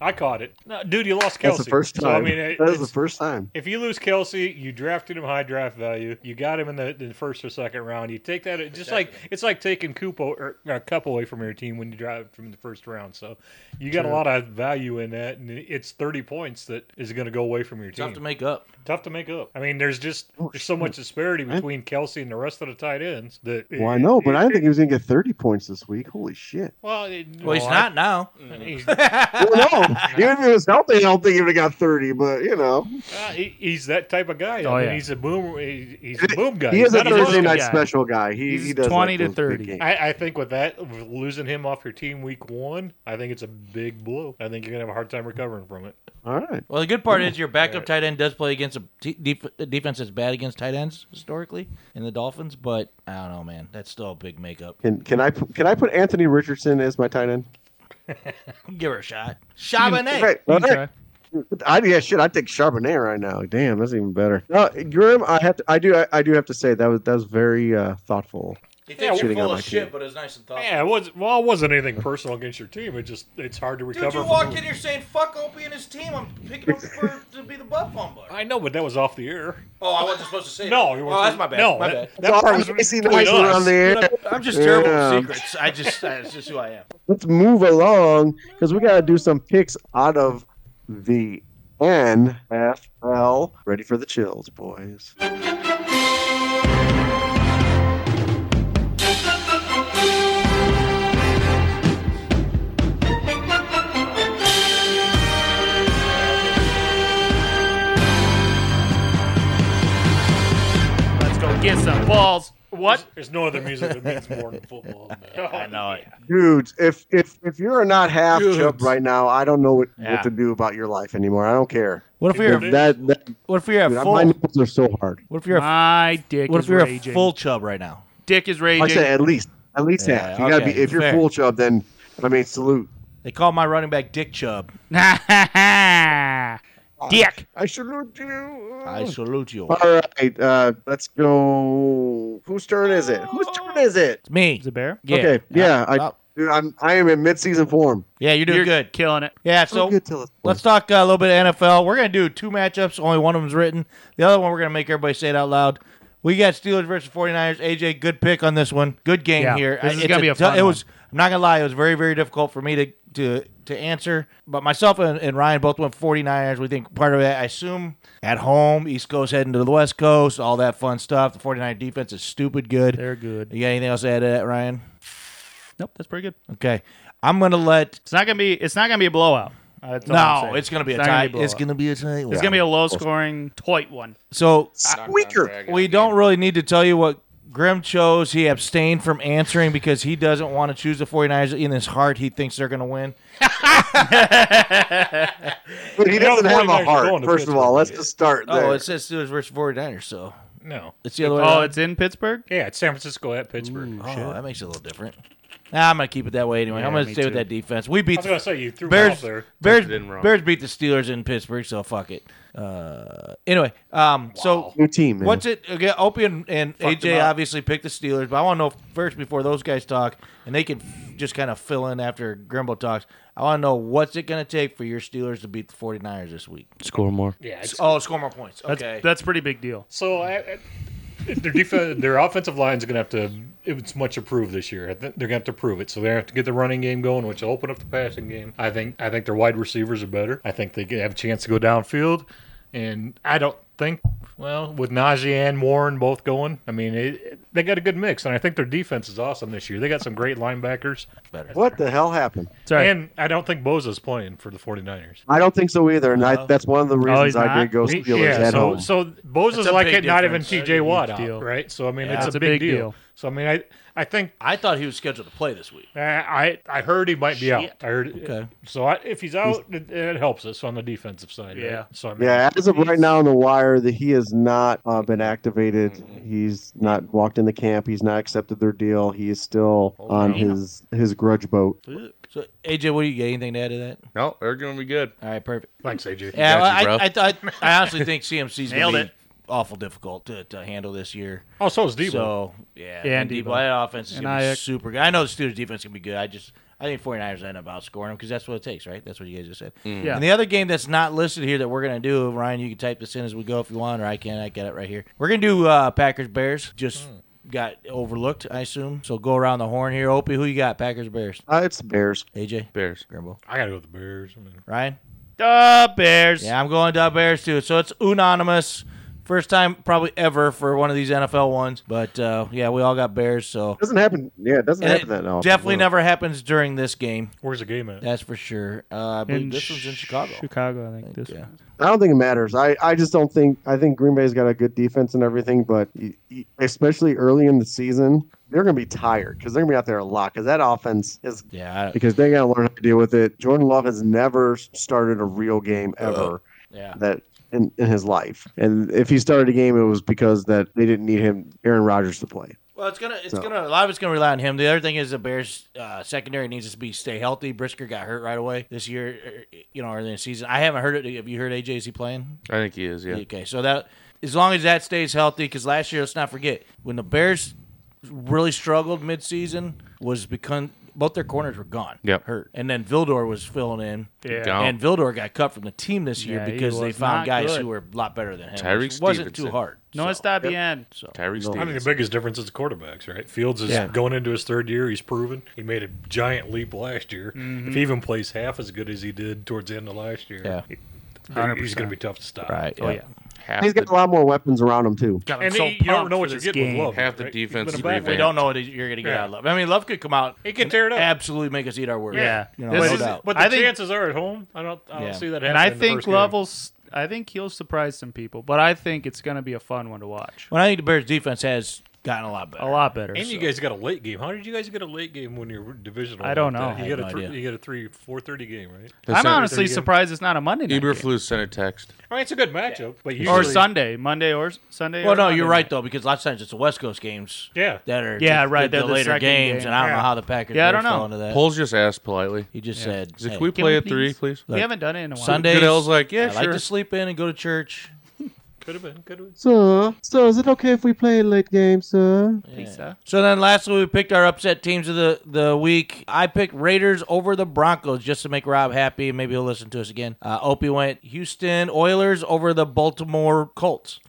Speaker 3: I caught it. No, dude, you lost Kelsey.
Speaker 5: That's the first time.
Speaker 3: So, I mean, it,
Speaker 5: that was the
Speaker 3: it's-
Speaker 5: first time.
Speaker 3: If you lose Kelsey, you drafted him high draft value. You got him in the, the first or second round. You take that just like it's like taking Kupo or, or Cup away from your team when you draft him in the first round. So you got a lot of value in that, and it's thirty points that is going to go away from your team.
Speaker 4: Tough to make up.
Speaker 3: Tough to make up. I mean, there's just
Speaker 5: Oh,
Speaker 3: there's so much disparity between Kelsey and the rest of the tight ends that.
Speaker 5: Well, I know, but I didn't think he was going to get 30 points this week. Holy shit.
Speaker 3: Well, it-
Speaker 4: Well, he's
Speaker 3: I-
Speaker 4: not now.
Speaker 3: He's,
Speaker 5: Well, no. Even if he was healthy, I don't think he would have got 30, but, you know.
Speaker 3: uh, he- he's that type of guy.
Speaker 6: Oh,
Speaker 3: I mean,
Speaker 6: yeah.
Speaker 3: he's a boom. he- He's a boom guy.
Speaker 5: He
Speaker 3: He's
Speaker 5: is a
Speaker 3: not bust
Speaker 5: Thursday
Speaker 3: guy.
Speaker 5: night
Speaker 6: guy.
Speaker 5: special guy. He,
Speaker 6: He's
Speaker 5: he does
Speaker 6: 20
Speaker 5: like
Speaker 6: to
Speaker 5: those big
Speaker 6: 30.
Speaker 5: games.
Speaker 3: I, I think with that with losing him off your team week one, I think it's a big blow. I think you're gonna have a hard time recovering from it.
Speaker 5: All right.
Speaker 4: Well, the good part is your backup tight end does play against a t- def- a defense that's bad against tight ends historically in the Dolphins, but I don't know, man. That's still a big makeup.
Speaker 5: Can, can I pu- can I put Anthony Richardson as my tight end?
Speaker 4: Give her a shot. Chabonet.
Speaker 5: Okay,
Speaker 6: You
Speaker 5: all
Speaker 6: can
Speaker 5: right.
Speaker 6: try.
Speaker 5: uh, I yeah shit. I take Charbonnet right now. Damn, that's even better. No, Grim, I have to. I do. I, I do have to say that was that was very uh, thoughtful.
Speaker 4: He
Speaker 3: Yeah,
Speaker 4: thinks you're
Speaker 5: shooting on
Speaker 4: full
Speaker 5: my
Speaker 4: of shit,
Speaker 5: team.
Speaker 4: but it's nice and thoughtful.
Speaker 3: Yeah, it was well, it wasn't anything personal against your team. It just it's hard to recover.
Speaker 4: Dude, you
Speaker 3: from
Speaker 4: walk in here saying fuck Opie and his team. I'm picking him for to be the butt fumbler.
Speaker 3: I know, but that was off the air.
Speaker 4: Oh, I wasn't supposed to say.
Speaker 3: No,
Speaker 4: that.
Speaker 3: you
Speaker 4: oh,
Speaker 3: weren't-
Speaker 4: that's my bad.
Speaker 3: No,
Speaker 4: my
Speaker 3: that,
Speaker 4: bad.
Speaker 3: that part was
Speaker 5: I see
Speaker 3: between
Speaker 5: nice around
Speaker 3: us.
Speaker 5: the air.
Speaker 4: I'm just terrible
Speaker 5: Yeah.
Speaker 4: with secrets. I just, that's just who I am.
Speaker 5: Let's move along because we gotta do some picks out of the NFL. Ready for the chills, boys.
Speaker 6: Let's go get some balls. What?
Speaker 3: There's no other music that means more than football. than that.
Speaker 4: I know it.
Speaker 5: Dudes, if if if you're not half chub
Speaker 4: Dudes.
Speaker 5: right now, I don't know what,
Speaker 6: Yeah.
Speaker 5: what to do about your life anymore. I don't care.
Speaker 4: What if
Speaker 3: you're-
Speaker 4: you're,
Speaker 5: If that, that
Speaker 4: what if you're
Speaker 5: dude, my
Speaker 4: at full,
Speaker 5: nipples are so hard.
Speaker 4: what if you're, a,
Speaker 6: My dick
Speaker 4: what
Speaker 6: is
Speaker 4: if you're a
Speaker 6: raging.
Speaker 4: full chub right now?
Speaker 6: dick is raging.
Speaker 5: Like I said, at least at least
Speaker 4: Yeah,
Speaker 5: half. You gotta
Speaker 4: okay,
Speaker 5: be if you're
Speaker 4: fair.
Speaker 5: full chub, then I mean salute.
Speaker 4: They call my running back Dick Chubb.
Speaker 6: dick.
Speaker 5: I salute you.
Speaker 4: I salute you.
Speaker 5: All right, uh, let's go. Whose turn is it? Whose turn is it?
Speaker 4: It's me.
Speaker 6: Is it bear?
Speaker 4: Yeah.
Speaker 5: Okay, yeah, I,
Speaker 4: Up.
Speaker 5: dude, I'm I am in mid-season form.
Speaker 4: Yeah, you're doing
Speaker 6: You're
Speaker 4: good.
Speaker 6: Killing it.
Speaker 4: Yeah, so
Speaker 5: good till it's
Speaker 4: let's talk uh, a little bit of NFL. We're going to do two matchups. Only one of them's written. The other one we're going to make everybody say it out loud. We got Steelers versus 49ers. AJ, good pick on this one. Good game
Speaker 6: Yeah,
Speaker 4: here.
Speaker 6: this
Speaker 4: I-
Speaker 6: is
Speaker 4: it's
Speaker 6: gonna be a
Speaker 4: tou-
Speaker 6: fun
Speaker 4: It
Speaker 6: one.
Speaker 4: was. I'm not gonna lie. It was very, very difficult for me to to to answer. But myself and, and Ryan both went 49ers. We think part of that. I assume at home, East Coast heading to the West Coast, all that fun stuff. The 49er defense is stupid good.
Speaker 6: They're good.
Speaker 4: You got anything else to add to that, Ryan?
Speaker 6: Nope, that's pretty good.
Speaker 4: Okay. I'm gonna let.
Speaker 6: It's not gonna be. It's not gonna be a blowout. Uh, that's all I'm
Speaker 4: No,
Speaker 6: saying.
Speaker 4: it's gonna be a
Speaker 6: not gonna
Speaker 4: tie.
Speaker 6: blowout.
Speaker 4: It's gonna be a tie.
Speaker 6: It's gonna be a low scoring tight one.
Speaker 4: so
Speaker 5: Squeaker.
Speaker 4: we don't really need to tell you what Grim chose. He abstained from answering because he doesn't want to choose the 49ers. In his heart, he thinks they're going to win.
Speaker 5: But he
Speaker 3: You know,
Speaker 5: doesn't
Speaker 3: the
Speaker 5: have a
Speaker 3: 49ers are going
Speaker 5: heart.
Speaker 3: to
Speaker 5: First of
Speaker 3: Pittsburgh.
Speaker 5: all, let's just start
Speaker 4: Oh,
Speaker 5: there.
Speaker 4: it says Steelers versus 49ers, so
Speaker 3: No.
Speaker 4: it's the other way
Speaker 6: Oh,
Speaker 4: around.
Speaker 6: it's in Pittsburgh.
Speaker 3: Yeah, it's San Francisco at Pittsburgh.
Speaker 4: Oh, that makes it a little different. Nah, I'm going to keep it that way anyway. I'm going to
Speaker 6: me
Speaker 4: stay with
Speaker 6: too.
Speaker 4: that defense. We
Speaker 3: I
Speaker 4: beat
Speaker 3: was gonna say you threw me
Speaker 4: Bears,
Speaker 3: off there.
Speaker 4: Bears,
Speaker 1: Didn't wrong.
Speaker 4: Bears beat the Steelers in Pittsburgh, so fuck it. Uh, anyway, um, so
Speaker 5: New team, man.
Speaker 4: what's it? Okay, Opie and, and AJ obviously picked the Steelers, but I want to know first before those guys talk, and they can f- just kind of fill in after Grimble talks. I want to know what's it going to take for your Steelers to beat the 49ers this week?
Speaker 1: Score more.
Speaker 3: Yeah. It's,
Speaker 4: Oh, score more points.
Speaker 6: That's
Speaker 4: Okay.
Speaker 6: that's pretty big deal.
Speaker 3: so I, I, their defense, their offensive line is gonna have to. It's much improved this year. I think They're gonna have to prove it. So they have to get the running game going, which will open up the passing game. I think. I think their wide receivers are better. I think they could have a chance to go downfield, and I don't think. Well, with Najee and Warren both going, I mean, it, it- they got a good mix, and I think their defense is awesome this year. They got some great linebackers,
Speaker 5: What the hell happened?
Speaker 6: Sorry.
Speaker 3: and I don't think Boza's playing for the 49ers.
Speaker 5: I don't think so either, and I, that's one of the reasons
Speaker 6: he's
Speaker 5: I
Speaker 6: not?
Speaker 5: did go
Speaker 3: He-
Speaker 5: Steelers at
Speaker 3: so,
Speaker 5: home.
Speaker 3: So Bosa's
Speaker 4: That's a
Speaker 3: like
Speaker 4: big
Speaker 3: it, not even
Speaker 4: difference.
Speaker 3: TJ Watt
Speaker 6: huge
Speaker 3: out,
Speaker 6: deal.
Speaker 3: right? So I mean,
Speaker 6: Yeah,
Speaker 3: it's, a, big, deal. So I mean, I I think
Speaker 4: I thought he was scheduled to play this week.
Speaker 3: I I, I heard he might be out. I heard. uh,
Speaker 4: Okay.
Speaker 3: So I, if he's out, it, it helps us on the defensive side. right?
Speaker 6: Yeah.
Speaker 3: So I mean,
Speaker 5: Yeah, as of right now on the wire, that he has not uh, been activated.
Speaker 4: Mm-hmm.
Speaker 5: He's not walked in the camp. He's not accepted their deal. He is still
Speaker 4: Oh,
Speaker 5: on his his grudge boat.
Speaker 4: So AJ, what do you get? Anything to add to that?
Speaker 1: No, they're gonna be good.
Speaker 4: All right, perfect.
Speaker 3: Thanks, AJ.
Speaker 1: Got
Speaker 4: Yeah,
Speaker 1: you,
Speaker 4: well, I,
Speaker 1: bro.
Speaker 4: I, thought I honestly think CMC's gonna
Speaker 6: Nailed
Speaker 4: be
Speaker 6: it.
Speaker 4: awful difficult to, to handle this year.
Speaker 3: Oh, so is Debo.
Speaker 4: So yeah,
Speaker 6: Yeah, and
Speaker 4: Debo.
Speaker 6: Debo.
Speaker 4: That offense is
Speaker 6: And
Speaker 4: gonna be
Speaker 6: Ayuk.
Speaker 4: super good. I know the Steelers defense can be good. I just I think 49ers end up outscoring them because that's what it takes, right? That's what you guys just said.
Speaker 6: Yeah.
Speaker 4: And the other game that's not listed here that we're gonna do, Ryan, you can type this in as we go if you want, or I can. I got it right here. We're gonna do uh, Packers Bears. Just got overlooked, I assume. So go around the horn here, Opie. Who you got? Packers Bears.
Speaker 5: Uh, it's the Bears.
Speaker 4: AJ
Speaker 1: Bears.
Speaker 4: Grimble.
Speaker 3: I gotta go with the Bears. I mean,
Speaker 4: Ryan.
Speaker 6: The Bears.
Speaker 4: Yeah, I'm going Dub Bears too. So it's unanimous. First time probably ever for one of these NFL ones. But uh, yeah, we all got Bears. So
Speaker 5: Doesn't happen. Yeah, it doesn't
Speaker 4: And
Speaker 5: happen
Speaker 4: it
Speaker 5: that often.
Speaker 4: definitely
Speaker 5: Well,
Speaker 4: never happens during this game.
Speaker 3: where's the game at?
Speaker 4: That's for sure. Uh, I believe
Speaker 6: In
Speaker 4: this one's in Chicago.
Speaker 6: Chicago, I think. This
Speaker 4: yeah.
Speaker 6: one.
Speaker 5: I don't think it matters. I, I just don't think. I think Green Bay's got a good defense and everything, but y- y- especially early in the season, they're going to be tired because they're going to be out there a lot because that offense is
Speaker 4: Yeah, I-
Speaker 5: because they got to learn how to deal with it. Jordan Love has never started a real game
Speaker 4: Uh,
Speaker 5: ever
Speaker 4: yeah.
Speaker 5: that in, in his life, and if he started a game, it was because that they didn't need him, Aaron Rodgers, to play.
Speaker 4: Well, it's gonna, it's
Speaker 5: So-
Speaker 4: gonna. A lot of it's gonna rely on him. The other thing is the Bears uh, secondary needs to be stay healthy. Brisker got hurt right away this year, er, you know, early in the season. I haven't heard it. Have you heard AJ? Is he playing?
Speaker 1: I think he is. Yeah.
Speaker 4: Okay, so that as long as that stays healthy, because last year, let's not forget when the Bears really struggled midseason was because both their corners were gone,
Speaker 1: Yep.
Speaker 4: hurt, and then Vildor was filling in.
Speaker 6: Yeah.
Speaker 1: Gone.
Speaker 4: And Vildor got cut from the team this year
Speaker 6: Yeah, he
Speaker 4: because they
Speaker 6: was
Speaker 4: found
Speaker 6: not
Speaker 4: guys
Speaker 6: good.
Speaker 4: who were a lot better than him.
Speaker 1: Tyreek
Speaker 4: which wasn't too
Speaker 1: Stevenson.
Speaker 4: hard.
Speaker 6: No,
Speaker 4: so.
Speaker 6: it's not the end.
Speaker 4: So.
Speaker 1: Tyreek
Speaker 3: I think the
Speaker 1: Stevens.
Speaker 3: biggest difference is the quarterbacks, right? Fields is
Speaker 4: Yeah.
Speaker 3: going into his third year. He's proven he made a giant leap last year.
Speaker 4: Mm-hmm.
Speaker 3: If he even plays half as good as he did towards the end of last year,
Speaker 4: Yeah.
Speaker 3: he- he's going to be tough to stop.
Speaker 4: Right.
Speaker 6: Oh
Speaker 4: yeah.
Speaker 6: yeah.
Speaker 1: Half
Speaker 5: He's got a
Speaker 1: the,
Speaker 5: lot more weapons around him too.
Speaker 6: God, I'm
Speaker 3: And
Speaker 6: so
Speaker 3: he- you don't
Speaker 6: pumped
Speaker 3: know
Speaker 6: for
Speaker 3: what you're
Speaker 6: this
Speaker 3: getting
Speaker 6: game.
Speaker 3: with Love.
Speaker 1: half the
Speaker 3: right? He's
Speaker 1: defense
Speaker 3: been
Speaker 1: is
Speaker 3: a bad-
Speaker 4: We
Speaker 1: revamped.
Speaker 4: don't know what you're going to get
Speaker 3: Yeah.
Speaker 4: out of Love. I mean, Love could come out.
Speaker 3: He can tear it up.
Speaker 4: Absolutely make us eat our words.
Speaker 6: Yeah.
Speaker 4: You know,
Speaker 6: This
Speaker 4: no
Speaker 3: But,
Speaker 6: is-
Speaker 4: doubt.
Speaker 3: but the
Speaker 6: I think-
Speaker 3: chances are at home, I don't, I don't
Speaker 4: Yeah.
Speaker 3: see that happening.
Speaker 6: And I
Speaker 3: in the
Speaker 6: think
Speaker 3: first game.
Speaker 6: levels. I think he'll surprise some people, but I think it's going to be a fun one to watch.
Speaker 4: Well, I think the Bears defense has gotten a lot better.
Speaker 6: A lot better.
Speaker 3: And you
Speaker 6: so.
Speaker 3: guys got a late game. How did you guys get a late game when you're divisional?
Speaker 6: I don't
Speaker 3: like
Speaker 6: know.
Speaker 3: that?
Speaker 6: I
Speaker 3: You
Speaker 4: have
Speaker 3: got
Speaker 4: no
Speaker 3: a three,
Speaker 4: idea.
Speaker 3: you got a three four thirty game, right?
Speaker 1: They
Speaker 6: I'm
Speaker 1: sent-
Speaker 6: honestly
Speaker 3: game.
Speaker 6: surprised it's not a Monday night game.
Speaker 1: Eberflus sent a text.
Speaker 3: I mean, it's a good matchup, but usually,
Speaker 6: or Sunday, Monday or s- Sunday.
Speaker 4: Well,
Speaker 6: or
Speaker 4: no,
Speaker 6: Monday
Speaker 4: you're right
Speaker 6: night.
Speaker 4: though, because lots of times it's the West Coast games
Speaker 3: Yeah,
Speaker 4: that are
Speaker 6: Yeah,
Speaker 4: just
Speaker 6: right,
Speaker 4: The,
Speaker 6: they're
Speaker 4: the
Speaker 6: the
Speaker 4: later
Speaker 6: second
Speaker 4: games,
Speaker 6: game.
Speaker 4: and I don't know
Speaker 3: Yeah.
Speaker 4: how the Packers.
Speaker 6: Yeah, I
Speaker 4: Bears
Speaker 6: don't know.
Speaker 4: fell Into that.
Speaker 1: Poles just asked politely.
Speaker 4: he just said
Speaker 1: He's like,
Speaker 4: hey,
Speaker 1: "Can we
Speaker 6: Can
Speaker 1: play
Speaker 6: we
Speaker 1: at three, please?"
Speaker 4: Look,
Speaker 6: We haven't done it in a while.
Speaker 4: Sundays,
Speaker 1: Goodell's like, "Yeah,
Speaker 4: I like
Speaker 1: sure."
Speaker 4: to sleep in and go to church.
Speaker 3: could have been, could have been.
Speaker 5: So, so is it okay if we play a late game, sir?
Speaker 6: I think so.
Speaker 4: So then, lastly, we picked our upset teams of the, the week. I picked Raiders over the Broncos just to make Rob happy. Maybe he'll listen to us again. Uh, Opie went Houston Oilers over the Baltimore Colts.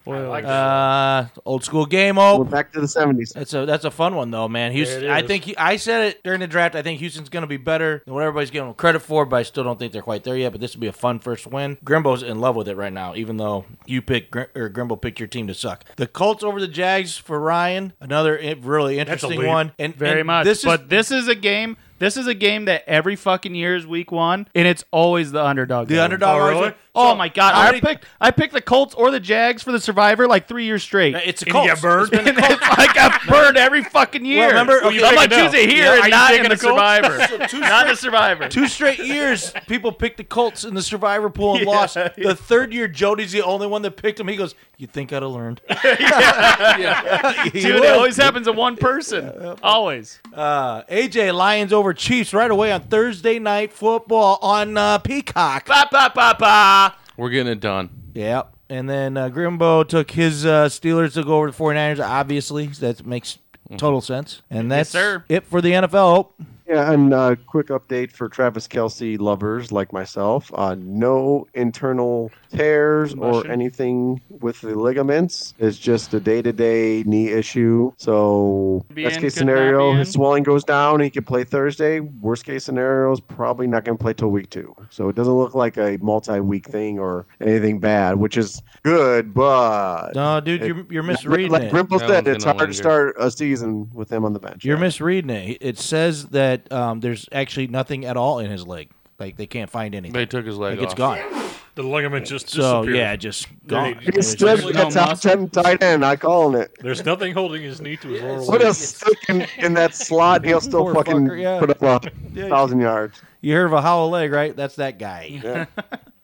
Speaker 4: Uh, old school game,
Speaker 5: We're
Speaker 4: Ope.
Speaker 5: back to the seventies.
Speaker 4: That's a that's a fun one though, man. Houston,
Speaker 3: it
Speaker 4: I
Speaker 3: is.
Speaker 4: think he, I said it during the draft. I think Houston's going to be better than what everybody's giving them credit for, but I still don't think they're quite there yet. But this will be a fun first win. Grimbo's in love with it right now, even though you pick Grim- or Grimbo picked your team to suck. The Colts over the Jags for Ryan, another i- really
Speaker 3: a
Speaker 4: interesting
Speaker 3: leap.
Speaker 4: one, and
Speaker 6: Very
Speaker 4: and
Speaker 6: much.
Speaker 4: This is
Speaker 6: but this is a game This is a game that every fucking year is week one, and it's always the underdog.
Speaker 4: The
Speaker 6: that
Speaker 4: underdog
Speaker 6: wins.
Speaker 4: always wins.
Speaker 6: Oh
Speaker 4: So,
Speaker 6: my god!
Speaker 4: how
Speaker 6: I
Speaker 4: many-
Speaker 6: picked I picked the Colts or the Jags for the Survivor like three years straight.
Speaker 4: It's a
Speaker 3: And you
Speaker 4: cult.
Speaker 3: get burned.
Speaker 6: And it's like I've burned every fucking year.
Speaker 4: remember-
Speaker 6: So
Speaker 4: okay,
Speaker 6: I'm gonna
Speaker 3: taking
Speaker 6: choose
Speaker 3: Dell.
Speaker 6: it here
Speaker 4: Yeah, are
Speaker 6: and
Speaker 4: you
Speaker 6: not in
Speaker 4: taking
Speaker 6: the
Speaker 4: the Colts?
Speaker 6: Survivor.
Speaker 4: two
Speaker 6: not the Survivor.
Speaker 4: Two straight years, people picked the Colts in the Survivor pool and lost. The third year, Jody's the only one that picked him. He goes, "You think I'd have learned?" He
Speaker 6: Dude,
Speaker 4: would.
Speaker 6: it always happens to one person. Always.
Speaker 4: Uh, AJ Lions over Chiefs right away on Thursday night football on uh, Peacock.
Speaker 6: Ba ba ba ba.
Speaker 1: We're getting it done.
Speaker 4: Yep. And then uh, Grimbo took his uh, Steelers to go over the 49ers, obviously. so That makes total sense. And that's
Speaker 6: sir.
Speaker 4: it for the NFL.
Speaker 5: Yeah, and uh, quick update for Travis Kelsey lovers like myself: uh, no internal tears or anything with the ligaments. It's just a day-to-day knee issue. So
Speaker 6: Be
Speaker 5: best
Speaker 6: in,
Speaker 5: case
Speaker 6: could not
Speaker 5: scenario,
Speaker 6: be
Speaker 5: his
Speaker 6: in.
Speaker 5: swelling goes down. He can play Thursday. Worst case scenario is probably not going to play till week two. So it doesn't look like a multi-week thing or anything bad, which is good. But
Speaker 4: No, dude,
Speaker 5: It-
Speaker 4: you're, you're
Speaker 5: like
Speaker 4: misreading it.
Speaker 5: Grimble
Speaker 1: That
Speaker 5: said,
Speaker 1: one's
Speaker 5: it's
Speaker 1: gonna
Speaker 5: hard
Speaker 1: linger.
Speaker 5: to start a season with him on the bench.
Speaker 4: You're misreading it. It says that um, there's actually nothing at all in his leg. Like, they can't find anything.
Speaker 1: They took his leg
Speaker 4: Like, it's
Speaker 1: off.
Speaker 4: gone.
Speaker 3: The ligament just
Speaker 4: So,
Speaker 3: disappeared.
Speaker 4: yeah, just gone.
Speaker 3: They-
Speaker 4: It was
Speaker 5: He's still
Speaker 4: just-
Speaker 6: no
Speaker 5: the top
Speaker 6: muscle.
Speaker 5: ten tight end. I calling it.
Speaker 3: There's nothing holding his knee to his lower
Speaker 5: Put
Speaker 3: leg.
Speaker 5: a stick in, in that slot. He'll still
Speaker 4: Poor
Speaker 5: fucking
Speaker 4: fucker, yeah.
Speaker 5: put up a thousand yards.
Speaker 4: you heard of a hollow leg, right? That's that guy.
Speaker 5: Yeah.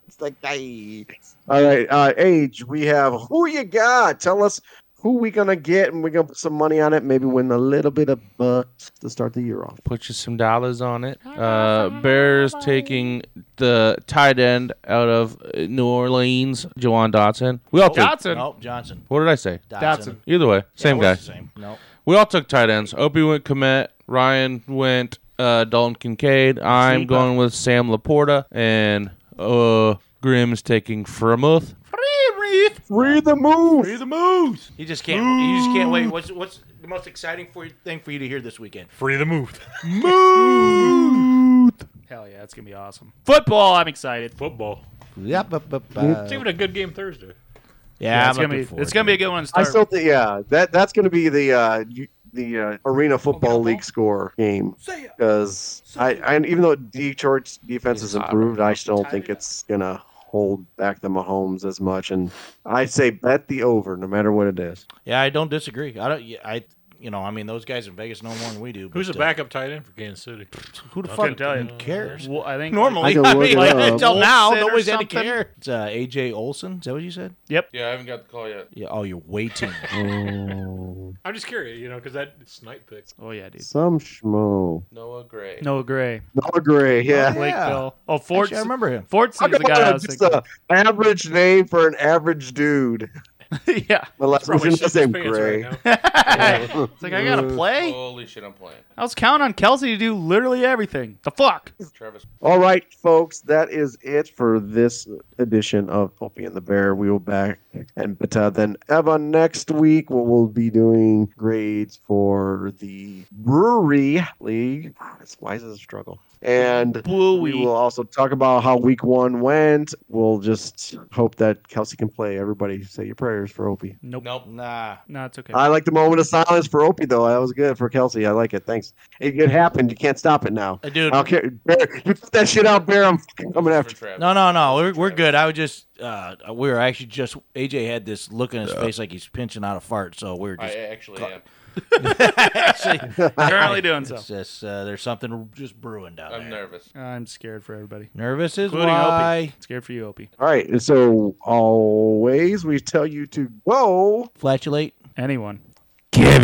Speaker 5: it's like, "Ay." all right, uh, age. We have who you got. Tell us who we gonna get, and we're gonna put some money on it. Maybe win a little bit of bucks to start the year off.
Speaker 1: Put you some dollars on it. Uh, Bears taking the tight end out of uh, New Orleans, Jawan Dotson. We all took.
Speaker 6: Dotson.
Speaker 4: Nope, Johnson.
Speaker 1: What did I say?
Speaker 4: Dotson.
Speaker 1: Either way, same
Speaker 4: Yeah,
Speaker 1: guy.
Speaker 4: it was the Same. Nope.
Speaker 1: We all took tight ends. Opie went Komet. Ryan went uh, Dalton Kincaid. I'm going with Sam Laporta. And uh, Grim is taking Fremuth.
Speaker 5: Free the move.
Speaker 4: the moose. You just can't. You just can't wait. What's what's the most exciting for, thing for you to hear this weekend?
Speaker 3: Free the move.
Speaker 6: Hell yeah, it's gonna be awesome. Football, I'm excited.
Speaker 3: Football.
Speaker 4: Yep. uh,
Speaker 3: It's even a good game Thursday.
Speaker 4: yeah,
Speaker 6: it's gonna be it's gonna be a good one to
Speaker 5: I
Speaker 6: start.
Speaker 5: still think, yeah, that that's gonna be the uh, you- the uh, Arena Football League score game. because I, I even though Detroit's defense has improved, I still don't think it's gonna hold back the Mahomes as much. And I say bet the over, no matter what it is.
Speaker 4: Yeah, I don't disagree. I don't. yeah, I. You know, I mean, those guys in Vegas know more than we do. but
Speaker 3: Who's the
Speaker 4: still.
Speaker 3: backup tight end for Kansas City?
Speaker 4: Who the
Speaker 3: I
Speaker 4: fuck
Speaker 3: couldn't tell you.
Speaker 4: who cares?
Speaker 6: Well, I think
Speaker 4: Normally,
Speaker 5: I can
Speaker 4: I
Speaker 5: look it
Speaker 4: mean, like,
Speaker 5: up.
Speaker 4: until now,
Speaker 6: Wilson or
Speaker 4: nobody's had to
Speaker 6: something?
Speaker 4: care. It's uh, AJ Olson. Is that what you said?
Speaker 1: Yeah, I haven't got the call yet.
Speaker 4: Yeah. Oh, you're waiting.
Speaker 3: I'm just curious, you know, because that snipe pick.
Speaker 6: Oh yeah, dude.
Speaker 5: Some schmo,
Speaker 1: Noah Gray.
Speaker 6: Noah Gray.
Speaker 5: no gray, yeah.
Speaker 6: Blake
Speaker 4: Yeah.
Speaker 6: Bell. Oh
Speaker 4: Actually,
Speaker 6: Fortson.
Speaker 4: I remember him.
Speaker 6: Fortson's the guy I was
Speaker 5: Just a average name for an average dude.
Speaker 6: thinking. yeah.
Speaker 5: Unless we're
Speaker 3: Probably
Speaker 5: gonna
Speaker 3: shitting
Speaker 5: say
Speaker 3: his pants
Speaker 5: Gray.
Speaker 3: right now.
Speaker 6: it's like I gotta
Speaker 5: Uh,
Speaker 6: play.
Speaker 1: Holy shit, I'm playing.
Speaker 6: I was counting on Kelsey to do literally everything. The fuck.
Speaker 1: Travis.
Speaker 5: All right, folks, that is it for this edition of Opie and the Bear. We will back and better than ever next week. We will be doing grades for the Brewery League. That's- Why is this a struggle? And we will also talk about how week one went. We'll just hope that Kelsey can play. Everybody say your prayers for Opie.
Speaker 6: Nope.
Speaker 1: Nope.
Speaker 4: Nah.
Speaker 6: No, it's okay.
Speaker 5: I like the moment of silence for Opie, though. That was good for Kelsey. I like it. Thanks. It, it happened. You can't stop it now.
Speaker 4: Uh, Dude.
Speaker 5: I don't care. Bear, you put that shit out, Bear. I'm fucking coming after you.
Speaker 4: No, no, no. We're, we're good. I was just, uh, we were actually just, AJ had this look in his face like he's pinching out a fart. So we are just
Speaker 1: actually
Speaker 4: am. actually,
Speaker 6: Currently doing so.
Speaker 4: it's just, uh, there's something just brewing down there.
Speaker 1: nervous.
Speaker 6: I'm scared for everybody.
Speaker 4: Nervous is
Speaker 6: Including
Speaker 4: why.
Speaker 6: Opie. Scared for you, Opie.
Speaker 5: All right. and So always we tell you to go.
Speaker 4: Flatulate.
Speaker 6: Anyone.
Speaker 10: You,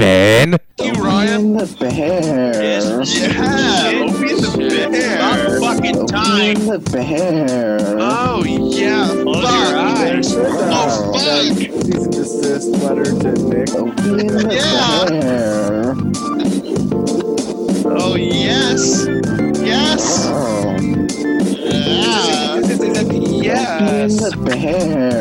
Speaker 10: Ryan.
Speaker 8: The bear.
Speaker 10: Yeah, Opie and the Bear.
Speaker 7: About fucking time.
Speaker 8: The bear.
Speaker 10: Oh, yeah. Fuck. Oh, fuck.
Speaker 5: Cease and desist letter to Nick.
Speaker 10: Yeah. Oh, yes. Yes. Yeah. Yes.
Speaker 8: The bear.